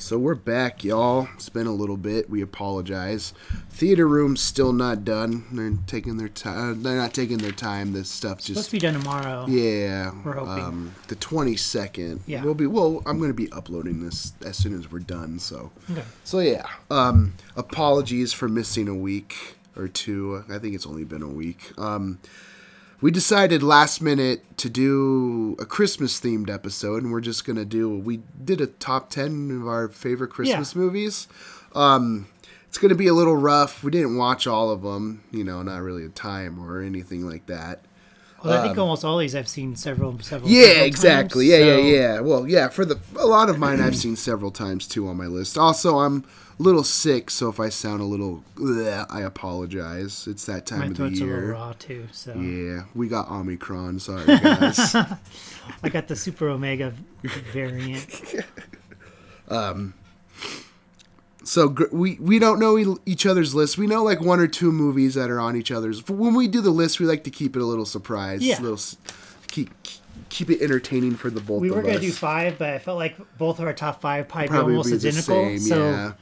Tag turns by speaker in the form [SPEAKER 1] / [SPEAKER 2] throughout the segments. [SPEAKER 1] So we're back, y'all. It's been a little bit. We apologize. Theater room's still not done. They're taking their time. They're not taking their time. This stuff's
[SPEAKER 2] supposed
[SPEAKER 1] just
[SPEAKER 2] to be done tomorrow.
[SPEAKER 1] yeah. um,
[SPEAKER 2] We're hoping.
[SPEAKER 1] the twenty second.
[SPEAKER 2] Yeah.
[SPEAKER 1] We'll be. Well, I'm going to be uploading this as soon as we're done. So.
[SPEAKER 2] Okay.
[SPEAKER 1] So yeah. Um, apologies for missing a week or two. I think it's only been a week. Um, we decided last minute to do a Christmas themed episode, and we're just gonna do. We did a top ten of our favorite Christmas movies. Um, it's gonna be a little rough. We didn't watch all of them, you know, not really a time or anything like that.
[SPEAKER 2] Well, I think almost all these I've seen several, several.
[SPEAKER 1] um, Yeah,
[SPEAKER 2] several times,
[SPEAKER 1] exactly. yeah,
[SPEAKER 2] so-
[SPEAKER 1] yeah, yeah. Well, yeah. For the a lot of mine, I've seen several times too on my list. Also, I'm a little sick, so if I sound a little, bleh, I apologize. It's that time
[SPEAKER 2] My
[SPEAKER 1] of the
[SPEAKER 2] throat's a little
[SPEAKER 1] year.
[SPEAKER 2] raw too, so
[SPEAKER 1] Yeah, we got Omicron. Sorry, guys.
[SPEAKER 2] I got the super omega variant.
[SPEAKER 1] so gr- we we don't know e- each other's lists. We know like one or two movies that are on each other's. F- When we do the list, we like to keep it a little surprise.
[SPEAKER 2] Yeah.
[SPEAKER 1] a little s- keep keep it entertaining for the both
[SPEAKER 2] We
[SPEAKER 1] of
[SPEAKER 2] were
[SPEAKER 1] us.
[SPEAKER 2] gonna do five, but I felt like both of our top five probably,
[SPEAKER 1] Probably
[SPEAKER 2] be almost
[SPEAKER 1] be the
[SPEAKER 2] identical.
[SPEAKER 1] same,
[SPEAKER 2] so,
[SPEAKER 1] yeah.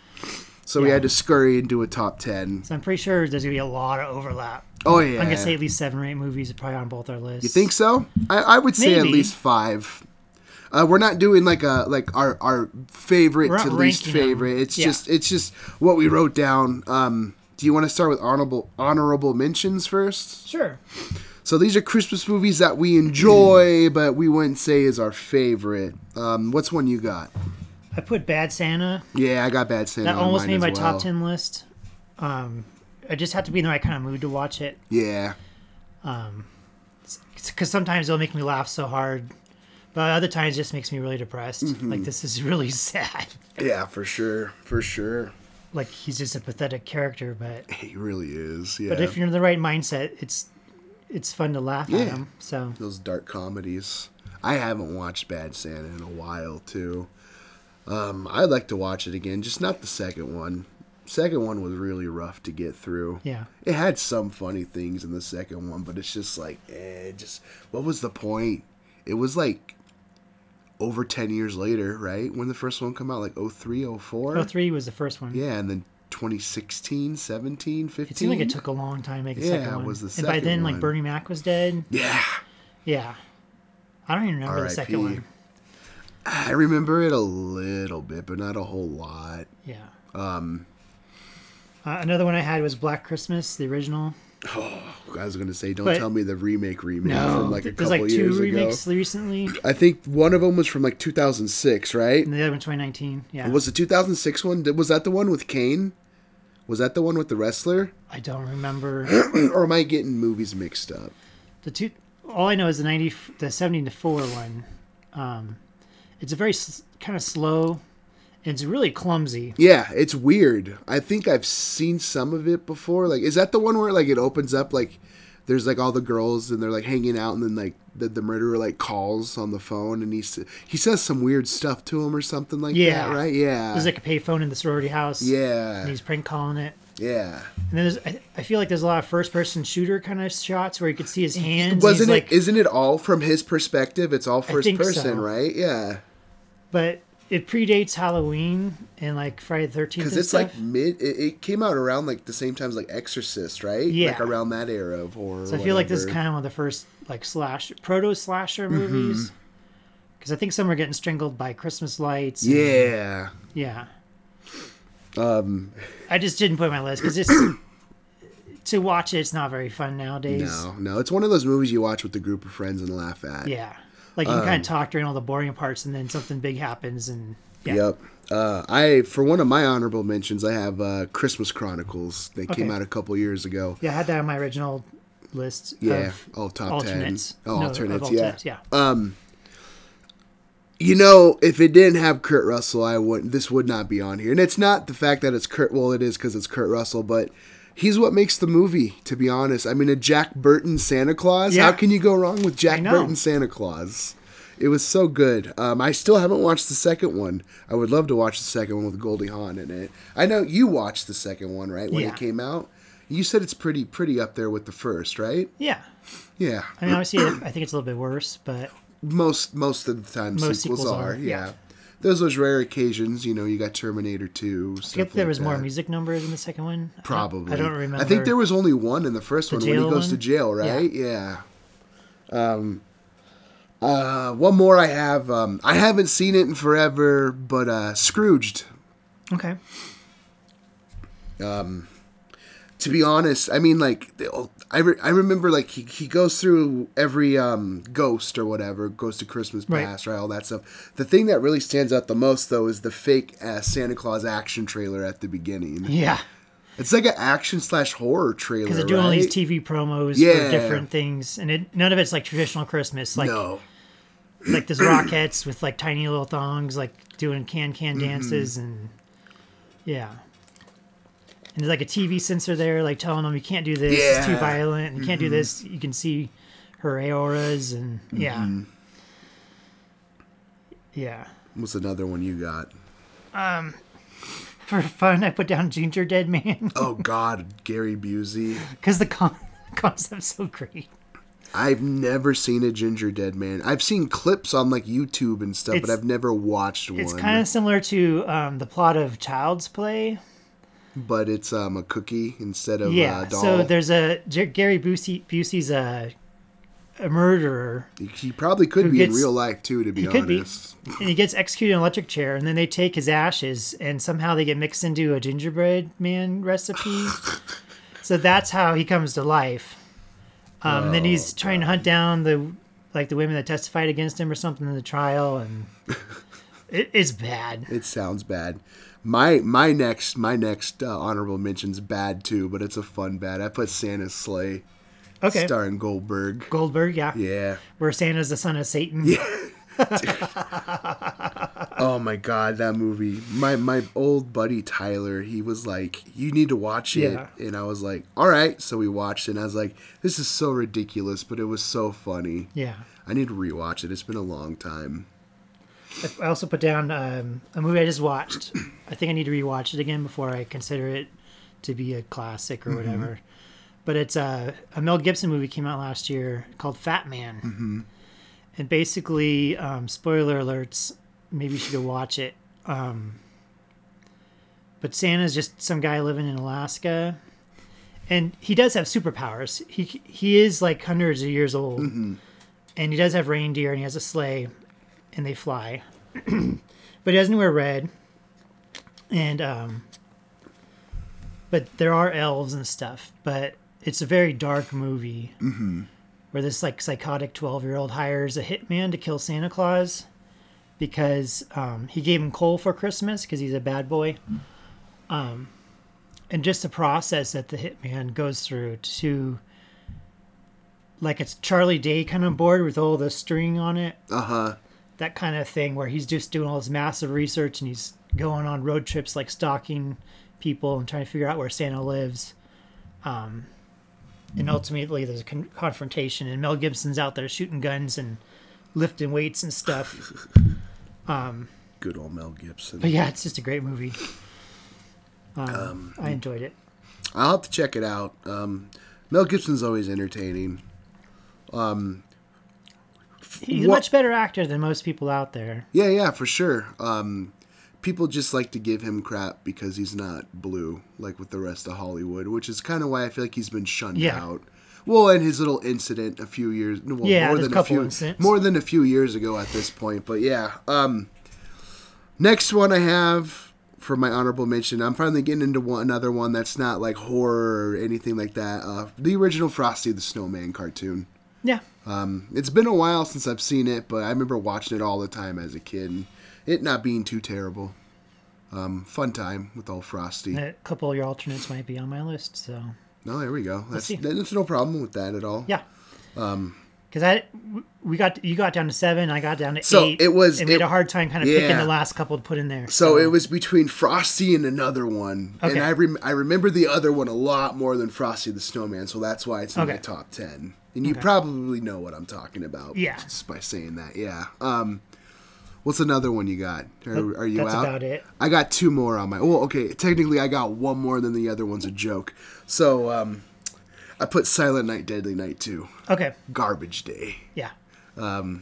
[SPEAKER 1] So we
[SPEAKER 2] yeah.
[SPEAKER 1] had to scurry and do a top ten.
[SPEAKER 2] so I'm pretty sure there's gonna be a lot of overlap.
[SPEAKER 1] Oh yeah.
[SPEAKER 2] I'm gonna say at least seven or eight movies are probably on both our lists.
[SPEAKER 1] You think so? I, I would say at
[SPEAKER 2] Maybe.
[SPEAKER 1] least five. Uh, we're not doing like a like our our favorite
[SPEAKER 2] We're
[SPEAKER 1] to
[SPEAKER 2] not
[SPEAKER 1] least
[SPEAKER 2] ranking 'em.
[SPEAKER 1] favorite. It's
[SPEAKER 2] Yeah.
[SPEAKER 1] just it's just what we wrote down. Um, do you want to start with honorable honorable mentions first?
[SPEAKER 2] Sure.
[SPEAKER 1] So these are Christmas movies that we
[SPEAKER 2] Mm.
[SPEAKER 1] enjoy, but we wouldn't say is our favorite. Um, what's one you got?
[SPEAKER 2] I put Bad Santa.
[SPEAKER 1] Yeah, I got Bad Santa.
[SPEAKER 2] That
[SPEAKER 1] on
[SPEAKER 2] almost
[SPEAKER 1] mine
[SPEAKER 2] made
[SPEAKER 1] as
[SPEAKER 2] my
[SPEAKER 1] well.
[SPEAKER 2] top ten list. Um, I just have to be in the right kind of mood to watch it.
[SPEAKER 1] Yeah,
[SPEAKER 2] because sometimes it'll make me laugh so hard, but other times it just makes me really depressed.
[SPEAKER 1] Mm-hmm.
[SPEAKER 2] Like this is really sad.
[SPEAKER 1] yeah, for sure, for sure.
[SPEAKER 2] Like he's just a pathetic character, but
[SPEAKER 1] He really is. Yeah,
[SPEAKER 2] but if you're in the right mindset, it's it's fun to laugh
[SPEAKER 1] Yeah.
[SPEAKER 2] at him. So
[SPEAKER 1] those dark comedies. I haven't watched Bad Santa in a while too. Um, I'd like to watch it again, just not the second one. Second one was really rough to get through.
[SPEAKER 2] yeah,
[SPEAKER 1] It had some funny things in the second one, but it's just like, eh, just what was the point? It was like over 10 years later, right? When the first one come out like 03, 04.
[SPEAKER 2] oh three was the first one.
[SPEAKER 1] Yeah, and then 2016, 17, 15.
[SPEAKER 2] It seemed like it took a long time to make the
[SPEAKER 1] Yeah,
[SPEAKER 2] second
[SPEAKER 1] it
[SPEAKER 2] one.
[SPEAKER 1] was the
[SPEAKER 2] and by
[SPEAKER 1] second
[SPEAKER 2] then, like
[SPEAKER 1] one.
[SPEAKER 2] Bernie Mac was dead.
[SPEAKER 1] Yeah.
[SPEAKER 2] Yeah, I don't even remember the second
[SPEAKER 1] R.I.P..
[SPEAKER 2] one.
[SPEAKER 1] I remember it a little bit, but not a whole lot.
[SPEAKER 2] Yeah. Um. Uh, another one I had was Black Christmas, the original.
[SPEAKER 1] I was gonna say, don't
[SPEAKER 2] But-
[SPEAKER 1] tell me the remake remake from like a
[SPEAKER 2] There's
[SPEAKER 1] couple
[SPEAKER 2] like two
[SPEAKER 1] years
[SPEAKER 2] remakes
[SPEAKER 1] ago.
[SPEAKER 2] recently,
[SPEAKER 1] I think one of them was from like 2006, right?
[SPEAKER 2] and the other one 2019. Yeah.
[SPEAKER 1] Was the 2006 one? th- Was that the one with Kane? Was that the one with the wrestler?
[SPEAKER 2] I don't remember
[SPEAKER 1] or am I getting movies mixed up?
[SPEAKER 2] the two. All I know is the ninety, the seventy to four one. Um, it's a very s- kind of slow, and it's really clumsy.
[SPEAKER 1] Yeah, it's weird. I think I've seen some of it before. Like, is that the one where like it opens up like there's like all the girls and they're like hanging out and then like the, the murderer like calls on the phone and he s- he says some weird stuff to him or something like
[SPEAKER 2] Yeah.
[SPEAKER 1] that, right? Yeah.
[SPEAKER 2] There's like a payphone in the sorority house. and
[SPEAKER 1] yeah.
[SPEAKER 2] he's prank calling it.
[SPEAKER 1] Yeah.
[SPEAKER 2] And then there's, I, I feel like there's a lot of first person shooter kind of shots where you could see his hands.
[SPEAKER 1] Wasn't
[SPEAKER 2] he's
[SPEAKER 1] it?
[SPEAKER 2] like,
[SPEAKER 1] not it all from his perspective? It's all first
[SPEAKER 2] think
[SPEAKER 1] person,
[SPEAKER 2] so.
[SPEAKER 1] right? Yeah,
[SPEAKER 2] but it predates Halloween and like Friday the Thirteenth.
[SPEAKER 1] because
[SPEAKER 2] and
[SPEAKER 1] it's
[SPEAKER 2] stuff.
[SPEAKER 1] like mid. It, it came out around like the same times like Exorcist, right?
[SPEAKER 2] Yeah.
[SPEAKER 1] like around that era of horror.
[SPEAKER 2] So I feel like this is
[SPEAKER 1] whatever. Mm-hmm.
[SPEAKER 2] kind of one of the first like slash proto slasher movies. Because I think some are getting strangled by Christmas lights. and-
[SPEAKER 1] Yeah,
[SPEAKER 2] yeah. Um,
[SPEAKER 1] Um,
[SPEAKER 2] I just didn't put it on my list because it's to watch it. It's not very fun nowadays.
[SPEAKER 1] no, no, it's one of those movies you watch with a group of friends and laugh at.
[SPEAKER 2] Yeah, like you can
[SPEAKER 1] Um,
[SPEAKER 2] kind of talk during all the boring parts, and then something big happens, and yeah,
[SPEAKER 1] Yep. Uh, I for one of my honorable mentions, I have uh, Christmas Chronicles. They came
[SPEAKER 2] Okay.
[SPEAKER 1] out a couple years ago.
[SPEAKER 2] yeah. I had that on my original list.
[SPEAKER 1] Yeah.
[SPEAKER 2] of
[SPEAKER 1] Oh, top 10.
[SPEAKER 2] alternates.
[SPEAKER 1] Oh,
[SPEAKER 2] No, of
[SPEAKER 1] alternates, yeah. Uh,
[SPEAKER 2] alternates. Yeah.
[SPEAKER 1] you know, if it didn't have Kurt Russell, I would this would not be on here. And it's not the fact that it's Kurt. Well, it is because it's Kurt Russell, but he's what makes the movie. To be honest, I mean, a Jack Burton Santa Claus.
[SPEAKER 2] Yeah.
[SPEAKER 1] How can you go wrong with Jack
[SPEAKER 2] know.
[SPEAKER 1] Burton Santa Claus? It was so good. Um, I still haven't watched the second one. I would love to watch the second one with Goldie Hawn in it. I know you watched the second one, right? When
[SPEAKER 2] Yeah.
[SPEAKER 1] it came out, you said it's pretty pretty up there with the first, right?
[SPEAKER 2] yeah.
[SPEAKER 1] Yeah,
[SPEAKER 2] I mean, obviously, I think it's a little bit worse, but
[SPEAKER 1] most most of the time
[SPEAKER 2] Most
[SPEAKER 1] sequels,
[SPEAKER 2] sequels
[SPEAKER 1] are,
[SPEAKER 2] are,
[SPEAKER 1] yeah.
[SPEAKER 2] yeah.
[SPEAKER 1] those those rare occasions, you know, you got Terminator Two.
[SPEAKER 2] I
[SPEAKER 1] Stuff
[SPEAKER 2] think there
[SPEAKER 1] like
[SPEAKER 2] was more
[SPEAKER 1] that.
[SPEAKER 2] music numbers in the second one. I don't-
[SPEAKER 1] Probably,
[SPEAKER 2] I don't remember.
[SPEAKER 1] I think there was only one in the first one when he
[SPEAKER 2] jail
[SPEAKER 1] goes to
[SPEAKER 2] one?
[SPEAKER 1] jail, right? Yeah. Um, uh, one more I have. Um, I haven't seen it in forever, but uh, Scrooged.
[SPEAKER 2] Okay.
[SPEAKER 1] To be honest, I mean, like, the- I, re- I remember like he, he goes through every um, ghost or whatever, Ghost of Christmas
[SPEAKER 2] Right.
[SPEAKER 1] Past, right? All that stuff. The thing that really stands out the most though is the fake uh, Santa Claus action trailer at the beginning.
[SPEAKER 2] Yeah.
[SPEAKER 1] It's like an action slash horror trailer.
[SPEAKER 2] Because they're doing all
[SPEAKER 1] right?
[SPEAKER 2] these TV promos
[SPEAKER 1] Yeah.
[SPEAKER 2] for different things, and it, none of it's like traditional Christmas. Like
[SPEAKER 1] no.
[SPEAKER 2] like there's rockets with like tiny little thongs, like doing can can dances, and yeah. And there's like a TV censor there, like telling them you can't do this, it's too
[SPEAKER 1] Yeah.
[SPEAKER 2] violent, you can't do this. You can see her aoras, and yeah, yeah.
[SPEAKER 1] What's another one you got?
[SPEAKER 2] For fun, I put down Ginger Dead Man
[SPEAKER 1] Oh God, Gary Busey.
[SPEAKER 2] because the con- concept's so great.
[SPEAKER 1] I've never seen a Ginger Dead Man. I've seen clips on like YouTube and stuff, but
[SPEAKER 2] It's-
[SPEAKER 1] I've never watched one.
[SPEAKER 2] It's kind of similar to um, the plot of Child's Play,
[SPEAKER 1] but it's um a cookie instead of yeah,
[SPEAKER 2] Yeah.
[SPEAKER 1] a doll.
[SPEAKER 2] So there's a J- Gary Busey. Busey's a, a murderer,
[SPEAKER 1] he, he probably could be in
[SPEAKER 2] gets-
[SPEAKER 1] real life too, to be
[SPEAKER 2] could be.
[SPEAKER 1] honest.
[SPEAKER 2] and he gets executed in an electric chair, and then they take his ashes, and somehow they get mixed into a gingerbread man recipe. so that's how he comes to life. Um, and then he's trying to hunt down the like the women that testified against him or something in the trial, and it, it's bad.
[SPEAKER 1] It sounds bad. My my next my next uh, honorable mention's bad too, but it's a fun bad. I put Santa's sleigh,
[SPEAKER 2] Okay.
[SPEAKER 1] starring Goldberg.
[SPEAKER 2] Goldberg, yeah,
[SPEAKER 1] Yeah.
[SPEAKER 2] where Santa's the son of Satan.
[SPEAKER 1] Oh my god, that movie. My my old buddy Tyler, he was like, "You need to watch it."
[SPEAKER 2] Yeah.
[SPEAKER 1] And I was like, "All right." So we watched it and I was like, "This is so ridiculous, but it was so funny."
[SPEAKER 2] yeah.
[SPEAKER 1] I need to rewatch it. It's been a long time.
[SPEAKER 2] I also put down um, a movie I just watched. I think I need to rewatch it again before I consider it to be a classic or whatever. But it's a, a Mel Gibson movie came out last year called Fat Man, and basically, um, spoiler alerts. Maybe you should go watch it. Um, but Santa's just some guy living in Alaska, and he does have superpowers. He he is like hundreds of years old, and he does have reindeer and he has a sleigh and they fly. but he doesn't wear red. And um but there are elves and stuff, but it's a very dark movie. Mm-hmm. Where this like psychotic 12-year-old hires a hitman to kill Santa Claus because um, he gave him coal for Christmas because he's a bad boy. Um, and just the process that the hitman goes through to like it's Charlie Day kind of board with all the string on it
[SPEAKER 1] Uh-huh.
[SPEAKER 2] that kind of thing where he's just doing all this massive research and he's going on road trips like stalking people and trying to figure out where Santa lives. Um, and ultimately there's a con- confrontation and Mel Gibson's out there shooting guns and lifting weights and stuff.
[SPEAKER 1] Good old Mel Gibson.
[SPEAKER 2] But yeah, it's just a great movie. Um, I enjoyed it.
[SPEAKER 1] I'll have to check it out. Um, Mel Gibson's always entertaining.
[SPEAKER 2] He's a
[SPEAKER 1] What-
[SPEAKER 2] much better actor than most people out there.
[SPEAKER 1] Yeah, yeah, for sure. Um, people just like to give him crap because he's not blue, like with the rest of Hollywood, which is kind of why I feel like he's been shunned
[SPEAKER 2] Yeah.
[SPEAKER 1] out. Well, and his little incident a few years, well,
[SPEAKER 2] Yeah,
[SPEAKER 1] more
[SPEAKER 2] there's
[SPEAKER 1] than a
[SPEAKER 2] a couple
[SPEAKER 1] few,
[SPEAKER 2] incidents.
[SPEAKER 1] more than a few years ago at this point. But yeah, um, next one I have for my honorable mention, I'm finally getting into one, another one that's not like horror or anything like that. Uh, the original Frosty the Snowman cartoon.
[SPEAKER 2] Yeah.
[SPEAKER 1] It's been a while since I've seen it, but I remember watching it all the time as a kid. And it not being too terrible. Um, fun time with old Frosty.
[SPEAKER 2] A couple of your alternates might be on my list, so
[SPEAKER 1] No, there we go. That's,
[SPEAKER 2] see.
[SPEAKER 1] that's no problem with that at all.
[SPEAKER 2] yeah. Um, because I w- we got you got down to seven, I got down to
[SPEAKER 1] So
[SPEAKER 2] eight.
[SPEAKER 1] it was-
[SPEAKER 2] and we had
[SPEAKER 1] it-
[SPEAKER 2] a hard time kind of picking
[SPEAKER 1] yeah.
[SPEAKER 2] the last couple to put in there.
[SPEAKER 1] So it was between Frosty and another one,
[SPEAKER 2] Okay.
[SPEAKER 1] and I rem- I remember the other one a lot more than Frosty the Snowman, so that's why it's in my
[SPEAKER 2] Okay.
[SPEAKER 1] top ten. And you probably know what I'm talking about,
[SPEAKER 2] Yeah.
[SPEAKER 1] just by saying that. Yeah. Um, what's another one you got? Are, are you
[SPEAKER 2] that's
[SPEAKER 1] out?
[SPEAKER 2] about it.
[SPEAKER 1] I got two more on my. Well, okay, technically I got one more than the other one's a joke. So um, I put Silent Night, Deadly Night two,
[SPEAKER 2] Okay.
[SPEAKER 1] Garbage Day.
[SPEAKER 2] Yeah.
[SPEAKER 1] I-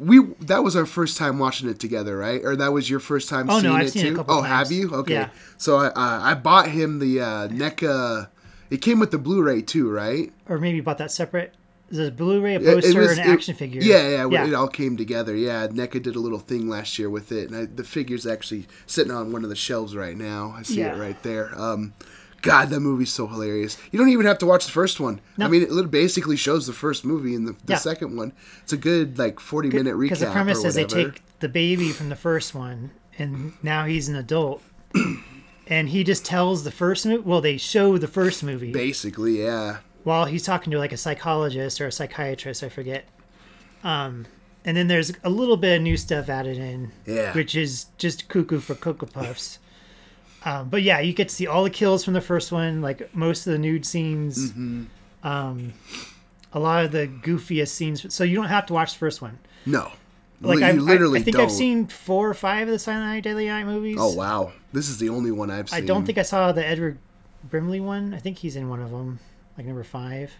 [SPEAKER 1] we that was our first time watching it together, right? Or that was your first time
[SPEAKER 2] Oh, no,
[SPEAKER 1] seeing
[SPEAKER 2] I've
[SPEAKER 1] it
[SPEAKER 2] seen it a
[SPEAKER 1] too.
[SPEAKER 2] couple
[SPEAKER 1] oh,
[SPEAKER 2] times.
[SPEAKER 1] have you? Okay.
[SPEAKER 2] Yeah.
[SPEAKER 1] So I uh, I bought him the uh, NECA. It came with the Blu-ray too, right?
[SPEAKER 2] or maybe you bought that separate. Is it a Blu-ray, a
[SPEAKER 1] It- it
[SPEAKER 2] poster,
[SPEAKER 1] was-
[SPEAKER 2] and
[SPEAKER 1] it-
[SPEAKER 2] an action figure?
[SPEAKER 1] Yeah, yeah,
[SPEAKER 2] yeah.
[SPEAKER 1] It all came together. Yeah, NECA did a little thing last year with it, and I, the figure's actually sitting on one of the shelves right now. I see
[SPEAKER 2] Yeah.
[SPEAKER 1] it right there. Um, God, that movie's so hilarious. You don't even have to watch the first one. I mean, it lit- basically shows the first movie and the, the
[SPEAKER 2] Yeah.
[SPEAKER 1] second one. It's a good like forty-minute recap.
[SPEAKER 2] Because the premise
[SPEAKER 1] or
[SPEAKER 2] is they
[SPEAKER 1] whatever.
[SPEAKER 2] take the baby from the first one, and now he's an adult, and he just tells the first movie. Well, they show the first movie
[SPEAKER 1] basically, yeah.
[SPEAKER 2] while he's talking to like a psychologist or a psychiatrist, I forget. Um, and then there's a little bit of new stuff added in,
[SPEAKER 1] Yeah.
[SPEAKER 2] which is just cuckoo for cocoa puffs. um, but yeah, you get to see all the kills from the first one, like most of the nude scenes,
[SPEAKER 1] Mm-hmm.
[SPEAKER 2] um, a lot of the goofiest scenes. So you don't have to watch the first one.
[SPEAKER 1] No,
[SPEAKER 2] Like
[SPEAKER 1] Li-
[SPEAKER 2] I've-
[SPEAKER 1] you literally
[SPEAKER 2] I, I think
[SPEAKER 1] don't.
[SPEAKER 2] I've seen four or five of the Silent Night Deadly Night movies.
[SPEAKER 1] Oh wow, this is the only one I've seen.
[SPEAKER 2] I don't think I saw the Edward Brimley one. I think he's in one of them, like number five.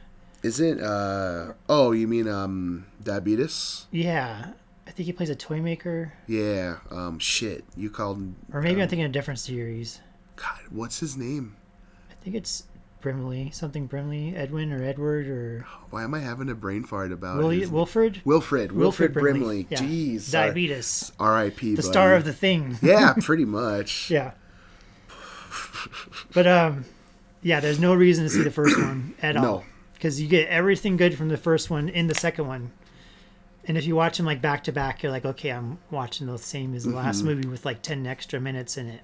[SPEAKER 1] is it. Uh, oh, you mean um, diabetes?
[SPEAKER 2] Yeah, I think he plays a toy maker,
[SPEAKER 1] Yeah. Um, shit, you called.
[SPEAKER 2] or maybe I'm thinking of a different series.
[SPEAKER 1] God, what's his name?
[SPEAKER 2] I think it's Brimley, something Brimley, Edwin or Edward or
[SPEAKER 1] Why am I having a brain fart about
[SPEAKER 2] Will-
[SPEAKER 1] his-
[SPEAKER 2] Wilfred.
[SPEAKER 1] Wilfred, Wilfred, Brimley.
[SPEAKER 2] Yeah.
[SPEAKER 1] Jeez, sorry.
[SPEAKER 2] diabetes,
[SPEAKER 1] R.I.P.
[SPEAKER 2] the star of the thing.
[SPEAKER 1] yeah, pretty much.
[SPEAKER 2] yeah. But um, yeah, there's no reason to see the first one at all. 'Cause
[SPEAKER 1] No.
[SPEAKER 2] all because you get everything good from the first one in the second one. And if you watch them like back to back, you're like, okay, I'm watching the same as the
[SPEAKER 1] Mm-hmm.
[SPEAKER 2] last movie with like ten extra minutes in it.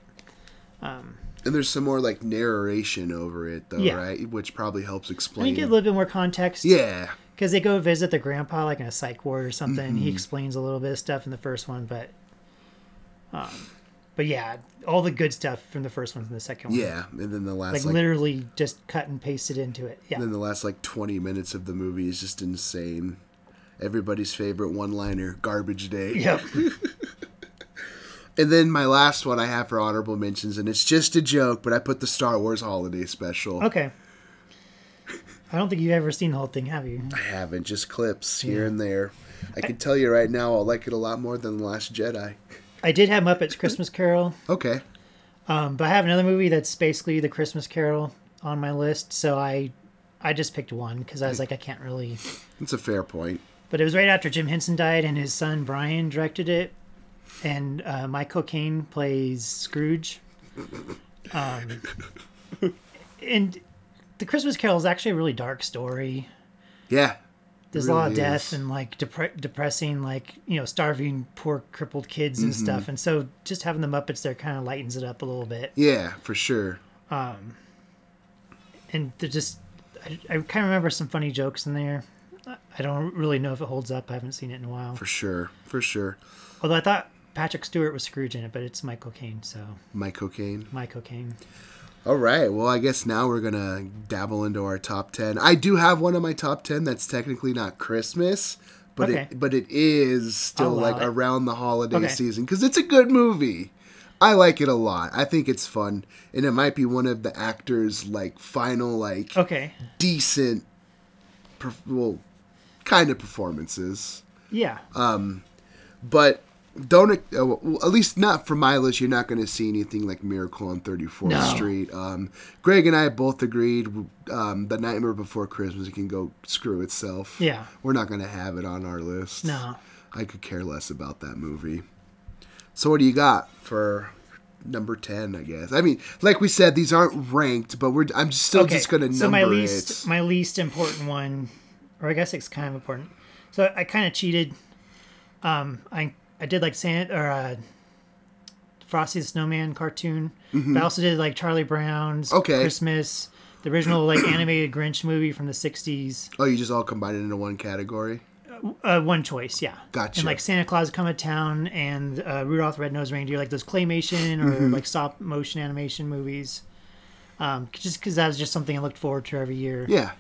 [SPEAKER 1] And there's some more like narration over it though,
[SPEAKER 2] Yeah.
[SPEAKER 1] right? Which probably helps
[SPEAKER 2] And you
[SPEAKER 1] explain.
[SPEAKER 2] get a little bit more context.
[SPEAKER 1] yeah,
[SPEAKER 2] because they go visit their grandpa like in a psych ward or something. He
[SPEAKER 1] Mm-hmm.
[SPEAKER 2] explains a little bit of stuff in the first one, but, um, but yeah, all the good stuff from the first one's in the second one.
[SPEAKER 1] yeah. And then the
[SPEAKER 2] like,
[SPEAKER 1] last like,
[SPEAKER 2] literally just cut and pasted into it. Yeah,
[SPEAKER 1] then the last like 20 minutes of the movie is just insane. Everybody's favorite one-liner, garbage day.
[SPEAKER 2] yep.
[SPEAKER 1] And then my last one I have for honorable mentions, and it's just a joke, but I put the Star Wars Holiday Special.
[SPEAKER 2] Okay. I don't think you've ever seen the whole thing, have you?
[SPEAKER 1] I haven't, just clips here and there. I can tell you right now, I'll like it a lot more than The Last Jedi.
[SPEAKER 2] I did have Muppets Christmas Carol,
[SPEAKER 1] Okay.
[SPEAKER 2] um, but I have another movie that's basically the Christmas Carol on my list, so I, I just picked one because I was like, I can't really.
[SPEAKER 1] That's a fair point.
[SPEAKER 2] but it was right after Jim Henson died and his son Brian directed it, and uh, Michael Caine plays Scrooge. Um, and the Christmas Carol is actually a really dark story.
[SPEAKER 1] Yeah.
[SPEAKER 2] There's
[SPEAKER 1] It
[SPEAKER 2] a lot of
[SPEAKER 1] really
[SPEAKER 2] death
[SPEAKER 1] is.
[SPEAKER 2] and like depre- depressing, like you know, starving poor crippled kids and
[SPEAKER 1] Mm-hmm.
[SPEAKER 2] stuff. And so just having the Muppets there kind of lightens it up a little bit.
[SPEAKER 1] Yeah, for sure.
[SPEAKER 2] And they're just, I, I kind of remember some funny jokes in there. I- I don't really know if it holds up. I haven't seen it in a while.
[SPEAKER 1] For sure. For sure.
[SPEAKER 2] Although I thought Patrick Stewart was Scrooge in it, but it's Michael Caine, so
[SPEAKER 1] My cocaine.
[SPEAKER 2] Michael Caine.
[SPEAKER 1] All right. Well, I guess now we're going to dabble into our top 10. I do have one of my top 10 that's technically not Christmas. But,
[SPEAKER 2] Okay.
[SPEAKER 1] it, but it is still
[SPEAKER 2] I'll allow
[SPEAKER 1] like
[SPEAKER 2] it.
[SPEAKER 1] around the holiday
[SPEAKER 2] Okay.
[SPEAKER 1] season because it's a good movie. I like it a lot. I think it's fun, and it might be one of the actors' like final like
[SPEAKER 2] Okay,
[SPEAKER 1] decent, per- well, kind of performances.
[SPEAKER 2] yeah,
[SPEAKER 1] But don't uh, well, at least not for my list. You're not going to see anything like Miracle on 34th
[SPEAKER 2] No.
[SPEAKER 1] Street. Um, Greg and I both agreed um, the Nightmare Before Christmas can go screw itself.
[SPEAKER 2] Yeah.
[SPEAKER 1] we're not going to have it on our list.
[SPEAKER 2] No.
[SPEAKER 1] I could care less about that movie. So what do you got for? Number ten, I guess. I mean, like we said, these aren't ranked, but we're. I'm still
[SPEAKER 2] okay.
[SPEAKER 1] just gonna number
[SPEAKER 2] so my
[SPEAKER 1] it.
[SPEAKER 2] least, my least important one, or I guess it's kind of important. So I kind of cheated. Um, I I did like Santa or uh, Frosty the Snowman cartoon, but I also did like Charlie Brown's
[SPEAKER 1] Mm-hmm. Okay.
[SPEAKER 2] Christmas, the original like animated Grinch movie from the '60s.
[SPEAKER 1] Oh, you just all combined it into one category?
[SPEAKER 2] Uh, one choice, yeah.
[SPEAKER 1] Gotcha.
[SPEAKER 2] And like Santa Claus Come to Town and uh, Rudolph the Red-Nosed Reindeer, like those claymation or
[SPEAKER 1] Mm-hmm.
[SPEAKER 2] like stop motion animation movies. Um, just because that was just something I looked forward to every year.
[SPEAKER 1] Yeah.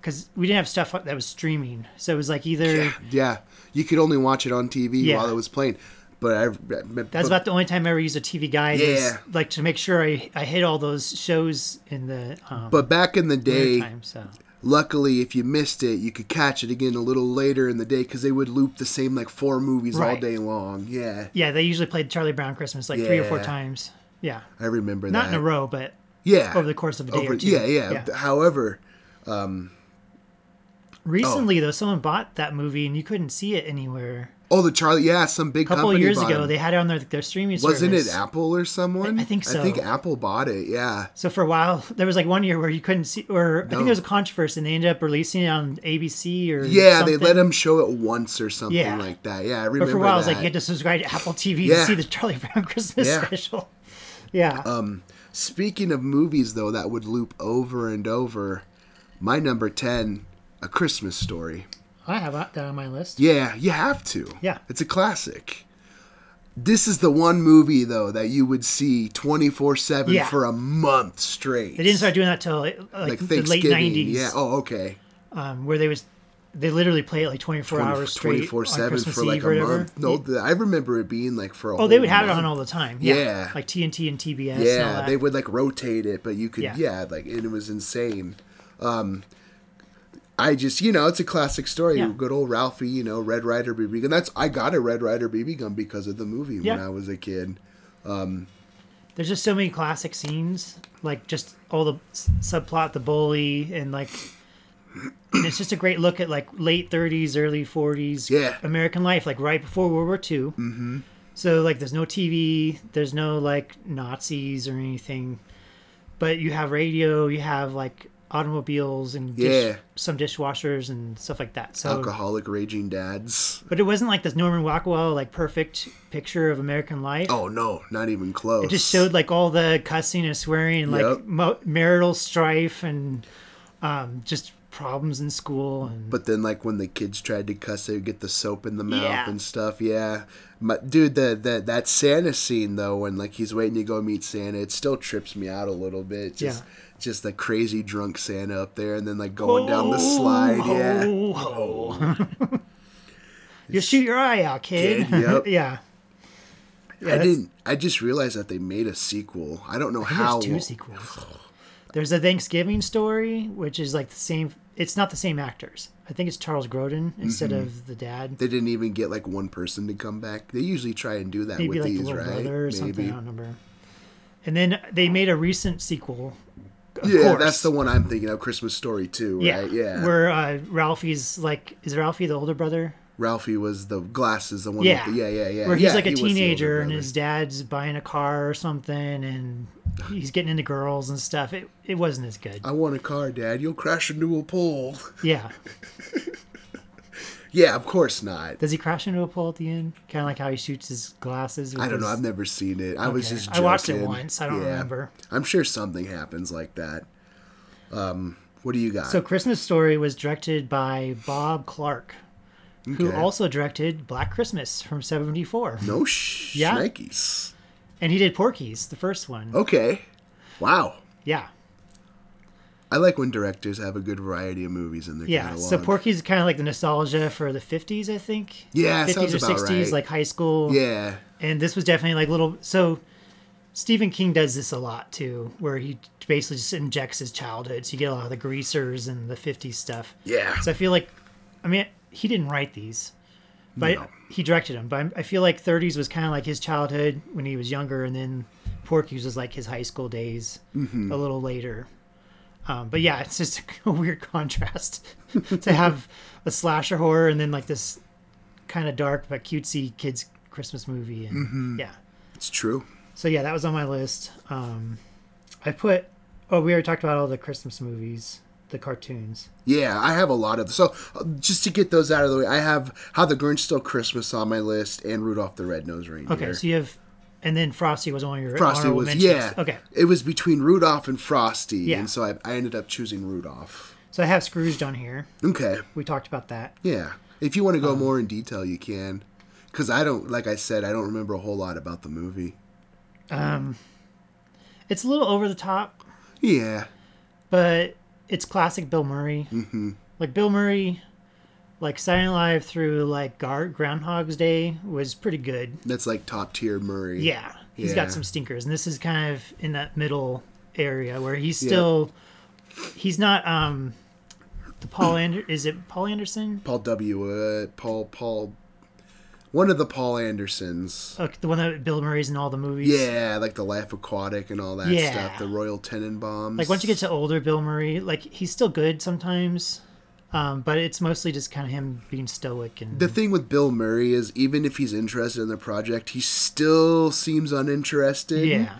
[SPEAKER 2] Because we didn't have stuff that was streaming, so it was like either
[SPEAKER 1] Yeah. You could only watch it on TV
[SPEAKER 2] Yeah.
[SPEAKER 1] while it was playing. But I. That's
[SPEAKER 2] that's about the only time I ever used a TV guide. is,
[SPEAKER 1] Yeah.
[SPEAKER 2] Like to make sure I I hit all those shows in the um,
[SPEAKER 1] But back in the day,
[SPEAKER 2] time. So
[SPEAKER 1] Luckily, if you missed it, you could catch it again a little later in the day because they would loop the same like four movies all
[SPEAKER 2] Right.
[SPEAKER 1] day long. Yeah,
[SPEAKER 2] Yeah, they usually played Charlie Brown Christmas like three or four
[SPEAKER 1] Yeah.
[SPEAKER 2] times. Yeah,
[SPEAKER 1] I remember
[SPEAKER 2] not
[SPEAKER 1] that.
[SPEAKER 2] in a row, but
[SPEAKER 1] yeah,
[SPEAKER 2] over the course of a day
[SPEAKER 1] Over-
[SPEAKER 2] or two.
[SPEAKER 1] Yeah, yeah, However, Oh.
[SPEAKER 2] Recently, though, someone bought that movie and you couldn't see it anywhere.
[SPEAKER 1] oh, the Charlie. Yeah, some big
[SPEAKER 2] A couple
[SPEAKER 1] company
[SPEAKER 2] years
[SPEAKER 1] bought
[SPEAKER 2] ago,
[SPEAKER 1] them.
[SPEAKER 2] they had it on their their streaming
[SPEAKER 1] Wasn't
[SPEAKER 2] service.
[SPEAKER 1] it Apple or someone?
[SPEAKER 2] I- I think
[SPEAKER 1] I
[SPEAKER 2] so.
[SPEAKER 1] think Apple bought it. Yeah.
[SPEAKER 2] So for a while, there was like one year where you couldn't see, or I think
[SPEAKER 1] No.
[SPEAKER 2] there was a controversy, and they ended up releasing it on ABC or
[SPEAKER 1] Yeah,
[SPEAKER 2] something.
[SPEAKER 1] they let him show it once or something
[SPEAKER 2] Yeah.
[SPEAKER 1] like that. Yeah, I remember
[SPEAKER 2] But for a while, I was
[SPEAKER 1] that.
[SPEAKER 2] like, you had to subscribe to Apple TV
[SPEAKER 1] Yeah.
[SPEAKER 2] to see the Charlie Brown Christmas
[SPEAKER 1] Yeah. Um,
[SPEAKER 2] special. Yeah,
[SPEAKER 1] Speaking of movies, though, that would loop over and over. My number ten, A Christmas Story.
[SPEAKER 2] I have that on my list.
[SPEAKER 1] Yeah, you have to.
[SPEAKER 2] Yeah.
[SPEAKER 1] It's a classic. This is the one movie though that you would see 24/7
[SPEAKER 2] Yeah.
[SPEAKER 1] for a month straight.
[SPEAKER 2] They didn't start doing that till like,
[SPEAKER 1] like
[SPEAKER 2] the
[SPEAKER 1] Thanksgiving.
[SPEAKER 2] late '90s,
[SPEAKER 1] Yeah. Oh, okay.
[SPEAKER 2] um, where they was they literally play it like 24 hours straight,
[SPEAKER 1] 24/7
[SPEAKER 2] on Christmas
[SPEAKER 1] for like
[SPEAKER 2] Eve or
[SPEAKER 1] a
[SPEAKER 2] whatever.
[SPEAKER 1] month. No, th- I remember it being like for a
[SPEAKER 2] Oh,
[SPEAKER 1] whole
[SPEAKER 2] they would have it
[SPEAKER 1] month.
[SPEAKER 2] on all the time. Yeah,
[SPEAKER 1] Yeah.
[SPEAKER 2] like TNT and TBS. and all
[SPEAKER 1] Yeah,
[SPEAKER 2] that.
[SPEAKER 1] they would like rotate it, but you could yeah,
[SPEAKER 2] Yeah.
[SPEAKER 1] like and it was insane. Um I just you know, it's a classic story.
[SPEAKER 2] Yeah.
[SPEAKER 1] Good old Ralphie, you know, Red Rider BB gun. That's I got a Red Rider BB gun because of the movie when
[SPEAKER 2] Yeah.
[SPEAKER 1] I was a kid.
[SPEAKER 2] There's just so many classic scenes, like just all the s- subplot, the bully, and like and it's just a great look at like late 30s, early 40s
[SPEAKER 1] Yeah.
[SPEAKER 2] American life, like right before World War II. Mm-hmm. So like, there's no TV, there's no like Nazis or anything, but you have radio, you have like automobiles and dish,
[SPEAKER 1] Yeah.
[SPEAKER 2] some dishwashers and stuff like that. So,
[SPEAKER 1] Alcoholic raging dads.
[SPEAKER 2] but it wasn't like this Norman Rockwell like perfect picture of American life.
[SPEAKER 1] Oh no, not even close.
[SPEAKER 2] It just showed like all the cussing and swearing and like
[SPEAKER 1] Yep.
[SPEAKER 2] mo- marital strife and um, just problems in school and
[SPEAKER 1] But then, like when the kids tried to cuss, they would get the soap in the mouth
[SPEAKER 2] Yeah.
[SPEAKER 1] and stuff. Yeah, My, dude, the, the that Santa scene though, when like he's waiting to go meet Santa, it still trips me out a little bit. Just, just the crazy drunk Santa up there, and then like going down the slide.
[SPEAKER 2] Ho,
[SPEAKER 1] Yeah, Oh.
[SPEAKER 2] ho, ho. Oh, you'll shoot your eye out kid
[SPEAKER 1] Kid, yep.
[SPEAKER 2] yeah yeah
[SPEAKER 1] I
[SPEAKER 2] that's-
[SPEAKER 1] didn't. I just realized that they made a sequel. I don't know how.
[SPEAKER 2] there's two sequels there's a thanksgiving story which is like the same it's not the same actors i think it's charles grodin instead
[SPEAKER 1] Mm-hmm.
[SPEAKER 2] of the dad
[SPEAKER 1] They didn't even get like one person to come back. They usually try and do that
[SPEAKER 2] maybe
[SPEAKER 1] with
[SPEAKER 2] like
[SPEAKER 1] these,
[SPEAKER 2] the little
[SPEAKER 1] right?
[SPEAKER 2] brother or something. I
[SPEAKER 1] Maybe.
[SPEAKER 2] don't remember. And then they made a recent sequel. Of
[SPEAKER 1] Yeah,
[SPEAKER 2] course.
[SPEAKER 1] that's the one I'm thinking of. Christmas Story too,
[SPEAKER 2] yeah,
[SPEAKER 1] right? Yeah.
[SPEAKER 2] Where uh, Ralphie's like, is Ralphie the older brother?
[SPEAKER 1] Ralphie was the glasses, the one.
[SPEAKER 2] Yeah,
[SPEAKER 1] with the, yeah, yeah, yeah.
[SPEAKER 2] Where he's
[SPEAKER 1] Yeah,
[SPEAKER 2] like a
[SPEAKER 1] he was the older
[SPEAKER 2] teenager and
[SPEAKER 1] brother.
[SPEAKER 2] his dad's buying a car or something, and he's getting into girls and stuff. It it wasn't as good.
[SPEAKER 1] I want a car, Dad. You'll crash into a pole.
[SPEAKER 2] yeah.
[SPEAKER 1] Yeah, of course not.
[SPEAKER 2] Does he crash into a pole at the end? Kind of like how he shoots his glasses. With
[SPEAKER 1] I don't know.
[SPEAKER 2] his-
[SPEAKER 1] I've never seen it. I was
[SPEAKER 2] Okay.
[SPEAKER 1] just.
[SPEAKER 2] I watched it
[SPEAKER 1] joking.
[SPEAKER 2] once, I don't remember.
[SPEAKER 1] I'm sure something happens like that. Um, what do you got?
[SPEAKER 2] So Christmas Story was directed by Bob Clark, who
[SPEAKER 1] Okay.
[SPEAKER 2] also directed Black Christmas from '74.
[SPEAKER 1] no sh-
[SPEAKER 2] Yeah.
[SPEAKER 1] shnikes.
[SPEAKER 2] And he did Porky's, the first one.
[SPEAKER 1] Okay. Wow.
[SPEAKER 2] Yeah.
[SPEAKER 1] I like when directors have a good variety of movies in their
[SPEAKER 2] Yeah.
[SPEAKER 1] catalog.
[SPEAKER 2] So Porky's is kind of like the nostalgia for the 50s, I think.
[SPEAKER 1] Yeah,
[SPEAKER 2] 50s
[SPEAKER 1] sounds
[SPEAKER 2] or
[SPEAKER 1] about
[SPEAKER 2] 60s,
[SPEAKER 1] right.
[SPEAKER 2] like high school.
[SPEAKER 1] Yeah.
[SPEAKER 2] And this was definitely like little. So Stephen King does this a lot too, where he basically just injects his childhood. So you get a lot of the greasers and the 50s stuff.
[SPEAKER 1] Yeah.
[SPEAKER 2] So I feel like, I mean, he didn't write these, but
[SPEAKER 1] No.
[SPEAKER 2] he directed them. But I'm- I feel like 30s was kind of like his childhood when he was younger, and then Porky's was like his high school days a little later. Um, but yeah, it's just a weird contrast to have a slasher horror and then like this kind of dark but cutesy kids Christmas movie. And yeah,
[SPEAKER 1] It's true.
[SPEAKER 2] so yeah, that was on my list. Um, I put. Oh, we already talked about all the Christmas movies, the cartoons.
[SPEAKER 1] Yeah, I have a lot of so uh, just to get those out of the way. I have How the Grinch Stole Christmas on my list and Rudolph the Red-Nosed Reindeer.
[SPEAKER 2] Okay, so you have, and then Frosty was on your
[SPEAKER 1] Frosty
[SPEAKER 2] honorable
[SPEAKER 1] was
[SPEAKER 2] mentions.
[SPEAKER 1] yeah.
[SPEAKER 2] Okay,
[SPEAKER 1] It was between Rudolph and Frosty,
[SPEAKER 2] Yeah.
[SPEAKER 1] and so I, I ended up choosing Rudolph.
[SPEAKER 2] so I have Scrooged on here.
[SPEAKER 1] Okay,
[SPEAKER 2] We talked about that.
[SPEAKER 1] yeah. If you want to go
[SPEAKER 2] Um.
[SPEAKER 1] more in detail, you can, because I don't like I said I don't remember a whole lot about the movie.
[SPEAKER 2] It's a little over the top,
[SPEAKER 1] Yeah,
[SPEAKER 2] but it's classic Bill Murray. Mm-hmm. Like Bill Murray, like Silent Live through like Gar- Groundhog's Day was pretty good.
[SPEAKER 1] that's like top tier Murray.
[SPEAKER 2] Yeah, he's
[SPEAKER 1] Yeah.
[SPEAKER 2] got some stinkers, and this is kind of in that middle area where he's still, he's not um the Paul Ander- is it Paul Anderson?
[SPEAKER 1] Paul W. Uh, Paul Paul, one of the Paul Andersons.
[SPEAKER 2] Uh, the one that Bill Murray's in all the movies.
[SPEAKER 1] Yeah, like the Life Aquatic and all that
[SPEAKER 2] Yeah.
[SPEAKER 1] stuff. The Royal Tenenbaums.
[SPEAKER 2] Like once you get to older Bill Murray, like he's still good sometimes, um, but it's mostly just kind of him being stoic and
[SPEAKER 1] the thing with Bill Murray is even if he's interested in the project, he still seems uninterested.
[SPEAKER 2] yeah.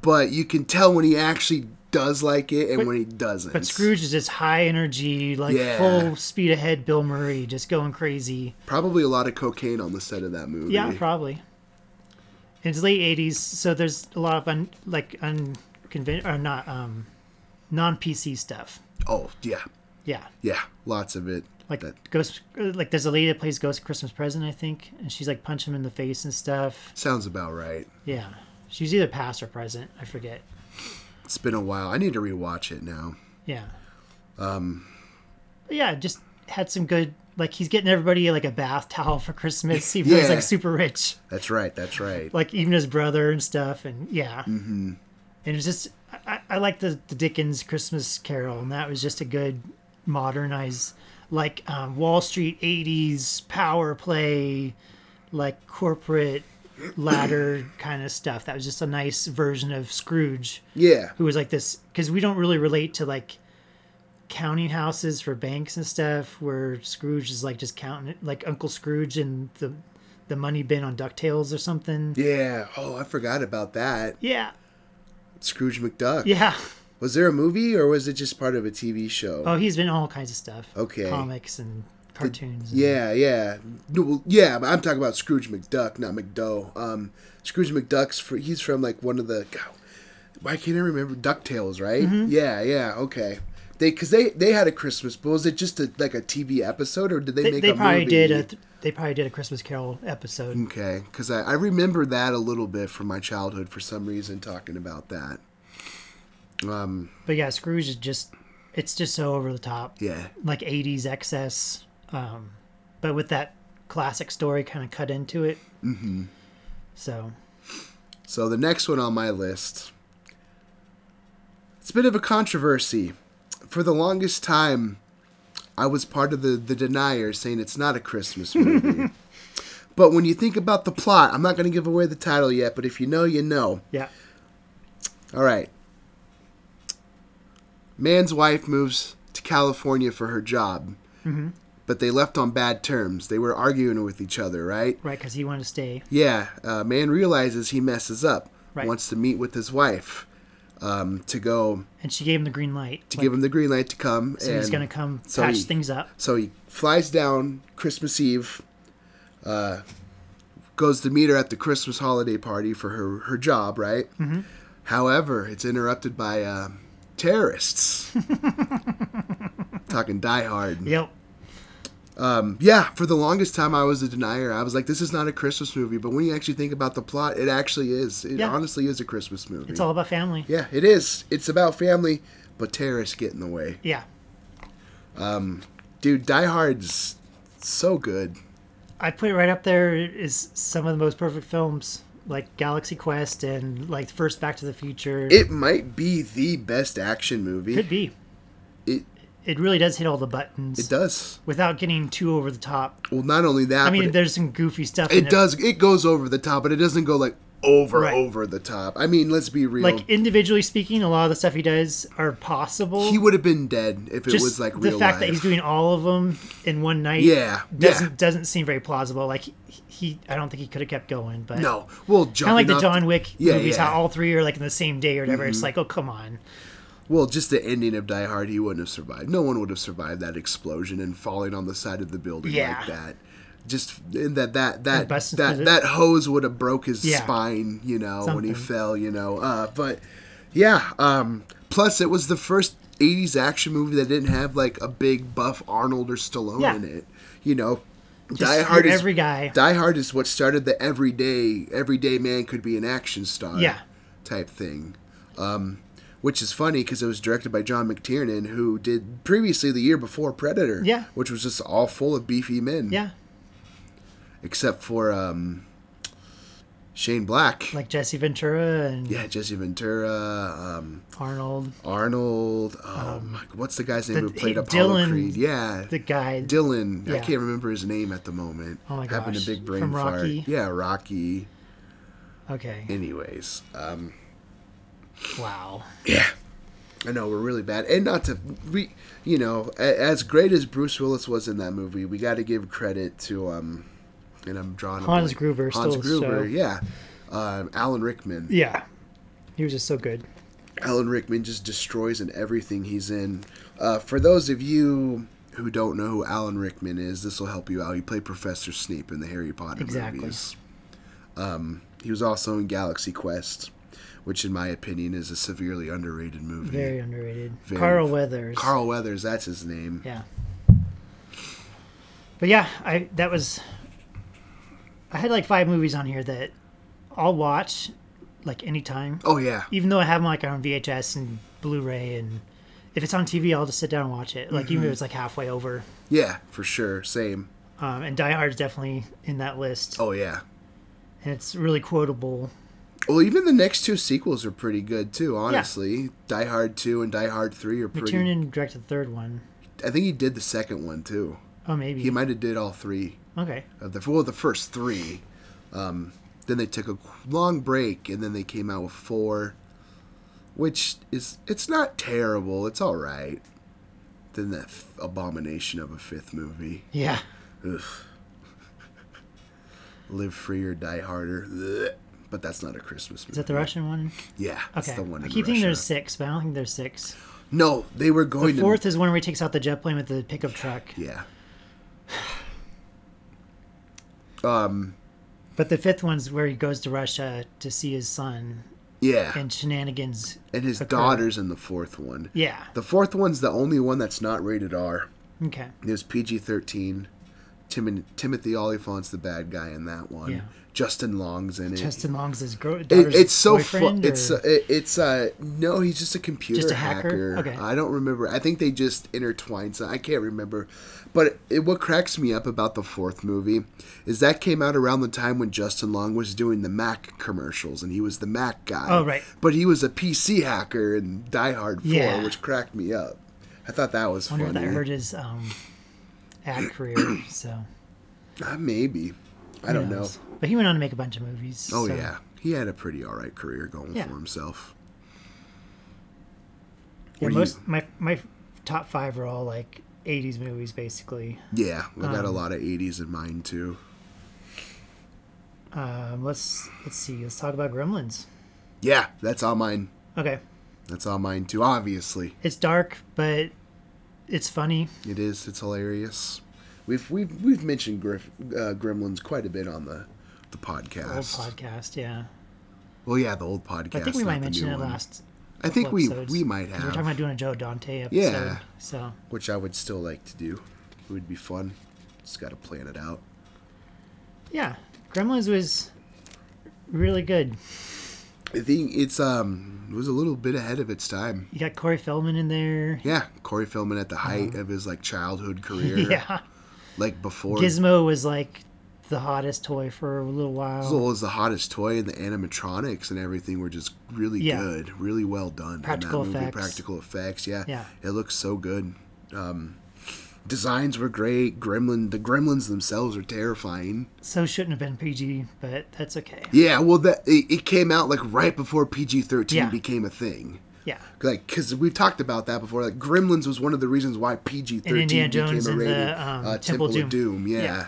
[SPEAKER 1] But you can tell when he actually does like it and when he doesn't.
[SPEAKER 2] But Scrooge is this high energy, like
[SPEAKER 1] Yeah.
[SPEAKER 2] full speed ahead Bill Murray, just going crazy.
[SPEAKER 1] Probably a lot of cocaine on the set of that movie.
[SPEAKER 2] Yeah, probably. It's late '80s, so there's a lot of un, like unconven or not um, non PC stuff.
[SPEAKER 1] oh yeah,
[SPEAKER 2] Yeah,
[SPEAKER 1] yeah, lots of it.
[SPEAKER 2] like
[SPEAKER 1] That-
[SPEAKER 2] ghost. Like there's a lady that plays Ghost Christmas Present, I think, and she's like punch him in the face and stuff.
[SPEAKER 1] sounds about right.
[SPEAKER 2] Yeah, she's either past or present. I forget.
[SPEAKER 1] It's been a while. I need to rewatch it now.
[SPEAKER 2] Yeah. Um. yeah, just had some good. Like he's getting everybody like a bath towel for Christmas, even though he's
[SPEAKER 1] Yeah.
[SPEAKER 2] like super rich.
[SPEAKER 1] That's right. That's right.
[SPEAKER 2] like even his brother and stuff and yeah mm-hmm. and it's just i, I like the, the dickens christmas carol and that was just a good modernized like um, wall street 80s power play like corporate ladder kind of stuff that was just a nice version of scrooge
[SPEAKER 1] Yeah.
[SPEAKER 2] who was like this because we don't really relate to like counting houses for banks and stuff where scrooge is like just counting it like uncle scrooge and the the money bin on ducktales or something
[SPEAKER 1] Yeah. Oh, I forgot about that.
[SPEAKER 2] yeah
[SPEAKER 1] Scrooge McDuck.
[SPEAKER 2] yeah
[SPEAKER 1] Was there a movie or was it just part of a TV show?
[SPEAKER 2] oh he's been all kinds of stuff
[SPEAKER 1] Okay.
[SPEAKER 2] comics and cartoons and-
[SPEAKER 1] Yeah, yeah, no, well, yeah. But I'm talking about Scrooge McDuck, not McDo. Um, Scrooge McDuck's fr he's from like one of the. God, why can't I remember Ducktales? Right?
[SPEAKER 2] Mm-hmm.
[SPEAKER 1] Yeah, yeah. Okay. They because they they had a Christmas, but was it just a, like a TV episode or did they,
[SPEAKER 2] they,
[SPEAKER 1] make
[SPEAKER 2] they
[SPEAKER 1] a
[SPEAKER 2] probably
[SPEAKER 1] movie? Mm.
[SPEAKER 2] did a they probably did a christmas carol episode
[SPEAKER 1] Okay, because I, I remember that a little bit from my childhood for some reason talking about that. Um,
[SPEAKER 2] but yeah scrooge is just it's just so over the top
[SPEAKER 1] yeah,
[SPEAKER 2] like 80s excess um but with that classic story kind of cut into it mm-hmm. so
[SPEAKER 1] So the next one on my list, it's a bit of a controversy. For the longest time, I was part of the the denier saying it's not a Christmas movie. but when you think about the plot, I'm not going to give away the title yet. But if you know, you know.
[SPEAKER 2] yeah
[SPEAKER 1] All right. Man's wife moves to California for her job, but they left on bad terms. They were arguing with each other, right?
[SPEAKER 2] Right, because he wanted to stay.
[SPEAKER 1] Yeah, uh, man realizes he messes up.
[SPEAKER 2] Right.
[SPEAKER 1] Wants to meet with his wife um, to go
[SPEAKER 2] And she gave him the green light.
[SPEAKER 1] to give him the green light to come.
[SPEAKER 2] so
[SPEAKER 1] and
[SPEAKER 2] he's going to come
[SPEAKER 1] so
[SPEAKER 2] patch
[SPEAKER 1] he-
[SPEAKER 2] things up.
[SPEAKER 1] So he flies down Christmas Eve, uh, goes to meet her at the Christmas holiday party for her her job, right? Mm-hmm. However, it's interrupted by uh, terrorists. Talking Die Hard.
[SPEAKER 2] Yep.
[SPEAKER 1] Yeah, for the longest time I was a denier. I was like, this is not a Christmas movie. But when you actually think about the plot, it actually is. It
[SPEAKER 2] Yeah.
[SPEAKER 1] honestly is a Christmas movie.
[SPEAKER 2] It's all about family.
[SPEAKER 1] yeah, it is. It's about family, but terrorists get in the way.
[SPEAKER 2] Yeah.
[SPEAKER 1] Dude, Die Hard's so good.
[SPEAKER 2] I put it right up there is some of the most perfect films, like Galaxy Quest and like first Back to the Future.
[SPEAKER 1] It might be the best action movie.
[SPEAKER 2] could be.
[SPEAKER 1] It
[SPEAKER 2] It really does hit all the buttons
[SPEAKER 1] it does.
[SPEAKER 2] without getting too over the top.
[SPEAKER 1] Well, not only that,
[SPEAKER 2] I mean,
[SPEAKER 1] but it,
[SPEAKER 2] there's some goofy stuff. in
[SPEAKER 1] it does. It goes over the top, but it doesn't go like over
[SPEAKER 2] Right.
[SPEAKER 1] over the top. I mean, let's be real.
[SPEAKER 2] Like individually speaking, a lot of the stuff he does are possible.
[SPEAKER 1] he would have been dead if it
[SPEAKER 2] Just
[SPEAKER 1] was like
[SPEAKER 2] the
[SPEAKER 1] real
[SPEAKER 2] fact
[SPEAKER 1] life.
[SPEAKER 2] that he's doing all of them in one night.
[SPEAKER 1] yeah,
[SPEAKER 2] doesn't
[SPEAKER 1] yeah.
[SPEAKER 2] doesn't seem very plausible. Like he, he I don't think he could have kept going. But
[SPEAKER 1] No, well,
[SPEAKER 2] kind of like
[SPEAKER 1] jumping
[SPEAKER 2] the
[SPEAKER 1] off-
[SPEAKER 2] John Wick
[SPEAKER 1] Yeah,
[SPEAKER 2] movies,
[SPEAKER 1] yeah. Mm-hmm.
[SPEAKER 2] how all three are like in the same day or whatever. It's like, oh come on,
[SPEAKER 1] Well, just the ending of Die Hard, he wouldn't have survived. No one would have survived that explosion and falling on the side of the building
[SPEAKER 2] Yeah.
[SPEAKER 1] like that. Just and that that that
[SPEAKER 2] busted through
[SPEAKER 1] that
[SPEAKER 2] the-
[SPEAKER 1] that hose would have broke his
[SPEAKER 2] Yeah.
[SPEAKER 1] spine, you know, when he
[SPEAKER 2] Something.
[SPEAKER 1] fell, you know. Uh, but yeah, um, plus it was the first '80s action movie that didn't have like a big buff Arnold or Stallone
[SPEAKER 2] Yeah.
[SPEAKER 1] in it, you know.
[SPEAKER 2] Just
[SPEAKER 1] Die Hard
[SPEAKER 2] you're
[SPEAKER 1] is
[SPEAKER 2] every guy.
[SPEAKER 1] Die Hard is what started the everyday everyday man could be an action star,
[SPEAKER 2] Yeah.
[SPEAKER 1] type thing which is funny because it was directed by John McTiernan, who did previously the year before Predator,
[SPEAKER 2] Yeah.
[SPEAKER 1] which was just all full of beefy men,
[SPEAKER 2] yeah,
[SPEAKER 1] except for um, Shane Black.
[SPEAKER 2] like Jesse Ventura and
[SPEAKER 1] yeah, Jesse Ventura, um,
[SPEAKER 2] Arnold,
[SPEAKER 1] Arnold. Oh my, what's the guy's name who
[SPEAKER 2] Um, the-
[SPEAKER 1] played
[SPEAKER 2] he-
[SPEAKER 1] Apollo
[SPEAKER 2] Dylan-
[SPEAKER 1] Creed? Yeah,
[SPEAKER 2] the guy.
[SPEAKER 1] Dylan. I
[SPEAKER 2] Yeah.
[SPEAKER 1] can't remember his name at the moment.
[SPEAKER 2] Oh my
[SPEAKER 1] Having a
[SPEAKER 2] gosh,
[SPEAKER 1] big brain
[SPEAKER 2] from
[SPEAKER 1] fart.
[SPEAKER 2] Rocky?
[SPEAKER 1] Yeah, Rocky.
[SPEAKER 2] Okay,
[SPEAKER 1] Anyways, um,
[SPEAKER 2] wow.
[SPEAKER 1] yeah, I know we're really bad, and not to we, you know, a, as great as Bruce Willis was in that movie, we got to give credit to um, and I'm drawing a
[SPEAKER 2] Hans
[SPEAKER 1] blank.
[SPEAKER 2] Gruber
[SPEAKER 1] Hans
[SPEAKER 2] still,
[SPEAKER 1] Gruber,
[SPEAKER 2] so-
[SPEAKER 1] yeah, um, Alan Rickman.
[SPEAKER 2] Yeah, he was just so good.
[SPEAKER 1] Alan Rickman just destroys in everything he's in. Uh, for those of you who don't know who Alan Rickman is, this will help you out. He played Professor Snape in the Harry Potter
[SPEAKER 2] Exactly.
[SPEAKER 1] movies. Um, he was also in Galaxy Quest, which, in my opinion, is a severely underrated movie.
[SPEAKER 2] Very underrated.
[SPEAKER 1] Very-
[SPEAKER 2] Carl Weathers.
[SPEAKER 1] Carl Weathers, that's his name.
[SPEAKER 2] Yeah. But yeah, I that was. I had like five movies on here that I'll watch, like anytime.
[SPEAKER 1] Oh yeah,
[SPEAKER 2] Even though I have them like on VHS and Blu-ray, and if it's on TV, I'll just sit down and watch it. Like
[SPEAKER 1] Mm-hmm.
[SPEAKER 2] even if it's like halfway over.
[SPEAKER 1] yeah, for sure. Same.
[SPEAKER 2] Um, and Die Hard's definitely in that list,
[SPEAKER 1] Oh yeah.
[SPEAKER 2] and it's really quotable.
[SPEAKER 1] Well, even the next two sequels are pretty good too. Honestly, Die Hard Two and Die Hard Three are pretty.
[SPEAKER 2] McTiernan directed the third one.
[SPEAKER 1] I think he did the second one too.
[SPEAKER 2] Oh, maybe.
[SPEAKER 1] He might have did all three.
[SPEAKER 2] okay.
[SPEAKER 1] of the well the first three. Um, then they took a qu- long break, and then they came out with four, which is it's not terrible. It's all right. Then that f- abomination of a fifth movie,
[SPEAKER 2] Yeah.
[SPEAKER 1] Live Free or Die Harder. Blech. But that's not a Christmas movie.
[SPEAKER 2] Is that the Russian one?
[SPEAKER 1] Yeah, that's
[SPEAKER 2] Okay.
[SPEAKER 1] the one.
[SPEAKER 2] I
[SPEAKER 1] in
[SPEAKER 2] keep thinking there's
[SPEAKER 1] Russia.
[SPEAKER 2] six, but I don't think there's six.
[SPEAKER 1] no. They were going
[SPEAKER 2] The fourth is one where he takes out the jet plane with the pickup truck.
[SPEAKER 1] to yeah.
[SPEAKER 2] But the fifth one's where he goes to Russia to see his son
[SPEAKER 1] Yeah, and,
[SPEAKER 2] and shenanigans.
[SPEAKER 1] his
[SPEAKER 2] occur.
[SPEAKER 1] daughter's in the fourth one.
[SPEAKER 2] Yeah.
[SPEAKER 1] The fourth one's the only one that's not rated R.
[SPEAKER 2] Okay.
[SPEAKER 1] There's PG 13. Tim- Timothy Oliphant's the bad guy in that one.
[SPEAKER 2] Yeah.
[SPEAKER 1] Justin Long's in it.
[SPEAKER 2] Justin Long's his gro-
[SPEAKER 1] It-
[SPEAKER 2] daughter's
[SPEAKER 1] it's so fun.
[SPEAKER 2] boyfriend.
[SPEAKER 1] It's
[SPEAKER 2] or-
[SPEAKER 1] uh, it, it's uh no, he's just a computer
[SPEAKER 2] Just a
[SPEAKER 1] hacker.
[SPEAKER 2] hacker? Okay.
[SPEAKER 1] I don't remember. I think they just intertwined. So I can't remember. But it, what cracks me up about the fourth movie is that came out around the time when Justin Long was doing the Mac commercials, and he was the Mac guy.
[SPEAKER 2] Oh, right.
[SPEAKER 1] But he was a PC hacker in Die Hard Four,
[SPEAKER 2] Yeah.
[SPEAKER 1] which cracked me up. I thought that was
[SPEAKER 2] I wonder if
[SPEAKER 1] funny.
[SPEAKER 2] that hurt his um, ad career. So
[SPEAKER 1] Uh, maybe. I
[SPEAKER 2] who
[SPEAKER 1] don't know.
[SPEAKER 2] knows? But he went on to make a bunch of movies.
[SPEAKER 1] Oh
[SPEAKER 2] so-
[SPEAKER 1] yeah, he had a pretty all right career going
[SPEAKER 2] Yeah.
[SPEAKER 1] for himself.
[SPEAKER 2] Yeah,
[SPEAKER 1] Were you-
[SPEAKER 2] most my my top five are all like '80s movies, basically.
[SPEAKER 1] Yeah, I got a
[SPEAKER 2] Um,
[SPEAKER 1] lot of '80s in mine too.
[SPEAKER 2] Um, let's let's see. Let's talk about Gremlins.
[SPEAKER 1] Yeah, that's all mine.
[SPEAKER 2] Okay,
[SPEAKER 1] That's all mine too. Obviously,
[SPEAKER 2] it's dark, but it's funny.
[SPEAKER 1] it is. It's hilarious. We've we've we've mentioned Griff, uh, Gremlins quite a bit on the the podcast.
[SPEAKER 2] Old podcast, yeah.
[SPEAKER 1] Well, yeah, the old podcast.
[SPEAKER 2] I think we
[SPEAKER 1] not
[SPEAKER 2] might
[SPEAKER 1] the
[SPEAKER 2] mention
[SPEAKER 1] new
[SPEAKER 2] it
[SPEAKER 1] one.
[SPEAKER 2] last.
[SPEAKER 1] I think we
[SPEAKER 2] episodes,
[SPEAKER 1] we might
[SPEAKER 2] 'cause We're talking
[SPEAKER 1] have,
[SPEAKER 2] about doing a Joe Dante episode.
[SPEAKER 1] Yeah.
[SPEAKER 2] So
[SPEAKER 1] which I would still like to do. It would be fun. Just got to plan it out.
[SPEAKER 2] yeah, Gremlins was really good.
[SPEAKER 1] I think it's um it was a little bit ahead of its time.
[SPEAKER 2] You got Corey Feldman in there.
[SPEAKER 1] Yeah, Corey Feldman at the height of his like childhood career,
[SPEAKER 2] Uh-huh. Yeah,
[SPEAKER 1] like before
[SPEAKER 2] Gizmo was like the hottest toy for a little while.
[SPEAKER 1] Zool was the hottest toy, and the animatronics and everything were just really
[SPEAKER 2] Yeah.
[SPEAKER 1] good, really well done. in that
[SPEAKER 2] Practical
[SPEAKER 1] movie.
[SPEAKER 2] effects.
[SPEAKER 1] practical effects. Yeah,
[SPEAKER 2] Yeah.
[SPEAKER 1] it looks so good. Um, designs were great. Gremlin, the Gremlins themselves are terrifying.
[SPEAKER 2] So shouldn't have been PG, but that's okay.
[SPEAKER 1] Yeah, well, that it, it came out like right before PG thirteen
[SPEAKER 2] Yeah.
[SPEAKER 1] became a thing.
[SPEAKER 2] Yeah,
[SPEAKER 1] like because we've talked about that before. Like Gremlins was one of the reasons why PG
[SPEAKER 2] And
[SPEAKER 1] thirteen
[SPEAKER 2] Indiana
[SPEAKER 1] became
[SPEAKER 2] Jones
[SPEAKER 1] a
[SPEAKER 2] and the,
[SPEAKER 1] rated
[SPEAKER 2] um,
[SPEAKER 1] uh, Temple
[SPEAKER 2] Temple
[SPEAKER 1] of
[SPEAKER 2] Doom.
[SPEAKER 1] Doom. Yeah.
[SPEAKER 2] Yeah.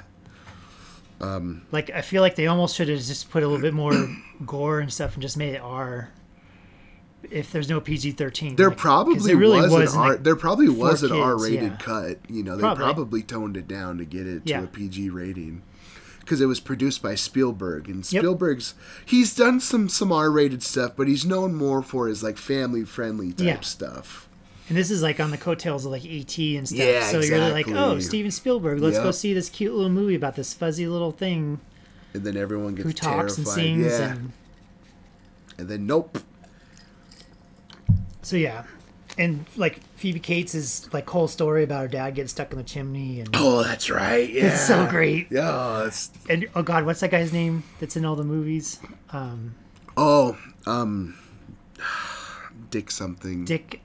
[SPEAKER 2] like I feel like they almost should have just put a little bit more gore and stuff and just made it R. If there's no PG thirteen,
[SPEAKER 1] there probably was, an R. there probably was an
[SPEAKER 2] kids,
[SPEAKER 1] R rated
[SPEAKER 2] yeah.
[SPEAKER 1] cut. You know, they probably.
[SPEAKER 2] Probably.
[SPEAKER 1] toned it down to get it
[SPEAKER 2] Yeah.
[SPEAKER 1] to a PG rating because it was produced by Spielberg and
[SPEAKER 2] Yep.
[SPEAKER 1] Spielberg's he's done some some R rated stuff, but he's known more for his like family friendly type
[SPEAKER 2] Yeah.
[SPEAKER 1] stuff.
[SPEAKER 2] And this is like on the coattails of like ET and stuff.
[SPEAKER 1] Yeah,
[SPEAKER 2] so you're like, oh,
[SPEAKER 1] exactly.
[SPEAKER 2] Steven Spielberg, let's go
[SPEAKER 1] Yep.
[SPEAKER 2] see this cute little movie about this fuzzy little thing
[SPEAKER 1] And then everyone gets
[SPEAKER 2] who talks
[SPEAKER 1] terrified.
[SPEAKER 2] and sings.
[SPEAKER 1] yeah.
[SPEAKER 2] And
[SPEAKER 1] and then nope.
[SPEAKER 2] so yeah, and like Phoebe Cates' like whole story about her dad getting stuck in the chimney and
[SPEAKER 1] Oh, that's right. Yeah.
[SPEAKER 2] it's so great.
[SPEAKER 1] Yeah. oh, it's-
[SPEAKER 2] And oh god, what's that guy's name that's in all the movies? Um,
[SPEAKER 1] oh, um, Dick something.
[SPEAKER 2] Dick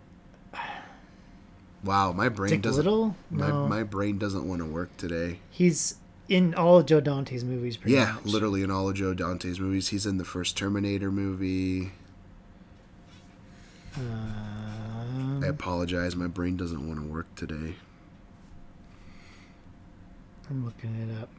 [SPEAKER 1] Wow, my brain
[SPEAKER 2] Dick
[SPEAKER 1] doesn't.
[SPEAKER 2] Little?
[SPEAKER 1] My,
[SPEAKER 2] No,
[SPEAKER 1] my brain doesn't want to work today.
[SPEAKER 2] he's in all of Joe Dante's movies. Pretty
[SPEAKER 1] Yeah,
[SPEAKER 2] much.
[SPEAKER 1] literally in all of Joe Dante's movies, he's in the first Terminator movie.
[SPEAKER 2] Um,
[SPEAKER 1] I
[SPEAKER 2] Mm-hmm.
[SPEAKER 1] apologize, my brain doesn't want to work today.
[SPEAKER 2] I'm looking it up.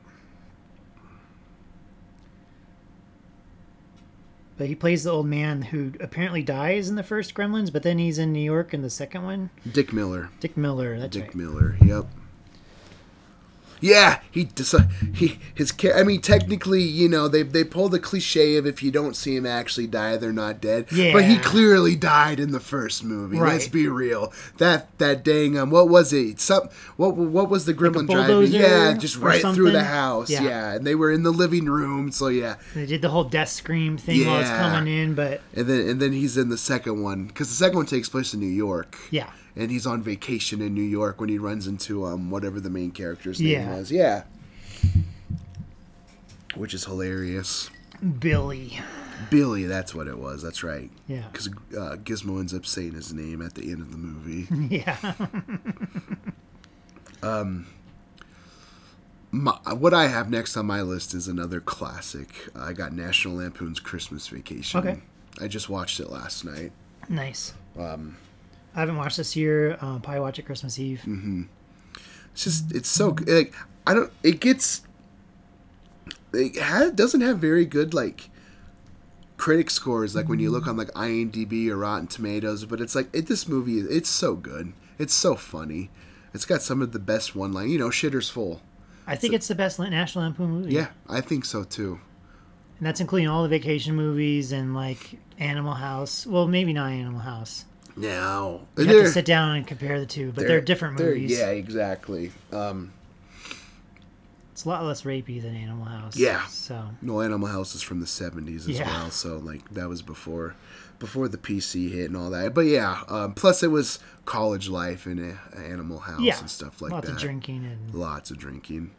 [SPEAKER 2] But he plays the old man who apparently dies in the first Gremlins, but then he's in New York in the second one.
[SPEAKER 1] Dick Miller.
[SPEAKER 2] Dick Miller, that's
[SPEAKER 1] Dick
[SPEAKER 2] right.
[SPEAKER 1] Miller. Yep. Yeah, he deci- he his ca- I mean technically, you know, they they pull the cliche of if you don't see him actually die, they're not dead. But he
[SPEAKER 2] Yeah.
[SPEAKER 1] clearly died in the first movie. Let's
[SPEAKER 2] Right.
[SPEAKER 1] be real. That that dang um what was it? Some what what was the gremlin driving?
[SPEAKER 2] bulldozer
[SPEAKER 1] Yeah, just
[SPEAKER 2] or
[SPEAKER 1] right through the
[SPEAKER 2] something?
[SPEAKER 1] house. Yeah.
[SPEAKER 2] Yeah.
[SPEAKER 1] and they were in the living room, so yeah.
[SPEAKER 2] They did the whole death scream thing while it's
[SPEAKER 1] Yeah.
[SPEAKER 2] coming in, but
[SPEAKER 1] And then and then he's in the second one cuz the second one takes place in New York.
[SPEAKER 2] yeah.
[SPEAKER 1] and he's on vacation in New York when he runs into um whatever the main character's name
[SPEAKER 2] Yeah.
[SPEAKER 1] was. Yeah. Which is hilarious.
[SPEAKER 2] Billy.
[SPEAKER 1] Billy, that's what it was. That's right.
[SPEAKER 2] Yeah.
[SPEAKER 1] Because uh, Gizmo ends up saying his name at the end of the movie.
[SPEAKER 2] Yeah.
[SPEAKER 1] my, what I have next on my list is another classic. I got National Lampoon's Christmas Vacation.
[SPEAKER 2] Okay.
[SPEAKER 1] I just watched it last night.
[SPEAKER 2] nice. Um, I haven't watched this year. Uh, probably watch it Christmas Eve.
[SPEAKER 1] Hmm. It's just it's so g- like I don't it gets it ha doesn't have very good like critic scores like when you look on like IMDb or Rotten Tomatoes, but it's like it, this movie is it's so good, it's so funny, it's got some of the best one line you know shitter's full.
[SPEAKER 2] I think it's the best La- National Lampoon movie.
[SPEAKER 1] Yeah, I think so too.
[SPEAKER 2] And that's including all the vacation movies and like Animal House. Well, maybe not Animal House.
[SPEAKER 1] Now
[SPEAKER 2] You have
[SPEAKER 1] Uh, they're-
[SPEAKER 2] to sit down and compare the two, but they're, different
[SPEAKER 1] they're-
[SPEAKER 2] movies.
[SPEAKER 1] Yeah, exactly. Um,
[SPEAKER 2] It's a lot less rapey than Animal House.
[SPEAKER 1] Yeah.
[SPEAKER 2] So
[SPEAKER 1] No, Animal House is from the seventies as
[SPEAKER 2] Yeah.
[SPEAKER 1] well, so like that was before, before the PC hit and all that. But yeah, um, plus it was college life and uh, Animal House
[SPEAKER 2] yeah,
[SPEAKER 1] and stuff like
[SPEAKER 2] lots
[SPEAKER 1] that.
[SPEAKER 2] of drinking and
[SPEAKER 1] Lots of drinking.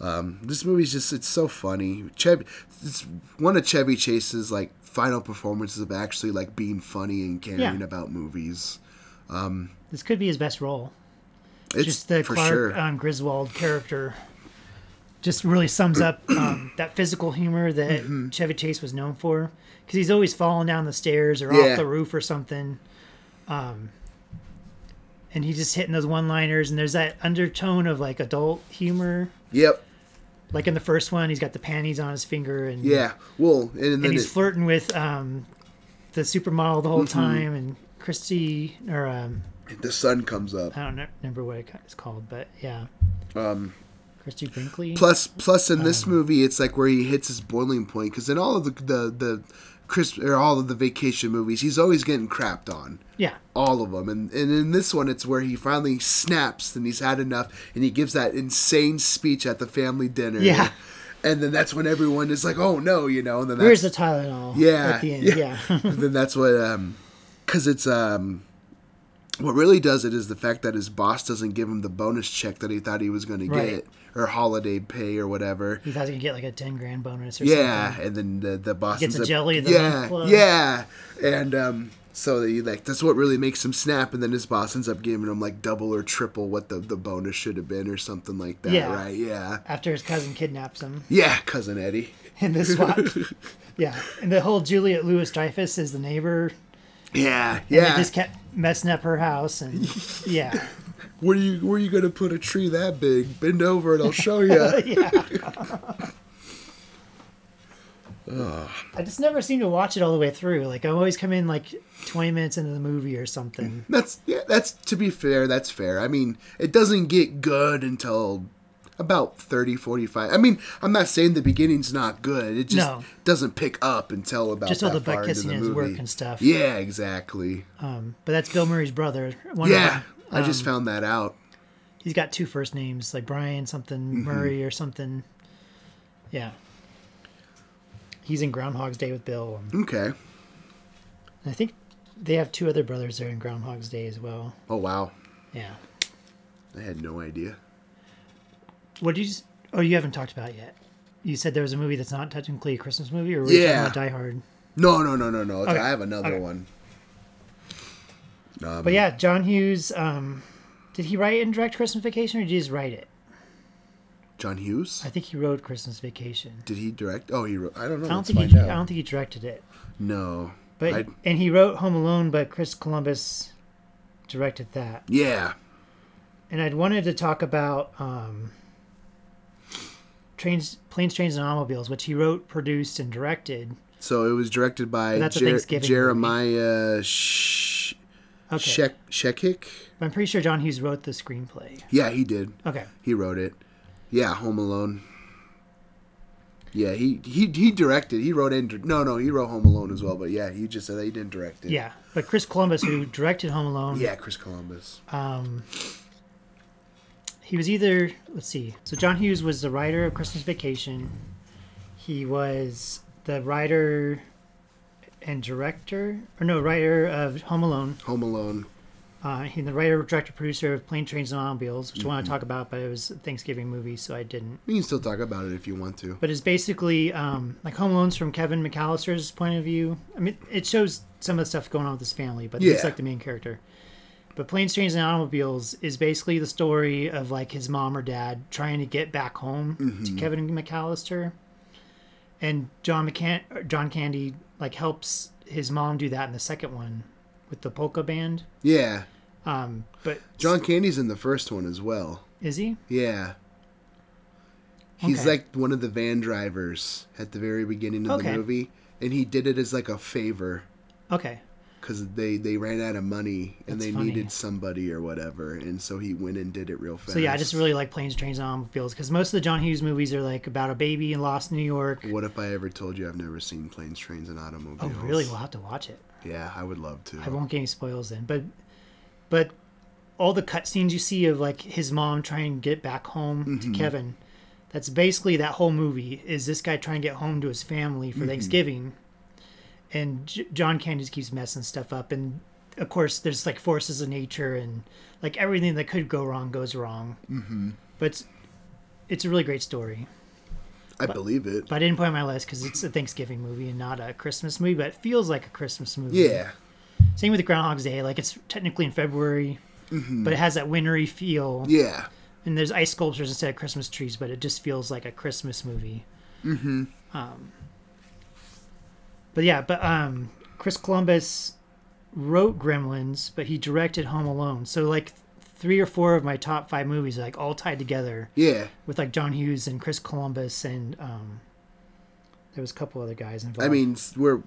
[SPEAKER 1] Um, this movie's just—it's so funny. Chevy, it's one of Chevy Chase's like final performances of actually like being funny and caring
[SPEAKER 2] Yeah.
[SPEAKER 1] about movies.
[SPEAKER 2] this could be his best role.
[SPEAKER 1] It's
[SPEAKER 2] just the
[SPEAKER 1] for
[SPEAKER 2] Clark
[SPEAKER 1] sure.
[SPEAKER 2] um, Griswold character just really sums up um, that physical humor that
[SPEAKER 1] Mm-hmm.
[SPEAKER 2] Chevy Chase was known for because he's always falling down the stairs or
[SPEAKER 1] Yeah.
[SPEAKER 2] off the roof or something. Um, and he's just hitting those one liners, and there's that undertone of like adult humor.
[SPEAKER 1] yep.
[SPEAKER 2] Like in the first one, he's got the panties on his finger, and
[SPEAKER 1] Yeah. Well, and, then
[SPEAKER 2] and
[SPEAKER 1] it-
[SPEAKER 2] he's
[SPEAKER 1] Mm-hmm.
[SPEAKER 2] flirting with um, the supermodel the whole time, and Christy or um,
[SPEAKER 1] the sun comes up.
[SPEAKER 2] I don't kn- remember what it ca- it's called, but yeah, um, Christy Brinkley.
[SPEAKER 1] Plus, plus in
[SPEAKER 2] Um,
[SPEAKER 1] this movie, it's like where he hits his boiling point because in all of the the the Chris or all of the vacation movies, he's always getting crapped on,
[SPEAKER 2] yeah,
[SPEAKER 1] all of them. And and in this one, it's where he finally snaps and he's had enough, and he gives that insane speech at the family dinner.
[SPEAKER 2] Yeah.
[SPEAKER 1] and then that's when everyone is like, "Oh no," you know. And then
[SPEAKER 2] where's
[SPEAKER 1] that's,
[SPEAKER 2] the Tylenol?
[SPEAKER 1] yeah,
[SPEAKER 2] at the end.
[SPEAKER 1] yeah.
[SPEAKER 2] Yeah,
[SPEAKER 1] then that's what um, because it's um. What really does it is the fact that his boss doesn't give him the bonus check that he thought he was going to
[SPEAKER 2] Right.
[SPEAKER 1] get or holiday pay or whatever.
[SPEAKER 2] he thought he could get like a ten grand bonus or
[SPEAKER 1] Yeah,
[SPEAKER 2] something.
[SPEAKER 1] and then the the boss
[SPEAKER 2] Gets
[SPEAKER 1] ends
[SPEAKER 2] a
[SPEAKER 1] up-
[SPEAKER 2] jelly at the
[SPEAKER 1] yeah,
[SPEAKER 2] lunch club.
[SPEAKER 1] yeah, and um, so they, like that's what really makes him snap, and then his boss ends up giving him like double or triple what the the bonus should have been or something like that,
[SPEAKER 2] Yeah.
[SPEAKER 1] right? Yeah,
[SPEAKER 2] After his cousin kidnaps him
[SPEAKER 1] yeah, cousin Eddie.
[SPEAKER 2] in the swap. yeah, and the whole Juliet Lewis Dreyfus is the neighbor.
[SPEAKER 1] Yeah,
[SPEAKER 2] and they
[SPEAKER 1] yeah.
[SPEAKER 2] just kept messing up her house, and yeah,
[SPEAKER 1] Where you where you gonna put a tree that big? Bend over and I'll show you.
[SPEAKER 2] yeah. I just never seem to watch it all the way through. Like I always come in like twenty minutes into the movie or something.
[SPEAKER 1] that's yeah. That's to be fair. That's fair. I mean, it doesn't get good until about 30 45 i mean i'm not saying the beginning's not good it just
[SPEAKER 2] No.
[SPEAKER 1] doesn't pick up until about
[SPEAKER 2] Just all
[SPEAKER 1] that
[SPEAKER 2] the butt
[SPEAKER 1] far into
[SPEAKER 2] kissing
[SPEAKER 1] the
[SPEAKER 2] and his work
[SPEAKER 1] movie.
[SPEAKER 2] and stuff.
[SPEAKER 1] Yeah, exactly.
[SPEAKER 2] Um, but that's Bill Murray's brother. One of
[SPEAKER 1] yeah,
[SPEAKER 2] them.
[SPEAKER 1] I
[SPEAKER 2] um,
[SPEAKER 1] just found that out.
[SPEAKER 2] he's got two first names like Brian something
[SPEAKER 1] Mm-hmm.
[SPEAKER 2] Murray or something. Yeah. He's in Groundhog's Day with Bill. And
[SPEAKER 1] Okay.
[SPEAKER 2] I think they have two other brothers there in Groundhog's Day as well.
[SPEAKER 1] Oh wow,
[SPEAKER 2] Yeah.
[SPEAKER 1] I had no idea.
[SPEAKER 2] What did you? s- Oh, you haven't talked about it yet. You said there was a movie that's not technically a Christmas movie, or were you talking
[SPEAKER 1] Yeah.
[SPEAKER 2] about Die Hard?
[SPEAKER 1] No, no, no, no, no.
[SPEAKER 2] Okay,
[SPEAKER 1] I have another
[SPEAKER 2] okay.
[SPEAKER 1] one. Um,
[SPEAKER 2] But yeah, John Hughes. Um, did he write and direct Christmas Vacation, or did he just write it?
[SPEAKER 1] John Hughes.
[SPEAKER 2] I think he wrote Christmas Vacation.
[SPEAKER 1] Did he direct? Oh, he wrote. I don't know.
[SPEAKER 2] I don't
[SPEAKER 1] Let's
[SPEAKER 2] think
[SPEAKER 1] find
[SPEAKER 2] he.
[SPEAKER 1] out.
[SPEAKER 2] I don't think he directed it.
[SPEAKER 1] no.
[SPEAKER 2] But
[SPEAKER 1] I-
[SPEAKER 2] and he wrote Home Alone, but Chris Columbus directed that.
[SPEAKER 1] yeah.
[SPEAKER 2] And I'd wanted to talk about um, trains, planes, trains, and automobiles, which he wrote, produced, and directed.
[SPEAKER 1] So it was directed by
[SPEAKER 2] That's a
[SPEAKER 1] Jer-
[SPEAKER 2] Thanksgiving
[SPEAKER 1] Jeremiah Sh-
[SPEAKER 2] Okay,
[SPEAKER 1] Shek- Shekik.
[SPEAKER 2] But I'm pretty sure John Hughes wrote the screenplay.
[SPEAKER 1] Yeah, he did.
[SPEAKER 2] Okay,
[SPEAKER 1] He wrote it. Yeah, Home Alone. Yeah, he he he directed. He wrote in. No, no, he wrote Home Alone as well. But yeah, he just said that he didn't direct it.
[SPEAKER 2] yeah. But Chris Columbus, who directed Home Alone,
[SPEAKER 1] Yeah, Chris Columbus.
[SPEAKER 2] um, he was either let's see. So John Hughes was the writer of Christmas Vacation. He was the writer and director, or no, writer of Home Alone.
[SPEAKER 1] Home Alone.
[SPEAKER 2] Uh, he's the writer, director, producer of Plane, Trains, and Automobiles, which I want to talk about, but it was a Thanksgiving movie, so I didn't.
[SPEAKER 1] You can still talk about it if you want to.
[SPEAKER 2] But it's basically um, like Home Alone's from Kevin McAllister's point of view. I mean, it shows some of the stuff going on with his family, but he's
[SPEAKER 1] Yeah.
[SPEAKER 2] like the main character. But Planes, Trains, and Automobiles is basically the story of like his mom or dad trying to get back home
[SPEAKER 1] Mm-hmm.
[SPEAKER 2] to Kevin McAllister, and John McCann- or John Candy like helps his mom do that in the second one with the polka band.
[SPEAKER 1] Yeah,
[SPEAKER 2] Um, but
[SPEAKER 1] John Candy's in the first one as well.
[SPEAKER 2] is he?
[SPEAKER 1] Yeah. He's
[SPEAKER 2] Okay.
[SPEAKER 1] like one of the van drivers at the very beginning of
[SPEAKER 2] Okay.
[SPEAKER 1] the movie, and he did it as like a favor
[SPEAKER 2] Okay.
[SPEAKER 1] because they they ran out of money and
[SPEAKER 2] That's
[SPEAKER 1] they
[SPEAKER 2] funny.
[SPEAKER 1] needed somebody or whatever, and so he went and did it real fast.
[SPEAKER 2] So yeah, I just really like planes, trains, and automobiles because most of the John Hughes movies are like about a baby in lost New York.
[SPEAKER 1] What if I ever told you I've never seen planes, trains, and
[SPEAKER 2] Oh,
[SPEAKER 1] automobiles?
[SPEAKER 2] really? We'll have to watch it.
[SPEAKER 1] Yeah, I would love to.
[SPEAKER 2] I won't get any spoils then, but but all the cutscenes you see of like his mom trying to get back home to Kevin, that's basically that whole movie is this guy trying to get home to his family for Thanksgiving, and J- John Candy just keeps messing stuff up, and of course there's like forces of nature and like everything that could go wrong goes wrong, mm-hmm. but it's, it's a really great story.
[SPEAKER 1] I believe it.
[SPEAKER 2] But I didn't put it on my list because it's a Thanksgiving movie and not a Christmas movie, but it feels like a Christmas movie.
[SPEAKER 1] Yeah,
[SPEAKER 2] Same with Groundhog's Day. Like it's technically in February,
[SPEAKER 1] Mm-hmm.
[SPEAKER 2] but it has that wintry feel.
[SPEAKER 1] yeah.
[SPEAKER 2] And there's ice sculptures instead of Christmas trees, but it just feels like a Christmas movie. Mm-hmm. Um, but yeah, but um, Chris Columbus wrote Gremlins, but he directed Home Alone. So like th- three or four of my top five movies, like all tied together
[SPEAKER 1] Yeah,
[SPEAKER 2] with like John Hughes and Chris Columbus and um, there was a couple other guys involved.
[SPEAKER 1] I mean, s- we're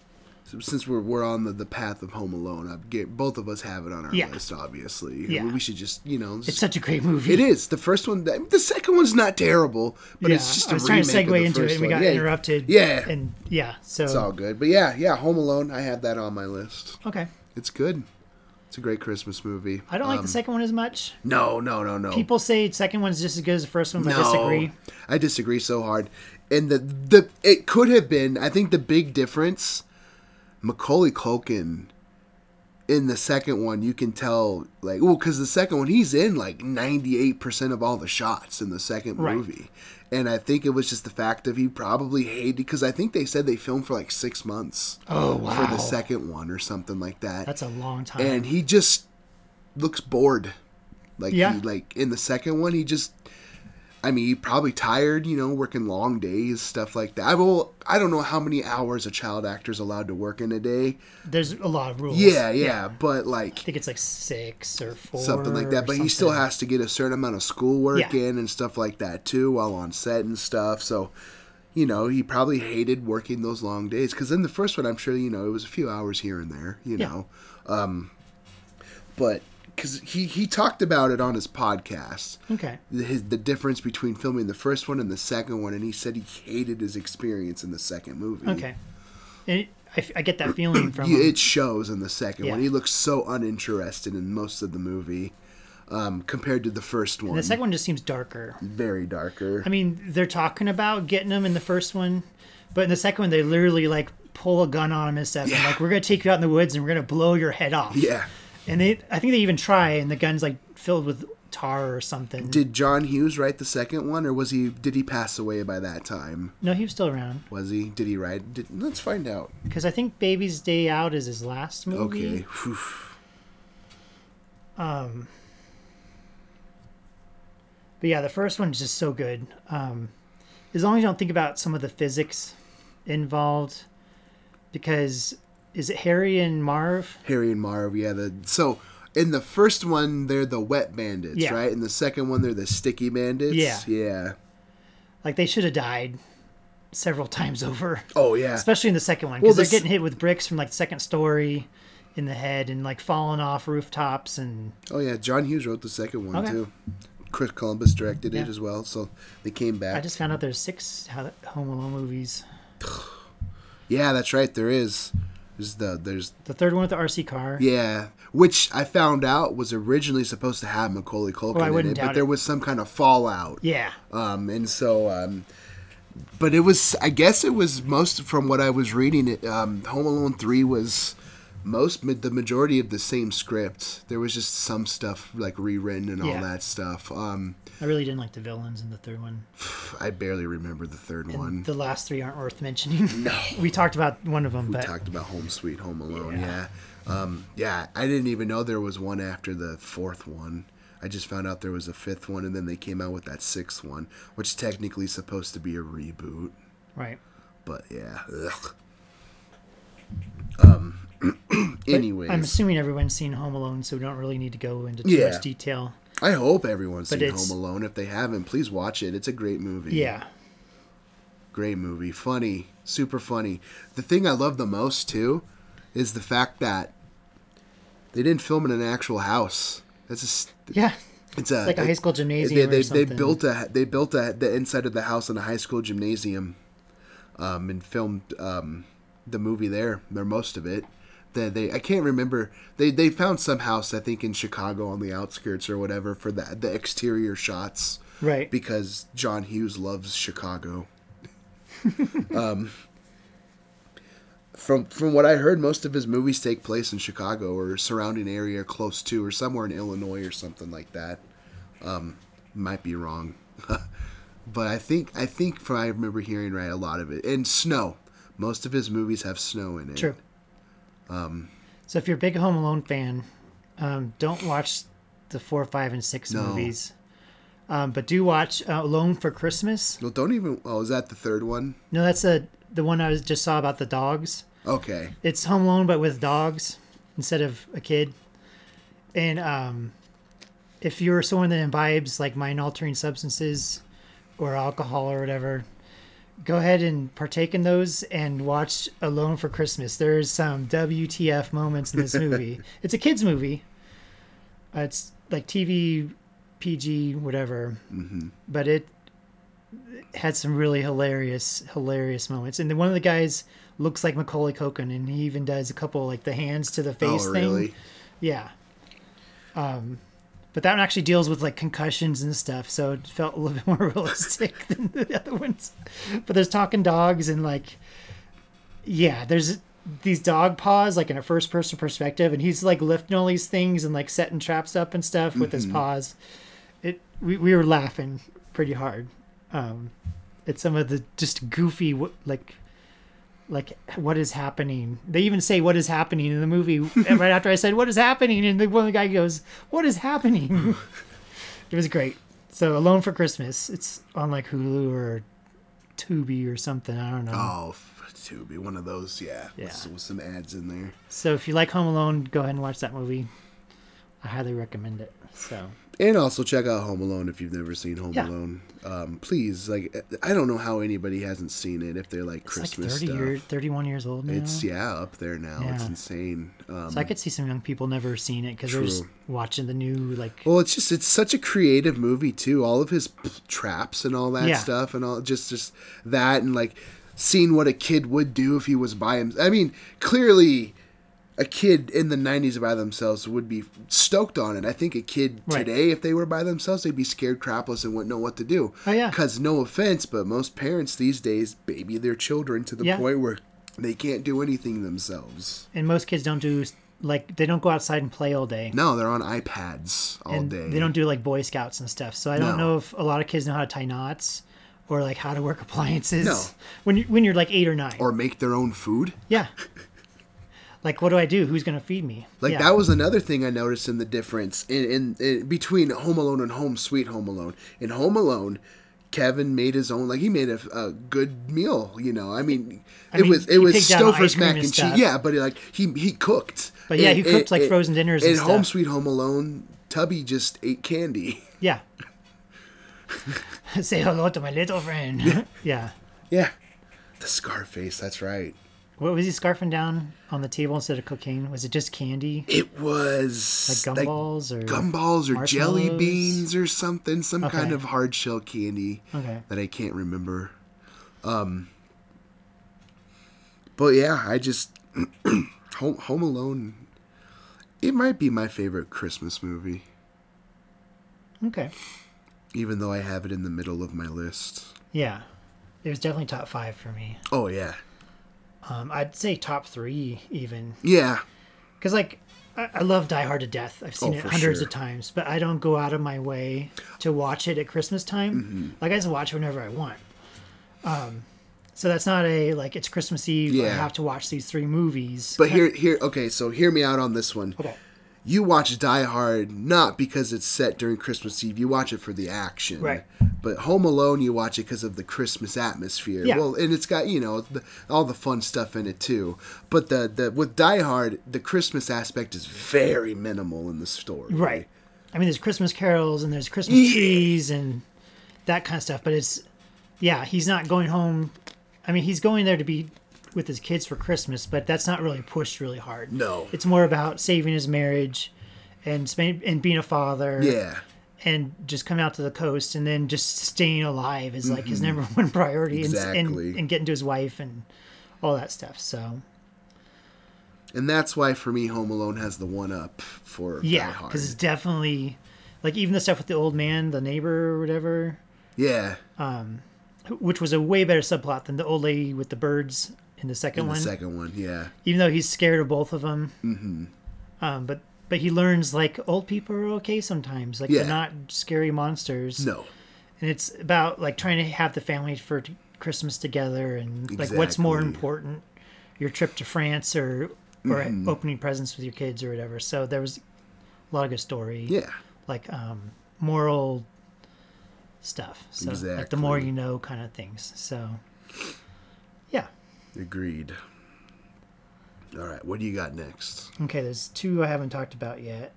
[SPEAKER 1] since we're we're on the, the path of Home Alone. I get both of us have it on our
[SPEAKER 2] Yeah.
[SPEAKER 1] list. Obviously,
[SPEAKER 2] Yeah.
[SPEAKER 1] we should just you know
[SPEAKER 2] it's such a great movie.
[SPEAKER 1] It is the first one. that- The second one's not terrible, but
[SPEAKER 2] Yeah,
[SPEAKER 1] it's just a
[SPEAKER 2] I was
[SPEAKER 1] remake
[SPEAKER 2] trying to segue
[SPEAKER 1] of the
[SPEAKER 2] into
[SPEAKER 1] first
[SPEAKER 2] it, and we
[SPEAKER 1] one.
[SPEAKER 2] got
[SPEAKER 1] yeah,
[SPEAKER 2] interrupted.
[SPEAKER 1] Yeah.
[SPEAKER 2] and yeah, so
[SPEAKER 1] It's all good, but yeah, yeah. Home Alone, I had that on my list.
[SPEAKER 2] okay.
[SPEAKER 1] It's good. It's a great Christmas movie.
[SPEAKER 2] I don't like the second one as much.
[SPEAKER 1] No, no, no, no.
[SPEAKER 2] People say the second one's just as good as the first one, but
[SPEAKER 1] oh. no,
[SPEAKER 2] I disagree.
[SPEAKER 1] I disagree so hard. And the the it could have been. I think the big difference, Macaulay Culkin. In the second one, you can tell like well, because the second one he's in like ninety eight percent of all the shots in the second
[SPEAKER 2] Right.
[SPEAKER 1] movie, and I think it was just the fact of he probably hated because I think they said they filmed for like six months
[SPEAKER 2] Oh
[SPEAKER 1] for the second one or something like that.
[SPEAKER 2] that's a long time.
[SPEAKER 1] and he just looks bored. Like
[SPEAKER 2] Yeah.
[SPEAKER 1] he like in the second one, he just I mean, he probably tired, you know, working long days, stuff like that. I will I don't know how many hours a child actor's allowed to work in a day.
[SPEAKER 2] There's a lot of rules.
[SPEAKER 1] Yeah, yeah,
[SPEAKER 2] I
[SPEAKER 1] but like
[SPEAKER 2] think it's like six or four,
[SPEAKER 1] something like that,
[SPEAKER 2] or
[SPEAKER 1] but he still
[SPEAKER 2] something.
[SPEAKER 1] has to get a certain amount of schoolwork
[SPEAKER 2] Yeah.
[SPEAKER 1] in and stuff like that too while on set and stuff. So you know, he probably hated working those long days because in the first one, I'm sure you know it was a few hours here and there. You
[SPEAKER 2] Yeah.
[SPEAKER 1] know, Um, but because he he talked about it on his podcast
[SPEAKER 2] Okay,
[SPEAKER 1] the- his, the difference between filming the first one and the second one and he said he hated his experience in the second movie
[SPEAKER 2] okay. And it, I, f- I get that feeling from
[SPEAKER 1] Yeah,
[SPEAKER 2] him.
[SPEAKER 1] it shows in the second one
[SPEAKER 2] Yeah.
[SPEAKER 1] he looks so uninterested in most of the movie um, compared to the first one
[SPEAKER 2] the second one just seems darker.
[SPEAKER 1] very darker
[SPEAKER 2] I mean, they're talking about getting them in the first one, but in the second one, they literally like pull a gun on him and stuff. And like, we're gonna take you out in the woods and we're gonna blow your head off.
[SPEAKER 1] Yeah.
[SPEAKER 2] And they, I think they even try, and the gun's like filled with tar or something.
[SPEAKER 1] Did John Hughes write the second one, or was he? Did he pass away by that time?
[SPEAKER 2] no, he was still around
[SPEAKER 1] Was he? Did he write? Did, let's find out.
[SPEAKER 2] because I think Baby's Day Out is his last movie.
[SPEAKER 1] Okay. Phew.
[SPEAKER 2] But yeah, the first one's just so good. Um, as long as you don't think about some of the physics involved, because is it Harry and Marv?
[SPEAKER 1] Harry and Marv. Yeah. The so in the first one they're the wet bandits,
[SPEAKER 2] Yeah.
[SPEAKER 1] right? In the second one they're the sticky bandits.
[SPEAKER 2] Yeah.
[SPEAKER 1] Yeah.
[SPEAKER 2] Like they should have died several times over,
[SPEAKER 1] Oh yeah.
[SPEAKER 2] especially in the second one
[SPEAKER 1] Well,
[SPEAKER 2] because
[SPEAKER 1] this-
[SPEAKER 2] they're getting hit with bricks from like the second story in the head and like falling off rooftops and
[SPEAKER 1] Oh yeah. John Hughes wrote the second one
[SPEAKER 2] Okay.
[SPEAKER 1] too. Chris Columbus directed it
[SPEAKER 2] Yeah.
[SPEAKER 1] as well, so they came back.
[SPEAKER 2] I just found out there's six Ho- Home Alone movies.
[SPEAKER 1] Yeah, that's right. There is. There's the there's
[SPEAKER 2] The third one with the RC car.
[SPEAKER 1] yeah, which I found out was originally supposed to have Macaulay Culkin
[SPEAKER 2] Oh, I
[SPEAKER 1] in
[SPEAKER 2] wouldn't
[SPEAKER 1] it, but
[SPEAKER 2] doubt
[SPEAKER 1] there
[SPEAKER 2] it.
[SPEAKER 1] was some kind of fallout.
[SPEAKER 2] Yeah.
[SPEAKER 1] Um, and so, um, but it was I guess it was most from what I was reading. It um, Home Alone three was most ma- the majority of the same script. There was just some stuff like rewritten and all
[SPEAKER 2] Yeah.
[SPEAKER 1] that stuff. Um,
[SPEAKER 2] I really didn't like the villains in the third one.
[SPEAKER 1] I barely remember the third one.
[SPEAKER 2] The last three aren't worth mentioning. No. we talked about one of them, but
[SPEAKER 1] talked about Home Sweet Home Alone. Yeah. Um, yeah, I didn't even know there was one after the fourth one. I just found out there was a fifth one, and then they came out with that sixth one, which technically is supposed to be a reboot.
[SPEAKER 2] right.
[SPEAKER 1] But yeah. Ugh. Um. anyways,
[SPEAKER 2] I'm assuming everyone's seen Home Alone, so we don't really need to go into too
[SPEAKER 1] Yeah.
[SPEAKER 2] much detail.
[SPEAKER 1] I hope everyone's seen
[SPEAKER 2] it's-
[SPEAKER 1] Home Alone. If they haven't, please watch it. It's a great movie.
[SPEAKER 2] Yeah.
[SPEAKER 1] great movie funny super funny the thing i love the most too is the fact that they didn't film in an actual house that's a s-
[SPEAKER 2] Yeah.
[SPEAKER 1] it's a
[SPEAKER 2] like a high school gymnasium
[SPEAKER 1] they,
[SPEAKER 2] or
[SPEAKER 1] they, they
[SPEAKER 2] something.
[SPEAKER 1] built a they built a the inside of the house in a high school gymnasium um and filmed um the movie there or most of it that they i can't remember they they found some house i think in chicago on the outskirts or whatever for the the exterior shots
[SPEAKER 2] Right.
[SPEAKER 1] because John Hughes loves Chicago. um, from from what I heard, most of his movies take place in Chicago or surrounding area, close to, or somewhere in Illinois or something like that. Um, might be wrong, but I think I think from I remember hearing right a lot of it and snow. Most of his movies have snow in it.
[SPEAKER 2] True. Um,
[SPEAKER 1] Um,
[SPEAKER 2] so if you're a big Home Alone fan, um, don't watch the four, five, and six movies. Um, but do watch uh, Alone for Christmas.
[SPEAKER 1] Well, don't even. Oh, is that the third one?
[SPEAKER 2] No, that's a, the one I was, just saw about the dogs.
[SPEAKER 1] Okay.
[SPEAKER 2] It's Home Alone, but with dogs instead of a kid. And um, if you're someone that imbibes like mind altering substances or alcohol or whatever, go ahead and partake in those and watch Alone for Christmas. There's some WTF moments in this movie. it's a kid's movie, uh, it's like TV, PG, whatever.
[SPEAKER 1] Mm-hmm.
[SPEAKER 2] But it had some really hilarious, hilarious moments. And then one of the guys looks like Macaulay Culkin, and he even does a couple like the hands to the face
[SPEAKER 1] oh,
[SPEAKER 2] thing.
[SPEAKER 1] really?
[SPEAKER 2] Yeah. Um, but that one actually deals with like concussions and stuff, so it felt a little bit more realistic than the other ones. But there's talking dogs and like, yeah, there's these dog paws like in a first person perspective, and he's like lifting all these things and like setting traps up and stuff with his paws. It we we were laughing pretty hard um, at some of the just goofy wh- like like what is happening they even say what is happening in the movie right after i said what is happening and the one guy goes what is happening it was great so alone for christmas it's on like hulu or tubi or something i don't know
[SPEAKER 1] Oh, f- to be one of those. Yeah.
[SPEAKER 2] Yeah.
[SPEAKER 1] With, with some ads in there.
[SPEAKER 2] so if you like home alone go ahead and watch that movie i highly recommend it so
[SPEAKER 1] And also check out Home Alone if you've never seen Home
[SPEAKER 2] Yeah.
[SPEAKER 1] Alone. Um, please, like, I don't know how anybody hasn't seen it if they're like
[SPEAKER 2] it's
[SPEAKER 1] Christmas
[SPEAKER 2] like 30
[SPEAKER 1] stuff.
[SPEAKER 2] years 31 years old now
[SPEAKER 1] It's yeah, up there now. It's
[SPEAKER 2] Yeah.
[SPEAKER 1] insane. Um,
[SPEAKER 2] so i could see some young people never seen it because they're just
[SPEAKER 1] True.
[SPEAKER 2] watching the new like
[SPEAKER 1] well, it's just it's such a creative movie too. All of his p- traps and all that
[SPEAKER 2] Yeah.
[SPEAKER 1] stuff, and all just just that, and like seeing what a kid would do if he was by him. I mean, clearly. A kid in the '90s by themselves would be stoked on it. I think a kid
[SPEAKER 2] Right.
[SPEAKER 1] today, if they were by themselves, they'd be scared crapless and wouldn't know what to do.
[SPEAKER 2] Oh, yeah.
[SPEAKER 1] Because no offense, but most parents these days baby their children to the
[SPEAKER 2] Yeah.
[SPEAKER 1] point where They can't do anything themselves.
[SPEAKER 2] And most kids don't do like they don't go outside and play all day.
[SPEAKER 1] No, they're on iPads all
[SPEAKER 2] and
[SPEAKER 1] day.
[SPEAKER 2] They don't do like Boy Scouts and stuff. So I don't
[SPEAKER 1] No.
[SPEAKER 2] know if a lot of kids know how to tie knots or like how to work appliances.
[SPEAKER 1] No.
[SPEAKER 2] When you when you're like eight or nine.
[SPEAKER 1] or make their own food.
[SPEAKER 2] yeah. like what do I do? Who's gonna feed me?
[SPEAKER 1] Like
[SPEAKER 2] yeah.
[SPEAKER 1] that was another thing I noticed in the difference in, in, in between Home Alone and Home Sweet Home Alone. In Home Alone, Kevin made his own. Like he made a, a good meal. You know, I mean, it
[SPEAKER 2] mean,
[SPEAKER 1] was
[SPEAKER 2] he
[SPEAKER 1] it was
[SPEAKER 2] picked out ice
[SPEAKER 1] Stouffer's
[SPEAKER 2] cream
[SPEAKER 1] mac
[SPEAKER 2] and
[SPEAKER 1] and cheese.
[SPEAKER 2] stuff.
[SPEAKER 1] Yeah, but he, like he he cooked.
[SPEAKER 2] But yeah,
[SPEAKER 1] In-
[SPEAKER 2] he cooked,
[SPEAKER 1] in-
[SPEAKER 2] like,
[SPEAKER 1] in-
[SPEAKER 2] frozen dinners
[SPEAKER 1] In
[SPEAKER 2] and
[SPEAKER 1] Home
[SPEAKER 2] stuff.
[SPEAKER 1] Sweet Home Alone, Tubby just ate candy.
[SPEAKER 2] Yeah. Say hello to my little friend. yeah.
[SPEAKER 1] Yeah, the Scarface. That's right.
[SPEAKER 2] What was he scarfing down on the table instead of cocaine? Was it just candy?
[SPEAKER 1] It was
[SPEAKER 2] Like gumballs or
[SPEAKER 1] gumballs or jelly
[SPEAKER 2] marshmallows?
[SPEAKER 1] beans or something, some kind
[SPEAKER 2] Okay.
[SPEAKER 1] of hard shell candy
[SPEAKER 2] Okay.
[SPEAKER 1] that I can't remember. Um, but yeah, I just Home Home Alone. It might be my favorite Christmas movie,
[SPEAKER 2] Okay.
[SPEAKER 1] even though I have it in the middle of my list.
[SPEAKER 2] Yeah. It was definitely top five for me.
[SPEAKER 1] Oh yeah,
[SPEAKER 2] Um, I'd say top three even.
[SPEAKER 1] yeah,
[SPEAKER 2] Because, like, I-, I love Die Hard to Death. I've seen
[SPEAKER 1] Oh,
[SPEAKER 2] it
[SPEAKER 1] for
[SPEAKER 2] hundreds
[SPEAKER 1] sure.
[SPEAKER 2] of times, but I don't go out of my way to watch it at Christmas time.
[SPEAKER 1] Mm-hmm.
[SPEAKER 2] Like, I just watch it whenever I want. Um, so that's not a, like, it's Christmas Eve. I
[SPEAKER 1] Yeah.
[SPEAKER 2] have to watch these three movies.
[SPEAKER 1] but here here okay. So hear me out on this one.
[SPEAKER 2] okay.
[SPEAKER 1] you watch Die Hard not because it's set during Christmas Eve. You watch it for the action.
[SPEAKER 2] Right.
[SPEAKER 1] But Home Alone, you watch it because of the Christmas atmosphere.
[SPEAKER 2] Yeah.
[SPEAKER 1] Well, and it's got you know the, all the fun stuff in it too. But the the with Die Hard, the Christmas aspect is very minimal in the story.
[SPEAKER 2] Right. I mean, there's Christmas carols and there's Christmas trees and that kind of stuff, but it's, yeah, he's not going home. I mean, he's going there to be with his kids for Christmas, but that's not really pushed really hard.
[SPEAKER 1] No.
[SPEAKER 2] It's more about saving his marriage and sp- and being a father
[SPEAKER 1] Yeah.
[SPEAKER 2] and just coming out to the coast and then just staying alive is like his number one priority and- and,
[SPEAKER 1] Mm-hmm. Exactly.
[SPEAKER 2] and, getting to his wife and all that stuff. So,
[SPEAKER 1] And that's why for me, Home Alone has the one up for Die
[SPEAKER 2] yeah,
[SPEAKER 1] Hard.
[SPEAKER 2] because it's definitely like even the stuff with the old man, the neighbor or whatever.
[SPEAKER 1] Yeah.
[SPEAKER 2] which was a way better subplot than the old lady with the birds in the second
[SPEAKER 1] The
[SPEAKER 2] one.
[SPEAKER 1] second one. Yeah.
[SPEAKER 2] Even though he's scared of both of them, mm-hmm. um, but but he learns like old people are okay sometimes, like
[SPEAKER 1] Yeah.
[SPEAKER 2] they're not scary monsters.
[SPEAKER 1] No.
[SPEAKER 2] And it's about like trying to have the family for t- Christmas together and like what's more
[SPEAKER 1] Exactly.
[SPEAKER 2] important, your trip to France or or
[SPEAKER 1] Mm-hmm.
[SPEAKER 2] opening presents with your kids or whatever. So there was a lot of good story
[SPEAKER 1] Yeah.
[SPEAKER 2] like um, moral stuff. So like the more
[SPEAKER 1] Exactly.
[SPEAKER 2] you know kind of things. So yeah.
[SPEAKER 1] Agreed. All right. What do you got next?
[SPEAKER 2] Okay, there's two I haven't talked about yet.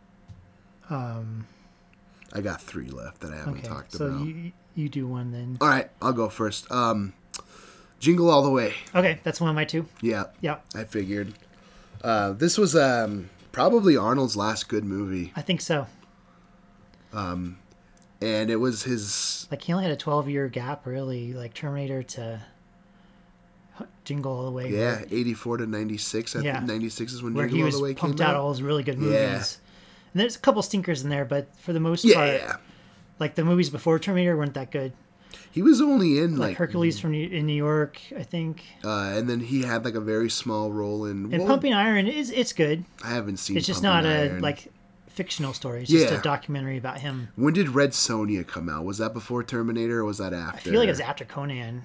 [SPEAKER 1] I got three left that I haven't
[SPEAKER 2] Okay.
[SPEAKER 1] talked
[SPEAKER 2] So
[SPEAKER 1] about.
[SPEAKER 2] you you do one then.
[SPEAKER 1] All right, I'll go first. Um, Jingle All the Way.
[SPEAKER 2] Okay, that's one of my two.
[SPEAKER 1] Yeah,
[SPEAKER 2] Yeah.
[SPEAKER 1] I figured. Uh, this was um, probably Arnold's last good movie,
[SPEAKER 2] I think so.
[SPEAKER 1] and it was his.
[SPEAKER 2] Like he only had a 12 year gap really, like Terminator to Jingle All the Way.
[SPEAKER 1] Yeah, eighty-four to ninety-six. I
[SPEAKER 2] Yeah.
[SPEAKER 1] think ninety-six is when
[SPEAKER 2] Where
[SPEAKER 1] Jingle
[SPEAKER 2] he
[SPEAKER 1] All the
[SPEAKER 2] was
[SPEAKER 1] Way came
[SPEAKER 2] pumped
[SPEAKER 1] out.
[SPEAKER 2] out all his really good movies.
[SPEAKER 1] Yeah.
[SPEAKER 2] And there's a couple stinkers in there, but for the most
[SPEAKER 1] yeah,
[SPEAKER 2] part, like the movies before Terminator weren't that good.
[SPEAKER 1] he was only in
[SPEAKER 2] Like,
[SPEAKER 1] like, mm-hmm.
[SPEAKER 2] Hercules from New, in New York, I think.
[SPEAKER 1] uh, and then he had like a very small role in.
[SPEAKER 2] And
[SPEAKER 1] well,
[SPEAKER 2] Pumping Iron is it's good.
[SPEAKER 1] I haven't seen.
[SPEAKER 2] It's just
[SPEAKER 1] Pumping
[SPEAKER 2] not a
[SPEAKER 1] Iron.
[SPEAKER 2] like fictional story. It's
[SPEAKER 1] Yeah.
[SPEAKER 2] just a documentary about him.
[SPEAKER 1] When did Red Sonia come out? Was that before Terminator or was that after?
[SPEAKER 2] I feel like it was after Conan.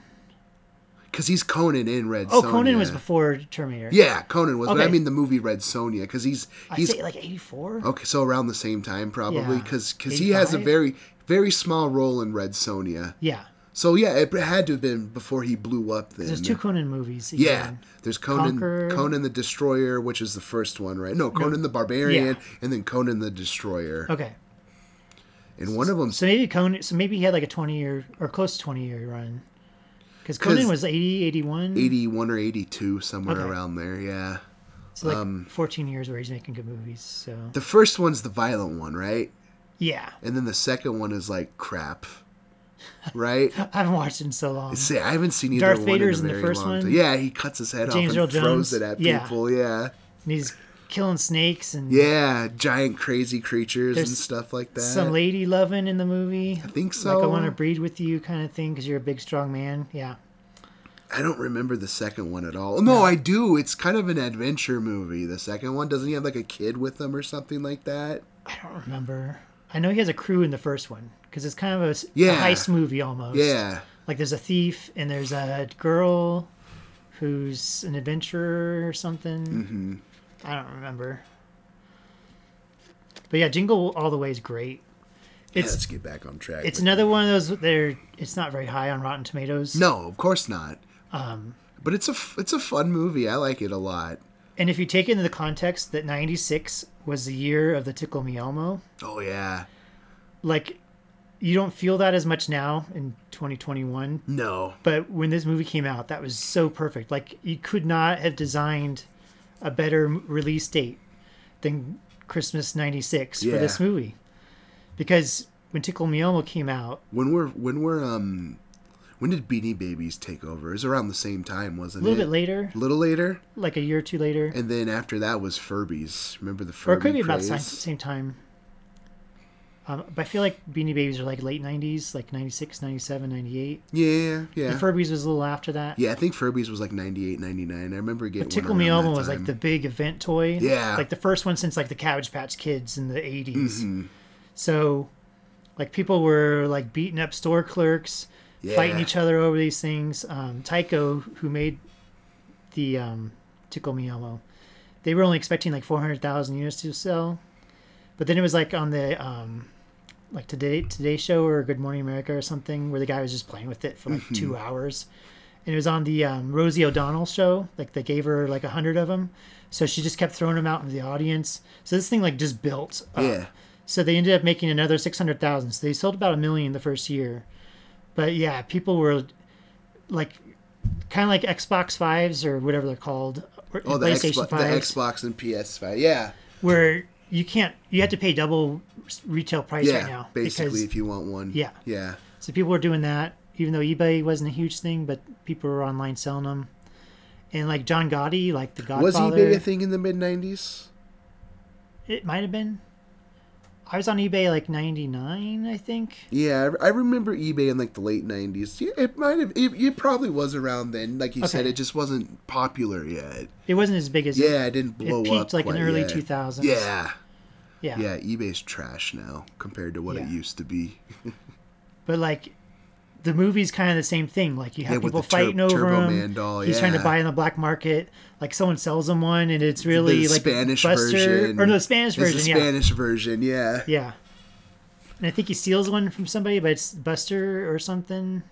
[SPEAKER 1] because he's Conan in Red.
[SPEAKER 2] Oh,
[SPEAKER 1] Sonja.
[SPEAKER 2] Conan was before Terminator.
[SPEAKER 1] Yeah, Conan was, but I
[SPEAKER 2] Okay.
[SPEAKER 1] mean the movie Red Sonja because he's
[SPEAKER 2] I'd
[SPEAKER 1] he's
[SPEAKER 2] say like eighty four.
[SPEAKER 1] okay. So around the same time, probably
[SPEAKER 2] Yeah.
[SPEAKER 1] because he has a
[SPEAKER 2] 85?
[SPEAKER 1] very very small role in Red Sonja.
[SPEAKER 2] Yeah,
[SPEAKER 1] So yeah, it had to have been before he blew up. Then
[SPEAKER 2] there's two Conan movies.
[SPEAKER 1] yeah,
[SPEAKER 2] even.
[SPEAKER 1] there's Conan
[SPEAKER 2] Conquer-
[SPEAKER 1] Conan the Destroyer, which is the first one, right? No, Conan the Barbarian, and then Conan the Destroyer,
[SPEAKER 2] Okay.
[SPEAKER 1] and one of them.
[SPEAKER 2] So maybe Conan. So maybe he had like a twenty year or close to twenty year run. Because Conan
[SPEAKER 1] 'Cause-
[SPEAKER 2] was 80, 81.
[SPEAKER 1] 81 or 82 somewhere
[SPEAKER 2] Okay.
[SPEAKER 1] around there yeah
[SPEAKER 2] so like
[SPEAKER 1] um,
[SPEAKER 2] 14 years where he's making good movies. So
[SPEAKER 1] the first one's the violent one right
[SPEAKER 2] yeah,
[SPEAKER 1] and then the second one is like crap right
[SPEAKER 2] I haven't watched it in so long.
[SPEAKER 1] See, I haven't seen either
[SPEAKER 2] Darth
[SPEAKER 1] one
[SPEAKER 2] Vader's
[SPEAKER 1] in,
[SPEAKER 2] in
[SPEAKER 1] a
[SPEAKER 2] the
[SPEAKER 1] very
[SPEAKER 2] first
[SPEAKER 1] long
[SPEAKER 2] one.
[SPEAKER 1] time. Yeah, he cuts his head
[SPEAKER 2] James
[SPEAKER 1] off
[SPEAKER 2] Earl
[SPEAKER 1] and throws
[SPEAKER 2] Jones.
[SPEAKER 1] it at
[SPEAKER 2] Yeah.
[SPEAKER 1] people. Yeah,
[SPEAKER 2] And he's killing snakes and
[SPEAKER 1] yeah, giant crazy creatures and
[SPEAKER 2] There's
[SPEAKER 1] stuff like that.
[SPEAKER 2] some lady loving in the movie.
[SPEAKER 1] I think
[SPEAKER 2] Like I
[SPEAKER 1] so.
[SPEAKER 2] want to breed with you kind of thing because you're a big strong man. Yeah.
[SPEAKER 1] I don't remember the second one at all. No, I do. It's kind of an adventure movie. The second one doesn't he have like a kid with him or something like that?
[SPEAKER 2] I don't remember. I know he has a crew in the first one because it's kind of a, s- a
[SPEAKER 1] Yeah.
[SPEAKER 2] heist movie almost.
[SPEAKER 1] Yeah,
[SPEAKER 2] Like there's a thief and there's a girl who's an adventurer or something. Mm-hmm. I don't remember. But yeah, Jingle All the Way is great.
[SPEAKER 1] Yeah,
[SPEAKER 2] It's
[SPEAKER 1] let's get back on track.
[SPEAKER 2] it's
[SPEAKER 1] with-
[SPEAKER 2] another one of those. They're it's not very high on Rotten Tomatoes.
[SPEAKER 1] no, of course not. Um, but it's a f- it's a fun movie. I like it a lot.
[SPEAKER 2] And if you take into the context that '96 was the year of the Tickle Me Elmo,
[SPEAKER 1] Oh yeah,
[SPEAKER 2] like you don't feel that as much now in 2021
[SPEAKER 1] no,
[SPEAKER 2] but when this movie came out that was so perfect like you could not have designed a better m- release date than christmas 96 for this
[SPEAKER 1] Yeah.
[SPEAKER 2] movie because when tickle me elmo came out
[SPEAKER 1] when we're when we're um when did beanie babies take over it was around the same time wasn't
[SPEAKER 2] a little
[SPEAKER 1] it
[SPEAKER 2] bit later
[SPEAKER 1] a little later
[SPEAKER 2] like a year or two later
[SPEAKER 1] and then after that was furbies remember the furby
[SPEAKER 2] or it could be about the same,
[SPEAKER 1] craze?
[SPEAKER 2] same time um, but i feel like beanie babies are like late 90s like 96 97 98
[SPEAKER 1] yeah yeah
[SPEAKER 2] and furbies was a little after that
[SPEAKER 1] yeah i think furbies was like 98 99 i remember getting
[SPEAKER 2] Tickle
[SPEAKER 1] one
[SPEAKER 2] Me
[SPEAKER 1] around
[SPEAKER 2] Elmo
[SPEAKER 1] that
[SPEAKER 2] was like
[SPEAKER 1] time.
[SPEAKER 2] the big event toy.
[SPEAKER 1] Yeah.
[SPEAKER 2] Like the first one since like the Cabbage Patch Kids in the 80s.
[SPEAKER 1] Mm-hmm.
[SPEAKER 2] So like people were like beating up store clerks, fighting
[SPEAKER 1] Yeah.
[SPEAKER 2] each other over these things. Um, Tycho, who made the um, Tickle Me Elmo, they were only expecting like 400,000 units to sell. But then it was like on the um, like today Today Show or Good Morning America or something where the guy was just playing with it for like two
[SPEAKER 1] Mm-hmm.
[SPEAKER 2] hours, and it was on the um, Rosie O'Donnell show. Like they gave her like a hundred of them, so she just kept throwing them out into the audience. So this thing like just built. Up.
[SPEAKER 1] yeah
[SPEAKER 2] So they ended up making another six hundred thousand. So they sold about a million the first year, but yeah, people were like kind of like Xbox Fives or whatever they're called, or
[SPEAKER 1] oh the,
[SPEAKER 2] PlayStation
[SPEAKER 1] Xbox, the
[SPEAKER 2] Fives
[SPEAKER 1] xbox and ps5 yeah
[SPEAKER 2] where you can't you have to pay double retail price
[SPEAKER 1] yeah
[SPEAKER 2] right now
[SPEAKER 1] basically
[SPEAKER 2] because
[SPEAKER 1] if you want one
[SPEAKER 2] Yeah.
[SPEAKER 1] yeah
[SPEAKER 2] so people were doing that even though ebay wasn't a huge thing but people were online selling them and like john gotti like the
[SPEAKER 1] was
[SPEAKER 2] godfather
[SPEAKER 1] ebay a thing in the mid 90s
[SPEAKER 2] it might have been i was on ebay like 99 i think
[SPEAKER 1] yeah I, I remember ebay in like the late 90s yeah it might have it, it probably was around then like you said
[SPEAKER 2] Okay.
[SPEAKER 1] it just wasn't popular yet
[SPEAKER 2] it wasn't as big as
[SPEAKER 1] Yeah, it didn't blow
[SPEAKER 2] it
[SPEAKER 1] up.
[SPEAKER 2] peaked like in
[SPEAKER 1] quite
[SPEAKER 2] early
[SPEAKER 1] yet.
[SPEAKER 2] 2000s
[SPEAKER 1] Yeah,
[SPEAKER 2] yeah
[SPEAKER 1] yeah. eBay's trash now compared to what it
[SPEAKER 2] Yeah.
[SPEAKER 1] used to be.
[SPEAKER 2] but like the movie's kind of the same thing. Like you have
[SPEAKER 1] Yeah, with
[SPEAKER 2] people
[SPEAKER 1] the tur-
[SPEAKER 2] fighting over
[SPEAKER 1] Turbo
[SPEAKER 2] him.
[SPEAKER 1] Man doll,
[SPEAKER 2] He's trying to
[SPEAKER 1] yeah.
[SPEAKER 2] buy in the black market. Like someone sells him one, and it's really
[SPEAKER 1] the
[SPEAKER 2] like
[SPEAKER 1] Spanish
[SPEAKER 2] Buster
[SPEAKER 1] version.
[SPEAKER 2] or no, the Spanish
[SPEAKER 1] There's
[SPEAKER 2] version.
[SPEAKER 1] The
[SPEAKER 2] yeah,
[SPEAKER 1] Spanish version. Yeah.
[SPEAKER 2] yeah. And I think he steals one from somebody, but it's Buster or something,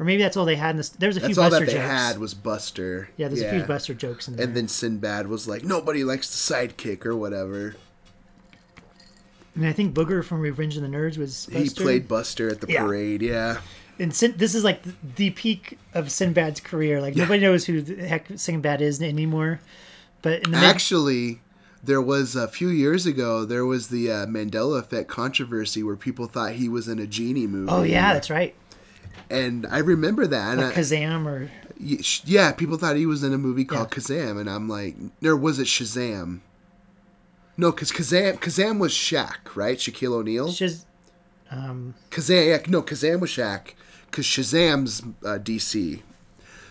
[SPEAKER 2] or maybe that's all they had. in this. There's a few
[SPEAKER 1] That's all
[SPEAKER 2] Buster
[SPEAKER 1] that they
[SPEAKER 2] jokes.
[SPEAKER 1] had was Buster.
[SPEAKER 2] yeah, there's a few Buster jokes in there.
[SPEAKER 1] And then Sinbad was like, nobody likes the sidekick or whatever.
[SPEAKER 2] And I think Booger from Revenge of the Nerds was Buster.
[SPEAKER 1] He played Buster at the
[SPEAKER 2] Yeah.
[SPEAKER 1] parade. Yeah.
[SPEAKER 2] and Sin- this is like the peak of Sinbad's career. Like nobody knows who the heck Sinbad is anymore. But in the mid-
[SPEAKER 1] Actually, there was a few years ago, there was the uh, Mandela effect controversy where people thought he was in a genie movie.
[SPEAKER 2] oh yeah, Oh, that's right.
[SPEAKER 1] And I remember that. and I-
[SPEAKER 2] like Kazam or
[SPEAKER 1] Y- sh- yeah, people thought he was in a movie called Kazam, and I'm like, or was it Shazam? No, because Kazam, Kazam was Shaq, right? Shaquille O'Neal.
[SPEAKER 2] just
[SPEAKER 1] Kazam, yeah, no, Kazam was Shaq, because Shazam's uh, DC.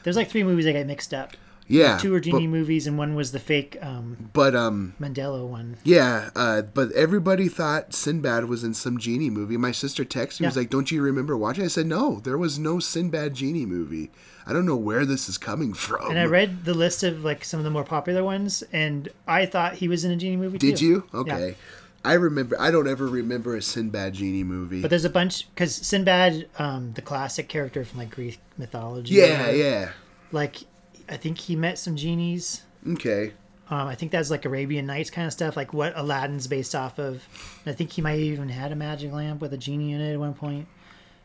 [SPEAKER 2] there's like three movies I got mixed up.
[SPEAKER 1] Yeah,
[SPEAKER 2] Two were genie movies and one was the fake um,
[SPEAKER 1] But, but um,
[SPEAKER 2] Mandela one.
[SPEAKER 1] yeah, uh, but everybody thought Sinbad was in some genie movie. My sister texted me, was
[SPEAKER 2] Yeah.
[SPEAKER 1] like, "Don't you remember watching?" I said, "No, there was no Sinbad genie movie. I don't know where this is coming from."
[SPEAKER 2] And I read the list of like some of the more popular ones, and I thought he was in a genie movie.
[SPEAKER 1] Did
[SPEAKER 2] too.
[SPEAKER 1] you?
[SPEAKER 2] Yeah.
[SPEAKER 1] Okay. I remember. I don't ever remember a Sinbad genie movie.
[SPEAKER 2] But there's a bunch because Sinbad, um, the classic character from like Greek mythology.
[SPEAKER 1] Yeah,
[SPEAKER 2] or,
[SPEAKER 1] yeah.
[SPEAKER 2] Like, I think he met some genies.
[SPEAKER 1] Okay.
[SPEAKER 2] Um, I think that's like Arabian Nights kind of stuff, like what Aladdin's based off of. And I think he might have even had a magic lamp with a genie in it at one point.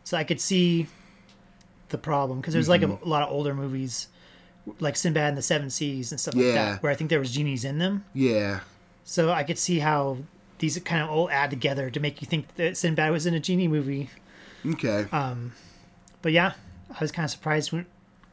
[SPEAKER 2] So I could see the problem because there's like a, lot of older movies, like Sinbad and the Seven Seas and stuff like
[SPEAKER 1] Yeah.
[SPEAKER 2] that, where I think there was genies in them.
[SPEAKER 1] Yeah.
[SPEAKER 2] So I could see how these kind of all add together to make you think that Sinbad was in a genie movie.
[SPEAKER 1] Okay.
[SPEAKER 2] Uh. But yeah, I was kind of surprised when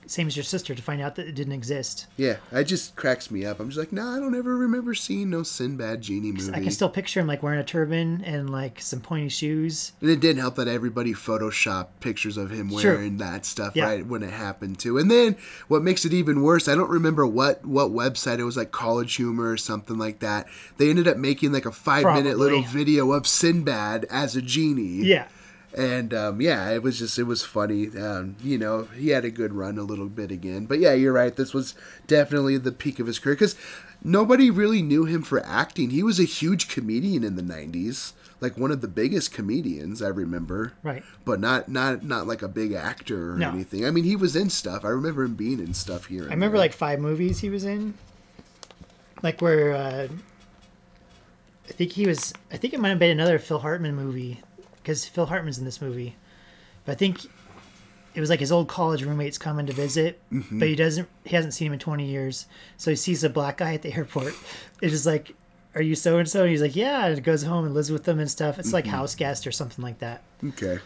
[SPEAKER 2] same as your sister to find out that it didn't exist.
[SPEAKER 1] Yeah, it just cracks me up. I'm just like, nah, I don't ever remember seeing no Sinbad genie movie.
[SPEAKER 2] I can still picture him like wearing a turban and like some pointy shoes.
[SPEAKER 1] And it didn't help that everybody photoshopped pictures of him
[SPEAKER 2] Sure.
[SPEAKER 1] wearing that stuff
[SPEAKER 2] Yeah.
[SPEAKER 1] right when it happened too. And then what makes it even worse, I don't remember what what website it was like College Humor or something like that. They ended up making like a 5 minute
[SPEAKER 2] Probably.
[SPEAKER 1] little video of Sinbad as a genie.
[SPEAKER 2] Yeah.
[SPEAKER 1] And um, yeah, it was just it was funny. Um, you know, he had a good run a little bit again. But yeah, you're right. This was definitely the peak of his career because nobody really knew him for acting. He was a huge comedian in the '90s, like one of the biggest comedians I remember.
[SPEAKER 2] Right.
[SPEAKER 1] But not not not like a big actor or
[SPEAKER 2] No.
[SPEAKER 1] anything. I mean, he was in stuff. I remember him being in stuff here.
[SPEAKER 2] I remember like five movies he was in. Like where uh, I think he was I think it might have been another Phil Hartman movie cuz Phil Hartman's in this movie. But I think it was like his old college roommates coming to visit, but he doesn't he hasn't seen him in 20 years. So he sees a black guy at the airport. It's just like are you so and so? And he's like, yeah. And goes home and lives with them and stuff. It's like house guest or something like that.
[SPEAKER 1] okay.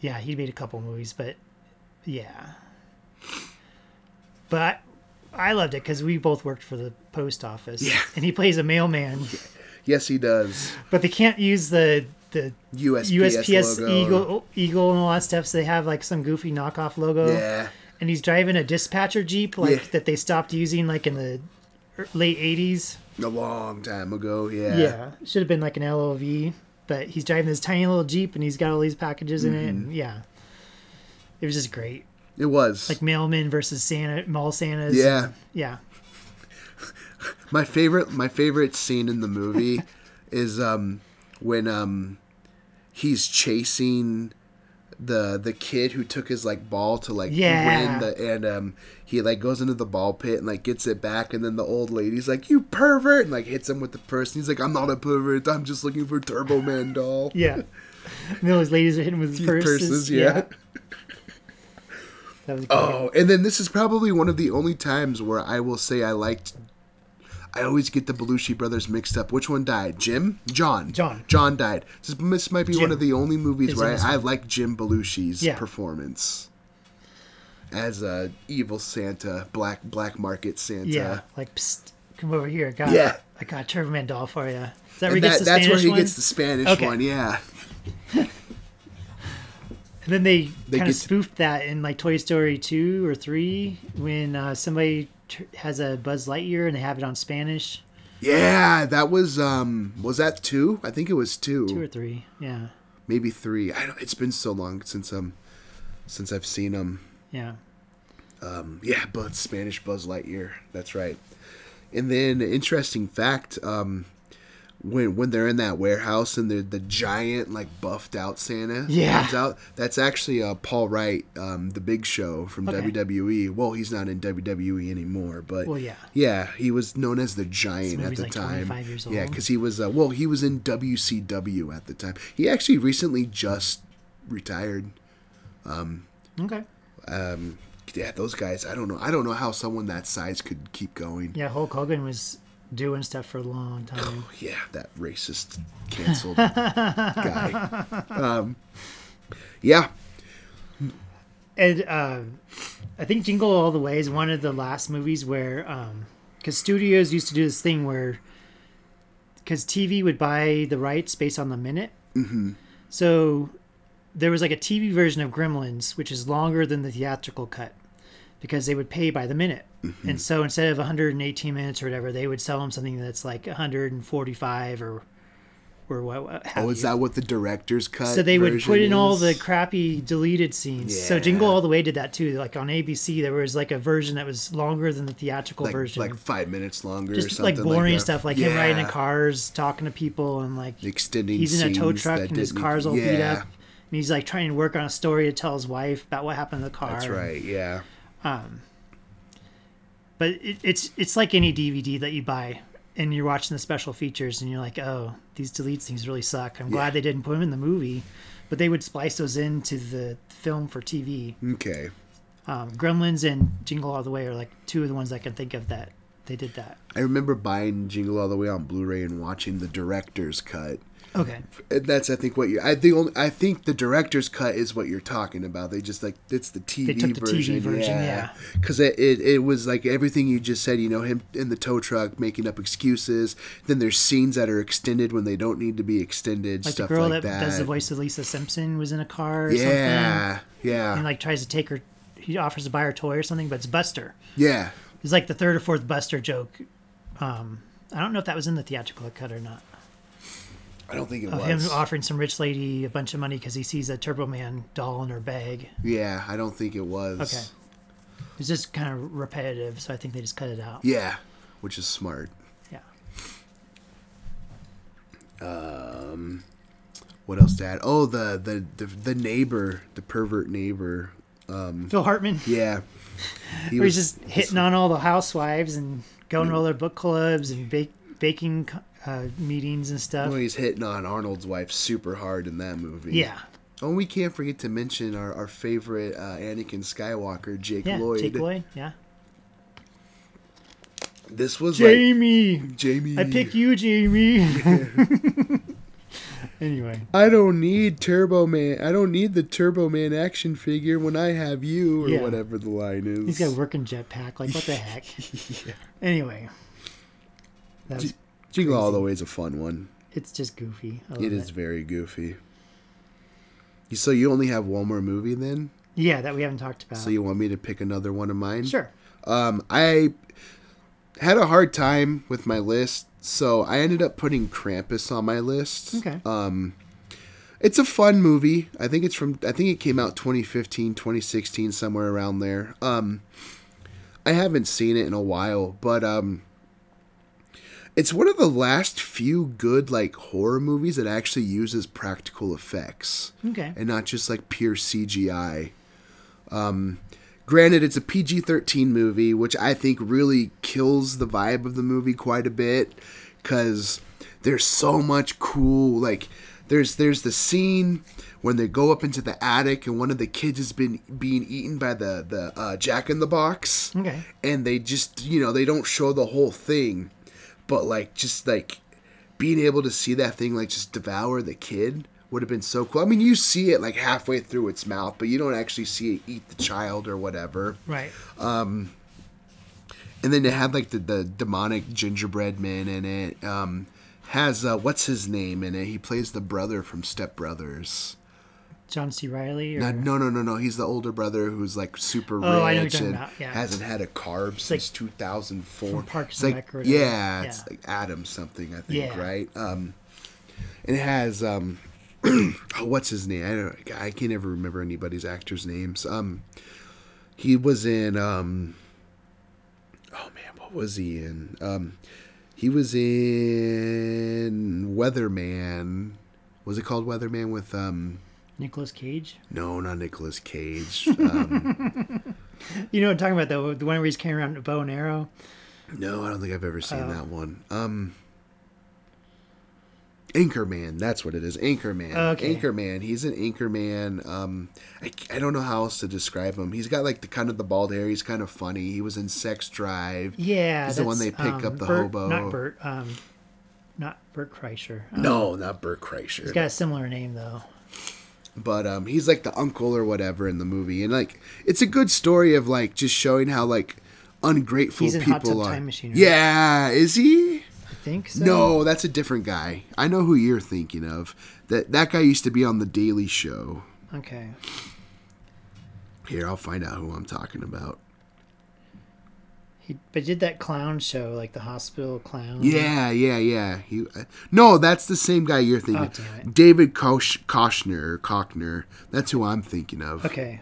[SPEAKER 2] yeah, he made a couple movies, but yeah. But I loved it because we both worked for the post office,
[SPEAKER 1] Yeah.
[SPEAKER 2] and he plays a mailman.
[SPEAKER 1] Yes, he does.
[SPEAKER 2] But they can't use the the
[SPEAKER 1] USPS,
[SPEAKER 2] USPS
[SPEAKER 1] logo.
[SPEAKER 2] eagle eagle and all that stuff, so they have like some goofy knockoff logo.
[SPEAKER 1] Yeah.
[SPEAKER 2] And he's driving a dispatcher jeep like
[SPEAKER 1] Yeah.
[SPEAKER 2] that they stopped using like in the er- late '80s.
[SPEAKER 1] A long time ago. Yeah.
[SPEAKER 2] Yeah, should have been like an LOV, but he's driving this tiny little jeep and he's got all these packages
[SPEAKER 1] Mm-hmm.
[SPEAKER 2] in it. And yeah, it was just great.
[SPEAKER 1] It was.
[SPEAKER 2] like mailmen versus Santa mall Santas.
[SPEAKER 1] yeah.
[SPEAKER 2] yeah,
[SPEAKER 1] My favorite my favorite scene in the movie is um when um he's chasing the the kid who took his like ball to like win
[SPEAKER 2] Yeah.
[SPEAKER 1] the and um he like goes into the ball pit and like gets it back and then the old lady's like you pervert and like hits him with the purse and he's like I'm not a pervert I'm just looking for Turbo Man doll
[SPEAKER 2] yeah. and all those ladies are hitting with
[SPEAKER 1] These
[SPEAKER 2] purses.
[SPEAKER 1] purses, yeah.
[SPEAKER 2] That was great.
[SPEAKER 1] Oh, and then this is probably one of the only times where I will say I liked. I always get the Belushi brothers mixed up. Which one died? Jim? John.
[SPEAKER 2] John.
[SPEAKER 1] John died. This, this might be
[SPEAKER 2] Jim
[SPEAKER 1] one of the only movies
[SPEAKER 2] is
[SPEAKER 1] where
[SPEAKER 2] in this
[SPEAKER 1] I, I like Jim Belushi's
[SPEAKER 2] Yeah.
[SPEAKER 1] performance as a evil Santa, black black market Santa.
[SPEAKER 2] yeah. Like, psst, come over here. I got,
[SPEAKER 1] Yeah.
[SPEAKER 2] I got Turbo Man doll for you. Is that where he
[SPEAKER 1] And that,
[SPEAKER 2] gets the
[SPEAKER 1] that's
[SPEAKER 2] Spanish
[SPEAKER 1] where he
[SPEAKER 2] one?
[SPEAKER 1] gets the Spanish
[SPEAKER 2] Okay.
[SPEAKER 1] one, yeah.
[SPEAKER 2] And then they,
[SPEAKER 1] They get
[SPEAKER 2] kind of
[SPEAKER 1] to-
[SPEAKER 2] spoofed that in like Toy Story two or three when uh, somebody tr- has a Buzz Lightyear and they have it on Spanish.
[SPEAKER 1] Yeah, that was um was that two? I think it was
[SPEAKER 2] Two or three, yeah,
[SPEAKER 1] Maybe three. I don't, it's been so long since um since I've seen them.
[SPEAKER 2] yeah.
[SPEAKER 1] Yeah, Buzz Spanish Buzz Lightyear. That's right. And then interesting fact, um, when when they're in that warehouse and they're the giant like buffed out Santa
[SPEAKER 2] Yeah.
[SPEAKER 1] comes out, that's actually uh, Paul Wright, um, the Big Show from
[SPEAKER 2] Okay.
[SPEAKER 1] WWE. Well, he's not in WWE anymore, but
[SPEAKER 2] Well, yeah.
[SPEAKER 1] yeah, he was known as the Giant at
[SPEAKER 2] movie's
[SPEAKER 1] the
[SPEAKER 2] like
[SPEAKER 1] time.
[SPEAKER 2] 25 years
[SPEAKER 1] Yeah,
[SPEAKER 2] old.
[SPEAKER 1] because he was uh, well, he was in WCW at the time. He actually recently just retired
[SPEAKER 2] Okay.
[SPEAKER 1] yeah, those guys. I don't know. I don't know how someone that size could keep going.
[SPEAKER 2] Yeah, Hulk Hogan was doing stuff for a long time.
[SPEAKER 1] Yeah, that racist canceled guy. Um, yeah,
[SPEAKER 2] and um I think Jingle All the Way is one of the last movies where, because studios used to do this thing where, because TV would buy the rights based on the minute, mm-hmm. so there was like a TV version of Gremlins, which is longer than the theatrical cut, because they would pay by the minute, and so instead of 118 minutes or whatever, they would sell them something that's like 145 or or what? what have
[SPEAKER 1] Oh, is
[SPEAKER 2] you.
[SPEAKER 1] that what the director's cut?
[SPEAKER 2] So they would put
[SPEAKER 1] version
[SPEAKER 2] in all
[SPEAKER 1] is?
[SPEAKER 2] the crappy deleted scenes. So Jingle
[SPEAKER 1] Yeah.
[SPEAKER 2] All the Way did that too. Like on ABC, there was like a version that was longer than the theatrical
[SPEAKER 1] like,
[SPEAKER 2] version,
[SPEAKER 1] like five minutes longer, or
[SPEAKER 2] just
[SPEAKER 1] something
[SPEAKER 2] like boring
[SPEAKER 1] that.
[SPEAKER 2] stuff, like him
[SPEAKER 1] Yeah.
[SPEAKER 2] riding in cars, talking to people, and like
[SPEAKER 1] extending.
[SPEAKER 2] he's in a tow
[SPEAKER 1] scenes
[SPEAKER 2] truck
[SPEAKER 1] that
[SPEAKER 2] and his
[SPEAKER 1] didn't- e
[SPEAKER 2] car's all beat
[SPEAKER 1] yeah,
[SPEAKER 2] up, and he's like trying to work on a story to tell his wife about what happened to the car.
[SPEAKER 1] That's right. Yeah,
[SPEAKER 2] But it, it's it's like any DVD that you buy. And you're watching the special features, and you're like, "Oh, these delete scenes really suck." I'm glad they didn't put them in the movie, but they would splice those into the film for TV.
[SPEAKER 1] okay.
[SPEAKER 2] um, Gremlins and Jingle All the Way are like two of the ones I can think of that they did that.
[SPEAKER 1] I remember buying Jingle All the Way on Blu-ray and watching the director's cut.
[SPEAKER 2] Okay.
[SPEAKER 1] And that's I think what you I the only I think the director's cut is what you're talking about. They just like it's the TV
[SPEAKER 2] They took the
[SPEAKER 1] version.
[SPEAKER 2] TV version, yeah.
[SPEAKER 1] Cuz it, it it was like everything you just said, you know, him in the tow truck making up excuses. Then there's scenes that are extended when they don't need to be extended,
[SPEAKER 2] Like
[SPEAKER 1] stuff
[SPEAKER 2] the girl
[SPEAKER 1] like
[SPEAKER 2] that,
[SPEAKER 1] that.
[SPEAKER 2] does the voice of Lisa Simpson was in a car or something
[SPEAKER 1] yeah. Yeah.
[SPEAKER 2] and like tries to take her he offers to buy her toy or something, but it's Buster.
[SPEAKER 1] yeah.
[SPEAKER 2] It's like the third or fourth Buster joke. Um I don't know if that was in the theatrical cut or not.
[SPEAKER 1] I don't think it
[SPEAKER 2] Of
[SPEAKER 1] was.
[SPEAKER 2] him offering some rich lady a bunch of money because he sees a Turbo Man doll in her bag.
[SPEAKER 1] yeah, I don't think it was.
[SPEAKER 2] Okay. It's just kind of repetitive, so I think they just cut it out.
[SPEAKER 1] Yeah, which is smart.
[SPEAKER 2] Yeah.
[SPEAKER 1] What else to add? Oh, the the the, the neighbor, the pervert neighbor.
[SPEAKER 2] Phil Hartman,
[SPEAKER 1] Yeah. He
[SPEAKER 2] where he's just hitting on all the housewives and going to all their book clubs and bake, baking uh, meetings and stuff.
[SPEAKER 1] Well, he's hitting on Arnold's wife super hard in that movie.
[SPEAKER 2] Yeah.
[SPEAKER 1] Oh, we can't forget to mention our, our favorite uh, Anakin Skywalker, Jake,
[SPEAKER 2] Yeah.
[SPEAKER 1] Lloyd.
[SPEAKER 2] Jake Lloyd. Yeah.
[SPEAKER 1] This was
[SPEAKER 2] Jamie.
[SPEAKER 1] like Jamie.
[SPEAKER 2] I pick you, Jamie. anyway.
[SPEAKER 1] I don't need Turbo Man. I don't need the Turbo Man action figure when I have you, or
[SPEAKER 2] Yeah.
[SPEAKER 1] whatever the line is.
[SPEAKER 2] He's got a working jetpack. Like, what the heck? Anyway. That's,
[SPEAKER 1] Jingle All the Way is a fun one.
[SPEAKER 2] it's just goofy. I love
[SPEAKER 1] It is very goofy. You- So you only have one more movie then?
[SPEAKER 2] Yeah, that we haven't talked about.
[SPEAKER 1] So you want me to pick another one of mine?
[SPEAKER 2] Uh-huh. sure.
[SPEAKER 1] Um, I had a hard time with my list, so I ended up putting Krampus on my list.
[SPEAKER 2] Okay.
[SPEAKER 1] It's a fun movie. I think it's from I think it came out 2015, 2016 somewhere around there. Um I haven't seen it in a while, but um it's one of the last few good like horror movies that actually uses practical effects
[SPEAKER 2] okay.
[SPEAKER 1] and not just like pure CGI. Um, granted, it's a PG 13 movie, which I think really kills the vibe of the movie quite a bit because there's so much cool, like, there's, there's the scene when they go up into the attic and one of the kids has been being eaten by the, the uh, jack in the box
[SPEAKER 2] Okay.
[SPEAKER 1] and they just you know they don't show the whole thing but like just like being able to see that thing like just devour the kid would have been so cool i mean you see it like halfway through its mouth but you don't actually see it eat the child or whatever
[SPEAKER 2] Right.
[SPEAKER 1] and then it had like the, the demonic gingerbread man in it um has uh what's his name in it he plays the brother from step brothers
[SPEAKER 2] John C. Riley. Or... Oh,
[SPEAKER 1] Uh, no no no no he's the older brother who's like super rich
[SPEAKER 2] I know you're talking
[SPEAKER 1] and
[SPEAKER 2] about, yeah.
[SPEAKER 1] hasn't had a carb since 2004
[SPEAKER 2] from Parks
[SPEAKER 1] It's
[SPEAKER 2] and
[SPEAKER 1] like-
[SPEAKER 2] Rec or whatever.
[SPEAKER 1] yeah, it's
[SPEAKER 2] Yeah.
[SPEAKER 1] like Adam something I think
[SPEAKER 2] Yeah.
[SPEAKER 1] right. Um, and it has um, oh, what's his name? I don't. I can't ever remember anybody's actors' names. Um, he was in um, oh man, what was he in? Um, he was in Weatherman. Was it called Weatherman with um?
[SPEAKER 2] Nicolas Cage.
[SPEAKER 1] No, not Nicolas Cage. Um,
[SPEAKER 2] You know what I'm talking about though, the one where he's carrying around a bow and arrow.
[SPEAKER 1] no, I don't think I've ever
[SPEAKER 2] Oh.
[SPEAKER 1] seen that one. Um, Anchorman, that's what it is. Anchorman.
[SPEAKER 2] Okay.
[SPEAKER 1] Anchorman. He's an Anchorman. Um, I, I don't know how else to describe him. He's got like the kind of the bald hair. He's kind of funny. He was in Sex Drive.
[SPEAKER 2] Yeah,
[SPEAKER 1] He's the one they pick
[SPEAKER 2] um,
[SPEAKER 1] up the
[SPEAKER 2] Bert-
[SPEAKER 1] hobo.
[SPEAKER 2] Not Bert. Um, not Bert Kreischer. Um,
[SPEAKER 1] No, not Burt Kreischer.
[SPEAKER 2] He's got a similar name though.
[SPEAKER 1] but um, he's like the uncle or whatever in the movie, and like it's a good story of like just showing how like ungrateful
[SPEAKER 2] He's in
[SPEAKER 1] people
[SPEAKER 2] Hot Tub
[SPEAKER 1] are.
[SPEAKER 2] Time Machine, right?
[SPEAKER 1] Yeah, is he?
[SPEAKER 2] I think so.
[SPEAKER 1] No, that's a different guy. I know who you're thinking of. That that guy used to be on the Daily Show.
[SPEAKER 2] Okay.
[SPEAKER 1] Here, I'll find out who I'm talking about.
[SPEAKER 2] He but did that clown show like the hospital clown.
[SPEAKER 1] Yeah, yeah, yeah. He, uh, no, that's the same guy you're thinking.
[SPEAKER 2] Oh, damn it.
[SPEAKER 1] David Kosh, Koshner, Cochner. That's who I'm thinking of.
[SPEAKER 2] Okay.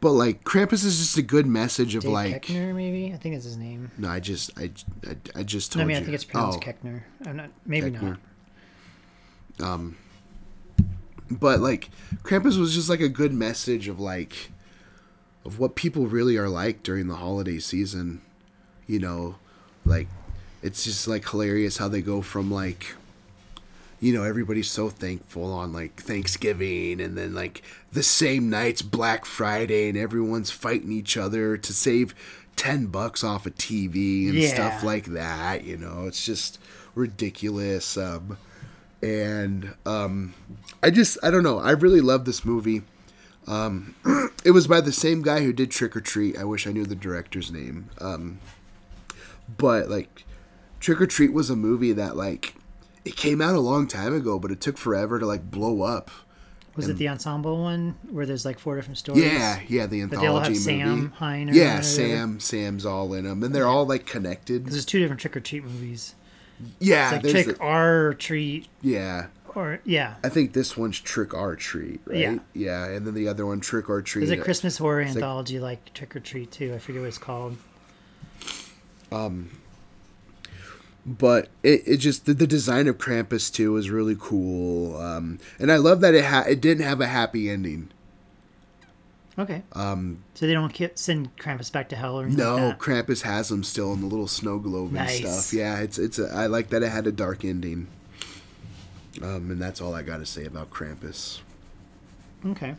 [SPEAKER 1] But like Krampus is just a good message of
[SPEAKER 2] Dave
[SPEAKER 1] like.
[SPEAKER 2] Keckner maybe. I think that's his name.
[SPEAKER 1] No, I just I, I, I just
[SPEAKER 2] No,
[SPEAKER 1] told
[SPEAKER 2] I mean
[SPEAKER 1] you.
[SPEAKER 2] I think it's pronounced
[SPEAKER 1] Oh.
[SPEAKER 2] Keckner. I'm not. Maybe
[SPEAKER 1] Keckner.
[SPEAKER 2] not.
[SPEAKER 1] but like Krampus was just like a good message of like of what people really are like during the holiday season. You know, like it's just like hilarious how they go from like you know everybody's so thankful on like Thanksgiving and then like the same night's Black Friday and everyone's fighting each other to save 10 bucks off a TV and
[SPEAKER 2] Yeah.
[SPEAKER 1] stuff like that, you know. It's just ridiculous um and um I just I don't know. I really love this movie. Um it was by the same guy who did Trick or Treat. I wish I knew the director's name. Um but like Trick or Treat was a movie that like it came out a long time ago, but it took forever to like blow up.
[SPEAKER 2] Was it the ensemble one where there's like four different stories?
[SPEAKER 1] Yeah, yeah, the
[SPEAKER 2] But they all have
[SPEAKER 1] anthology movie.
[SPEAKER 2] Sam Hine. Or
[SPEAKER 1] yeah,
[SPEAKER 2] whatever.
[SPEAKER 1] Sam, Sam's all in them, and they're all like connected.
[SPEAKER 2] There's two different trick or treat movies.
[SPEAKER 1] Yeah,
[SPEAKER 2] Like
[SPEAKER 1] there's
[SPEAKER 2] trick
[SPEAKER 1] the-
[SPEAKER 2] or treat,
[SPEAKER 1] yeah.
[SPEAKER 2] or yeah.
[SPEAKER 1] I think this one's Trick or Treat, right?
[SPEAKER 2] Yeah.
[SPEAKER 1] yeah, and then the other one Trick or Treat.
[SPEAKER 2] There's a Christmas horror anthology like Trick or Treat too. I forget what it's called.
[SPEAKER 1] but it, it just the, the design of Krampus too is really cool, um, and I love that it ha- it didn't have a happy ending.
[SPEAKER 2] Okay. Um. So they don't ki- send Krampus back to hell or anything
[SPEAKER 1] No,
[SPEAKER 2] like that?
[SPEAKER 1] Krampus has them still in the little snow globe and
[SPEAKER 2] Nice.
[SPEAKER 1] stuff. Yeah, it's it's. A, I like that it had a dark ending. Um, and that's all I got to say about Krampus.
[SPEAKER 2] Okay.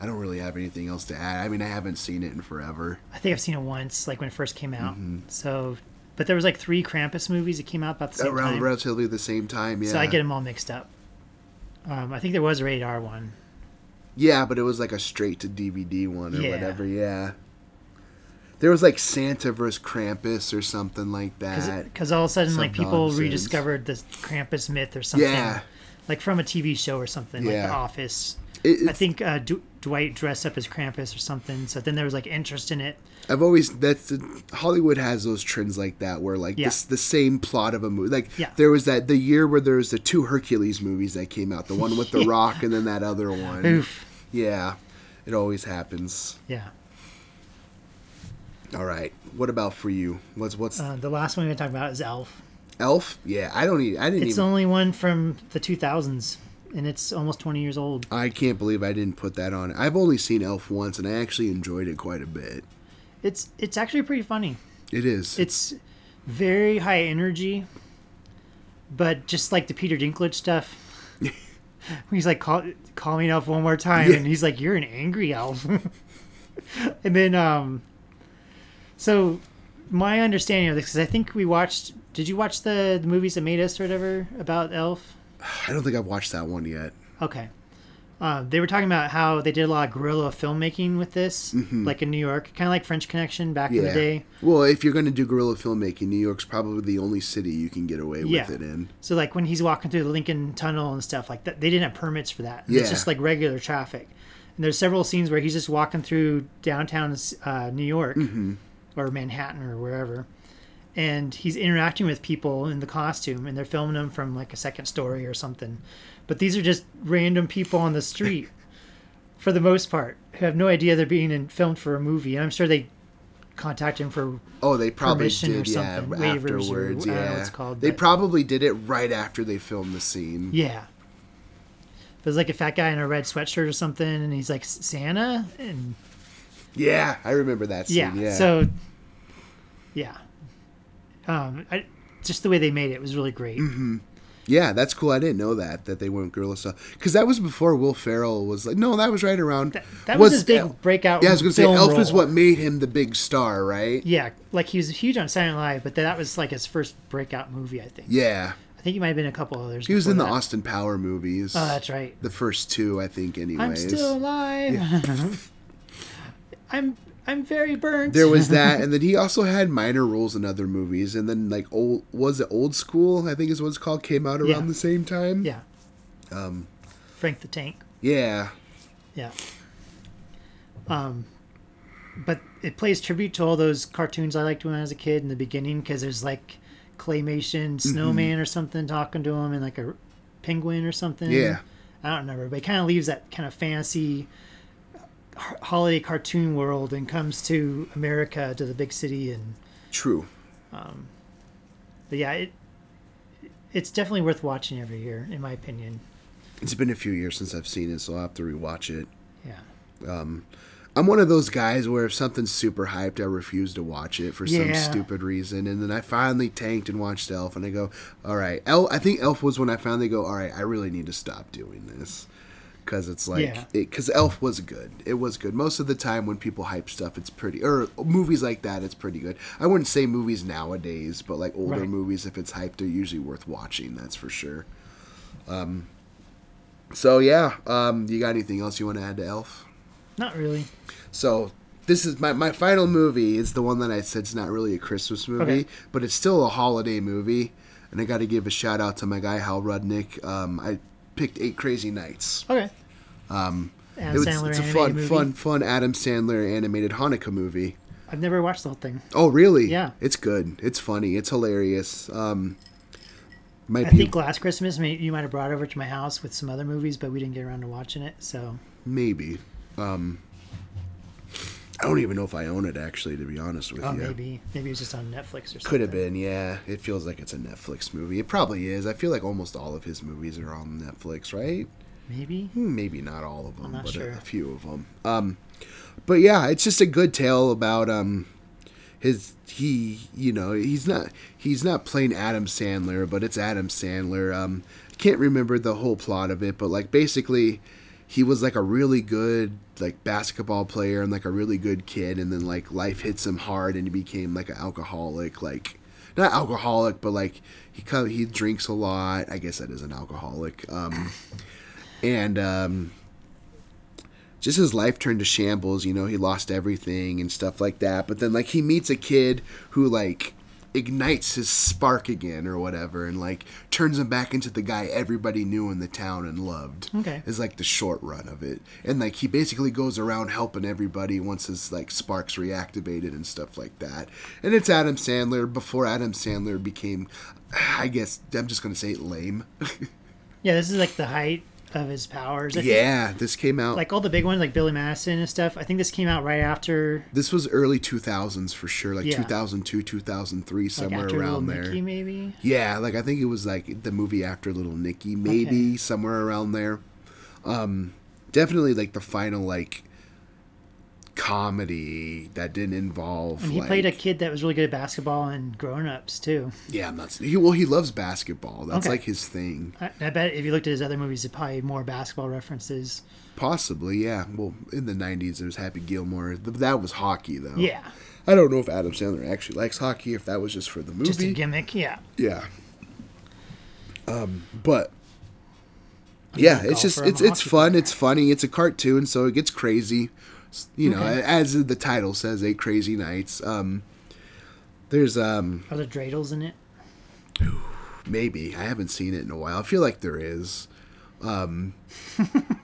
[SPEAKER 1] I don't really have anything else to add. I mean, I haven't seen it in forever.
[SPEAKER 2] I think I've seen it once, like when it first came out.
[SPEAKER 1] Mm-hmm.
[SPEAKER 2] So, but there was like three Krampus movies that came out about the same
[SPEAKER 1] Around
[SPEAKER 2] time.
[SPEAKER 1] relatively the same time, yeah.
[SPEAKER 2] So I get them all mixed up. Um, I think there was a radar one.
[SPEAKER 1] Yeah, but it was like a straight to DVD one or
[SPEAKER 2] Yeah.
[SPEAKER 1] whatever. Yeah. There was like Santa versus Krampus or something like that.
[SPEAKER 2] because all of a sudden, like
[SPEAKER 1] some
[SPEAKER 2] people
[SPEAKER 1] nonsense.
[SPEAKER 2] rediscovered the Krampus myth or something,
[SPEAKER 1] Yeah.
[SPEAKER 2] like from a TV show or something, like
[SPEAKER 1] Yeah.
[SPEAKER 2] The Office.
[SPEAKER 1] It-
[SPEAKER 2] I think uh, du- Dwight dressed up as Krampus or something. So then there was like interest in it.
[SPEAKER 1] I've always that's Hollywood has those trends like that where like
[SPEAKER 2] Yeah.
[SPEAKER 1] this the same plot of a movie. Like
[SPEAKER 2] Yeah.
[SPEAKER 1] there was that the year where there was the two Hercules movies that came out, the one with the Rock and then that other one.
[SPEAKER 2] Oof.
[SPEAKER 1] Yeah, it always happens.
[SPEAKER 2] Yeah.
[SPEAKER 1] All right, what about for you? What's what's
[SPEAKER 2] Uh, the last one we're going to talk about is Elf.
[SPEAKER 1] Elf? Yeah, I don't need. I didn't
[SPEAKER 2] It's
[SPEAKER 1] even.
[SPEAKER 2] the only one from the 2000s, and it's almost 20 years old.
[SPEAKER 1] I can't believe I didn't put that on. I've only seen Elf once, and I actually enjoyed it quite a bit.
[SPEAKER 2] It's it's actually pretty funny.
[SPEAKER 1] It is.
[SPEAKER 2] It's very high energy, but just like the Peter Dinklage stuff. he's like, call, call me an elf one more time.
[SPEAKER 1] Yeah.
[SPEAKER 2] And he's like, you're an angry elf. and then, um, so my understanding of this, because I think we watched, did you watch the, the movies that made us or whatever about Elf?
[SPEAKER 1] I don't think I've watched that one yet.
[SPEAKER 2] Okay. Uh, they were talking about how they did a lot of guerrilla filmmaking with this, like in New York, kind of like French Connection back in the day.
[SPEAKER 1] Well, if you're going to do guerrilla filmmaking, New York's probably the only city you can get away
[SPEAKER 2] Yeah.
[SPEAKER 1] with it in.
[SPEAKER 2] So like when he's walking through the Lincoln Tunnel and stuff like that, they didn't have permits for that.
[SPEAKER 1] Yeah.
[SPEAKER 2] It's just like regular traffic. And there's several scenes where he's just walking through downtown uh, New York or Manhattan or wherever, and he's interacting with people in the costume, and they're filming him from like a second story or something. But these are just random people on the street, for the most part, who have no idea they're being in, filmed for a movie. And I'm sure they contact him for
[SPEAKER 1] Oh, they probably
[SPEAKER 2] Permission or
[SPEAKER 1] did, yeah.
[SPEAKER 2] something, waivers or-
[SPEAKER 1] Afterwards,
[SPEAKER 2] I
[SPEAKER 1] yeah.
[SPEAKER 2] don't know what it's called,
[SPEAKER 1] they
[SPEAKER 2] but-
[SPEAKER 1] probably did it right after they filmed the scene.
[SPEAKER 2] Yeah. There's like a fat guy in a red sweatshirt or something, and he's like Santa, and
[SPEAKER 1] Yeah, I remember that scene.
[SPEAKER 2] yeah,
[SPEAKER 1] Yeah,
[SPEAKER 2] so yeah, um, I, just the way they made it was really great.
[SPEAKER 1] Mm-hmm. yeah, that's cool. I didn't know that that they went guerrilla stuff because that was before Will Ferrell was like. No, that was right around.
[SPEAKER 2] That was, his big
[SPEAKER 1] El-
[SPEAKER 2] breakout.
[SPEAKER 1] yeah, I was gonna say
[SPEAKER 2] film
[SPEAKER 1] Elf is
[SPEAKER 2] role.
[SPEAKER 1] what made him the big star, right?
[SPEAKER 2] Yeah, like he was huge on Saturday Night Live, but that was like his first breakout movie. I think.
[SPEAKER 1] Yeah,
[SPEAKER 2] I think he might have been a couple others.
[SPEAKER 1] he was in the
[SPEAKER 2] before that.
[SPEAKER 1] Austin Power movies.
[SPEAKER 2] Oh, that's right.
[SPEAKER 1] the first two, I think. Anyways,
[SPEAKER 2] I'm still alive. I'm I'm very burnt.
[SPEAKER 1] There was that, and then he also had minor roles in other movies, and then like old was it old school? I think is what it's called. Came out around
[SPEAKER 2] Yeah.
[SPEAKER 1] the same time.
[SPEAKER 2] yeah. Um, Frank the Tank.
[SPEAKER 1] Yeah.
[SPEAKER 2] Yeah. Um, but it plays tribute to all those cartoons I liked when I was a kid in the beginning because there's like
[SPEAKER 1] Mm-hmm.
[SPEAKER 2] claymation snowman or something talking to him and like a penguin or something.
[SPEAKER 1] Yeah.
[SPEAKER 2] I don't remember, but it kind of leaves that kind of fantasy h- holiday cartoon world and comes to America to the big city and
[SPEAKER 1] True.
[SPEAKER 2] but yeah, it it's definitely worth watching every year in my opinion.
[SPEAKER 1] It's been a few years since I've seen it, so I'll have to rewatch it.
[SPEAKER 2] Yeah.
[SPEAKER 1] I'm one of those guys where if something's super hyped, I refuse to watch it for some
[SPEAKER 2] Yeah.
[SPEAKER 1] stupid reason. And then I finally tanked and watched Elf, and I go, all right. Elf, I think Elf was when I finally go, all right, I really need to stop doing this. Because it's like,
[SPEAKER 2] Yeah.
[SPEAKER 1] because Elf was good. It was good. Most of the time when people hype stuff, it's pretty, or movies like that, it's pretty good. I wouldn't say movies nowadays, but like older
[SPEAKER 2] Right.
[SPEAKER 1] movies, if it's hyped, they're usually worth watching. That's for sure. Um, so yeah, um, you got anything else you want to add to Elf?
[SPEAKER 2] Not really.
[SPEAKER 1] So this is my, my final movie is the one that I said's not really a Christmas movie,
[SPEAKER 2] Okay.
[SPEAKER 1] but it's still a holiday movie. And I got to give a shout out to my guy Hal Rudnick. Um, I picked Eight Crazy Nights.
[SPEAKER 2] Okay. Um,
[SPEAKER 1] It was- it's a fun, fun, fun Adam Sandler animated Hanukkah movie.
[SPEAKER 2] I've never watched the whole thing.
[SPEAKER 1] Oh, really?
[SPEAKER 2] Yeah.
[SPEAKER 1] It's good. It's funny. It's hilarious. Um, might
[SPEAKER 2] I
[SPEAKER 1] be
[SPEAKER 2] think last Christmas may, you might have brought over to my house with some other movies, but we didn't get around to watching it. So
[SPEAKER 1] maybe. Um, I don't even know if I own it actually, to be honest with
[SPEAKER 2] oh,
[SPEAKER 1] you.
[SPEAKER 2] maybe maybe it was just on Netflix or something.
[SPEAKER 1] Could have been, yeah. It feels like it's a Netflix movie. It probably is. I feel like almost all of his movies are on Netflix, right?
[SPEAKER 2] Maybe.
[SPEAKER 1] Hmm, Maybe not all of them,
[SPEAKER 2] not
[SPEAKER 1] but a-
[SPEAKER 2] sure.
[SPEAKER 1] a, few of them. Um, but yeah, it's just a good tale about um, his he you know he's not he's not playing Adam Sandler, but it's Adam Sandler. Um, can't remember the whole plot of it, but like basically, he was like a really good like basketball player and like a really good kid, and then like life hits him hard, and he became like an alcoholic, like not alcoholic, but like he co- he drinks a lot. I guess that is an alcoholic. Um, and um, just his life turned to shambles. You know, he lost everything and stuff like that. But then, like, he meets a kid who, like, ignites his spark again or whatever and, like, turns him back into the guy everybody knew in the town and loved.
[SPEAKER 2] Okay.
[SPEAKER 1] Is, like, the short run of it. And, like, he basically goes around helping everybody once his, like, sparks reactivated and stuff like that. And it's Adam Sandler before Adam Sandler became, I guess, I'm just going to say lame.
[SPEAKER 2] Yeah, this is like the height of his powers. I think.
[SPEAKER 1] yeah, this came out.
[SPEAKER 2] Like all the big ones, like Billy Madison and stuff. I think this came out right after,
[SPEAKER 1] This was early 2000s for sure, like
[SPEAKER 2] Yeah.
[SPEAKER 1] 2002, 2003,
[SPEAKER 2] like
[SPEAKER 1] somewhere
[SPEAKER 2] after Little
[SPEAKER 1] around there.
[SPEAKER 2] Nicky, maybe.
[SPEAKER 1] Yeah, like I think it was like the movie after Little Nicky, maybe somewhere around there. Um, definitely like the final like comedy that didn't involve.
[SPEAKER 2] And he
[SPEAKER 1] like,
[SPEAKER 2] played a kid that was really good at basketball and grown ups too.
[SPEAKER 1] yeah, I'm not. He, well, he loves basketball. That's
[SPEAKER 2] Okay.
[SPEAKER 1] like his thing.
[SPEAKER 2] I, I bet if you looked at his other movies, it's probably more basketball references.
[SPEAKER 1] Possibly, yeah. Well, in the 90s, there was Happy Gilmore. Th- That was hockey though.
[SPEAKER 2] Yeah,
[SPEAKER 1] I don't know if Adam Sandler actually likes hockey. If that was just for the movie,
[SPEAKER 2] just a gimmick. Yeah,
[SPEAKER 1] Yeah. Um, but yeah,
[SPEAKER 2] not a
[SPEAKER 1] it's just
[SPEAKER 2] golfer, I'm
[SPEAKER 1] it's
[SPEAKER 2] a
[SPEAKER 1] it's
[SPEAKER 2] hockey
[SPEAKER 1] fun. It's funny. It's a cartoon, so it gets crazy. S- You know,
[SPEAKER 2] Okay.
[SPEAKER 1] as the title says, eight crazy nights. Um, there's um
[SPEAKER 2] are there dreidels in it?
[SPEAKER 1] maybe I haven't seen it in a while. I feel like there is. Um,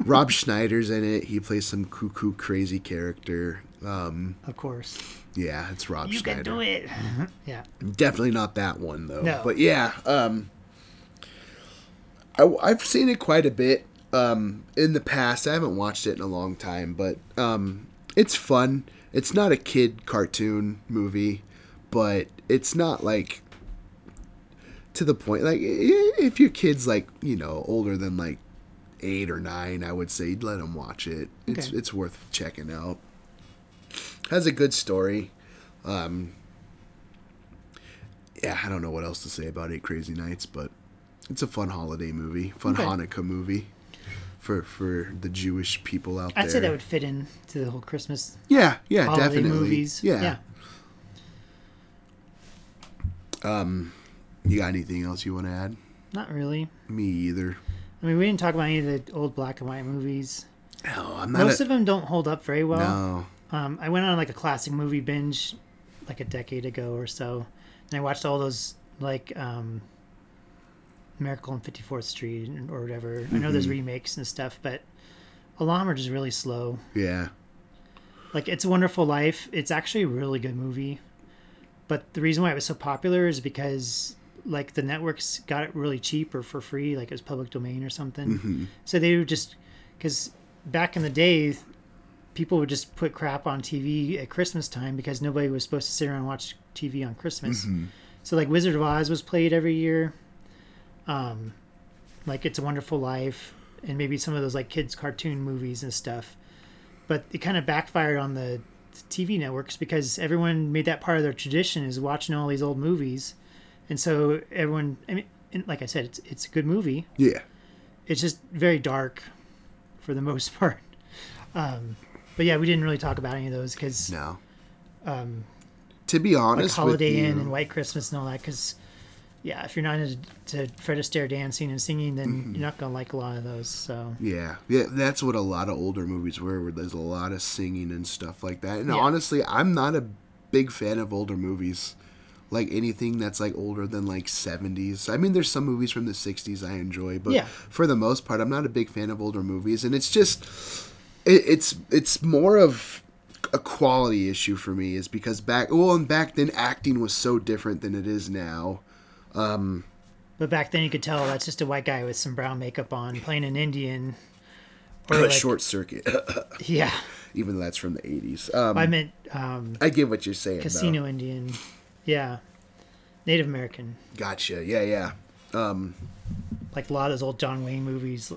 [SPEAKER 1] Rob Schneider's in it. He plays some cuckoo crazy character. Um,
[SPEAKER 2] Of course,
[SPEAKER 1] yeah, it's Rob
[SPEAKER 2] you
[SPEAKER 1] Schneider. Mm-hmm.
[SPEAKER 2] can do it. yeah,
[SPEAKER 1] Definitely not that one though.
[SPEAKER 2] No.
[SPEAKER 1] But yeah, um, I, I've seen it quite a bit um, in the past. I haven't watched it in a long time, but um, it's fun. It's not a kid cartoon movie, but it's not like to the point. Like i- i- if your kid's like you know older than like eight or nine, I would say let them watch it. It's
[SPEAKER 2] Okay.
[SPEAKER 1] it's worth checking out. Has a good story. yeah, I don't know what else to say about Eight Crazy Nights, but it's a fun holiday movie, fun
[SPEAKER 2] Okay.
[SPEAKER 1] Hanukkah movie for for the Jewish people out
[SPEAKER 2] I'd
[SPEAKER 1] there.
[SPEAKER 2] say that would fit in to the whole Christmas
[SPEAKER 1] yeah, yeah,
[SPEAKER 2] holiday
[SPEAKER 1] definitely.
[SPEAKER 2] movies.
[SPEAKER 1] Yeah. you got anything else you want to add?
[SPEAKER 2] not really.
[SPEAKER 1] Me either.
[SPEAKER 2] I mean, we didn't talk about any of the old black and white movies.
[SPEAKER 1] No, I'm not.
[SPEAKER 2] Most
[SPEAKER 1] a,
[SPEAKER 2] of them don't hold up very well.
[SPEAKER 1] no,
[SPEAKER 2] Um, I went on like a classic movie binge like a decade ago or so, and I watched all those like um, Miracle on 54th Street and- or whatever. I know
[SPEAKER 1] Mm-hmm.
[SPEAKER 2] there's remakes and stuff, but a lot of them are just really slow.
[SPEAKER 1] yeah,
[SPEAKER 2] Like It's a Wonderful Life, it's actually a really good movie, but the reason why it was so popular is because like the networks got it really cheap or for free, like it was public domain or something. So they would just because back in the day, people would just put crap on TV at Christmas time because nobody was supposed to sit around and watch TV on Christmas.
[SPEAKER 1] Mm-hmm.
[SPEAKER 2] So like Wizard of Oz was played every year, um, like It's a Wonderful Life, and maybe some of those like kids cartoon movies and stuff. but it kind of backfired on the TV networks because everyone made that part of their tradition is watching all these old movies, and so everyone. I mean, and like I said, it's it's a good movie.
[SPEAKER 1] Yeah.
[SPEAKER 2] It's just very dark, for the most part. Um, but yeah, we didn't really talk about any of those because
[SPEAKER 1] No. Um, to be honest,
[SPEAKER 2] Holiday
[SPEAKER 1] with you,
[SPEAKER 2] Inn and White Christmas and all that. Because yeah, if you're not into to Fred Astaire dancing and singing, then
[SPEAKER 1] Mm-hmm.
[SPEAKER 2] you're not gonna like a lot of those. So
[SPEAKER 1] Yeah, yeah, that's what a lot of older movies were, where there's a lot of singing and stuff like that. And
[SPEAKER 2] Yeah.
[SPEAKER 1] honestly, I'm not a big fan of older movies, like anything that's like older than like 70s. I mean, there's some movies from the 60s I enjoy, but
[SPEAKER 2] Yeah.
[SPEAKER 1] for the most part, I'm not a big fan of older movies, and it's just, it, it's it's more of a quality issue for me, is because back well, and back then acting was so different than it is now.
[SPEAKER 2] But back then, you could tell that's just a white guy with some brown makeup on playing an Indian. like-
[SPEAKER 1] Short Circuit,
[SPEAKER 2] Yeah,
[SPEAKER 1] even though that's from the 80s. Um,
[SPEAKER 2] I meant um,
[SPEAKER 1] I get what you're saying. though.
[SPEAKER 2] casino Indian. Yeah, Native American,
[SPEAKER 1] Gotcha. Yeah, yeah.
[SPEAKER 2] like a lot of those old John Wayne movies.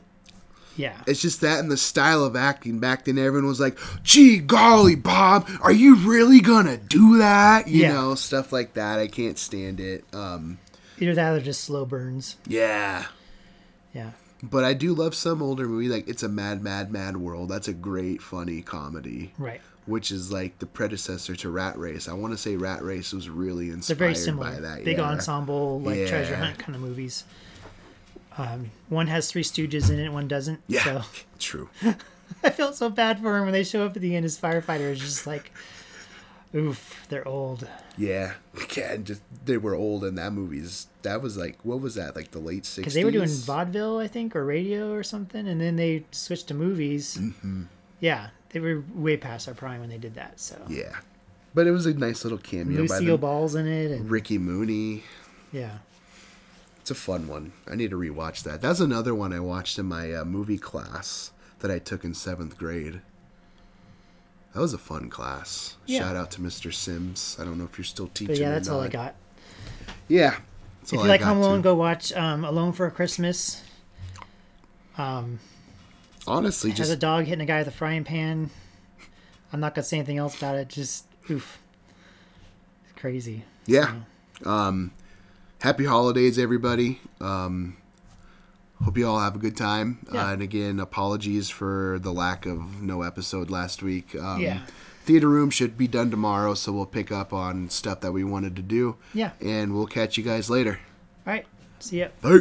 [SPEAKER 2] Yeah,
[SPEAKER 1] It's just that and the style of acting back then, everyone was like, "Gee, golly, Bob, are you really gonna do that?" You
[SPEAKER 2] Yeah.
[SPEAKER 1] know, stuff like that. I can't stand it. Um,
[SPEAKER 2] either that or just slow burns.
[SPEAKER 1] yeah,
[SPEAKER 2] Yeah,
[SPEAKER 1] but I do love some older movie like "It's a Mad, Mad, Mad World." That's a great, funny comedy,
[SPEAKER 2] right.
[SPEAKER 1] which is like the predecessor to Rat Race. I want to say Rat Race was really
[SPEAKER 2] They're
[SPEAKER 1] inspired
[SPEAKER 2] very
[SPEAKER 1] by
[SPEAKER 2] similar.
[SPEAKER 1] that.
[SPEAKER 2] Big
[SPEAKER 1] yeah.
[SPEAKER 2] ensemble, like treasure
[SPEAKER 1] Yeah.
[SPEAKER 2] hunt kind of movies. Um, one has three Stooges in it, one doesn't.
[SPEAKER 1] Yeah,
[SPEAKER 2] So
[SPEAKER 1] true.
[SPEAKER 2] I felt so bad for him when they show up at the end as firefighters, just like, oof, they're old.
[SPEAKER 1] Yeah, yeah. and Just they were old, and that movie's that was like what was that like the late sixties?
[SPEAKER 2] because they were doing vaudeville, I think, or radio or something, and then they switched to movies.
[SPEAKER 1] Mm-hmm.
[SPEAKER 2] Yeah, they were way past our prime when they did that. So
[SPEAKER 1] Yeah. But it was a nice little cameo by the
[SPEAKER 2] Lucille Ball's in it, and
[SPEAKER 1] Ricky Mooney.
[SPEAKER 2] yeah,
[SPEAKER 1] It's a fun one. I need to rewatch that. That's another one I watched in my uh, movie class that I took in seventh grade. That was a fun class.
[SPEAKER 2] Yeah.
[SPEAKER 1] Shout out to Mr. Sims. I don't know if you're still teaching.
[SPEAKER 2] but yeah,
[SPEAKER 1] or
[SPEAKER 2] that's all I
[SPEAKER 1] not.
[SPEAKER 2] got.
[SPEAKER 1] Yeah. That's
[SPEAKER 2] If
[SPEAKER 1] all
[SPEAKER 2] you
[SPEAKER 1] I
[SPEAKER 2] like
[SPEAKER 1] got
[SPEAKER 2] Home Alone,
[SPEAKER 1] too.
[SPEAKER 2] go watch um, Alone for Christmas.
[SPEAKER 1] honestly,
[SPEAKER 2] Has
[SPEAKER 1] just
[SPEAKER 2] a dog hitting a guy with a frying pan. I'm not gonna say anything else about it. Just oof, it's crazy.
[SPEAKER 1] Yeah. Um, happy holidays, everybody. Um, hope you all have a good time.
[SPEAKER 2] Yeah.
[SPEAKER 1] Uh, and again, apologies for the lack of no episode last week. Um,
[SPEAKER 2] Yeah.
[SPEAKER 1] Theater room should be done tomorrow, so we'll pick up on stuff that we wanted to do.
[SPEAKER 2] Yeah.
[SPEAKER 1] And we'll catch you guys later.
[SPEAKER 2] All right, see ya.
[SPEAKER 1] Bye.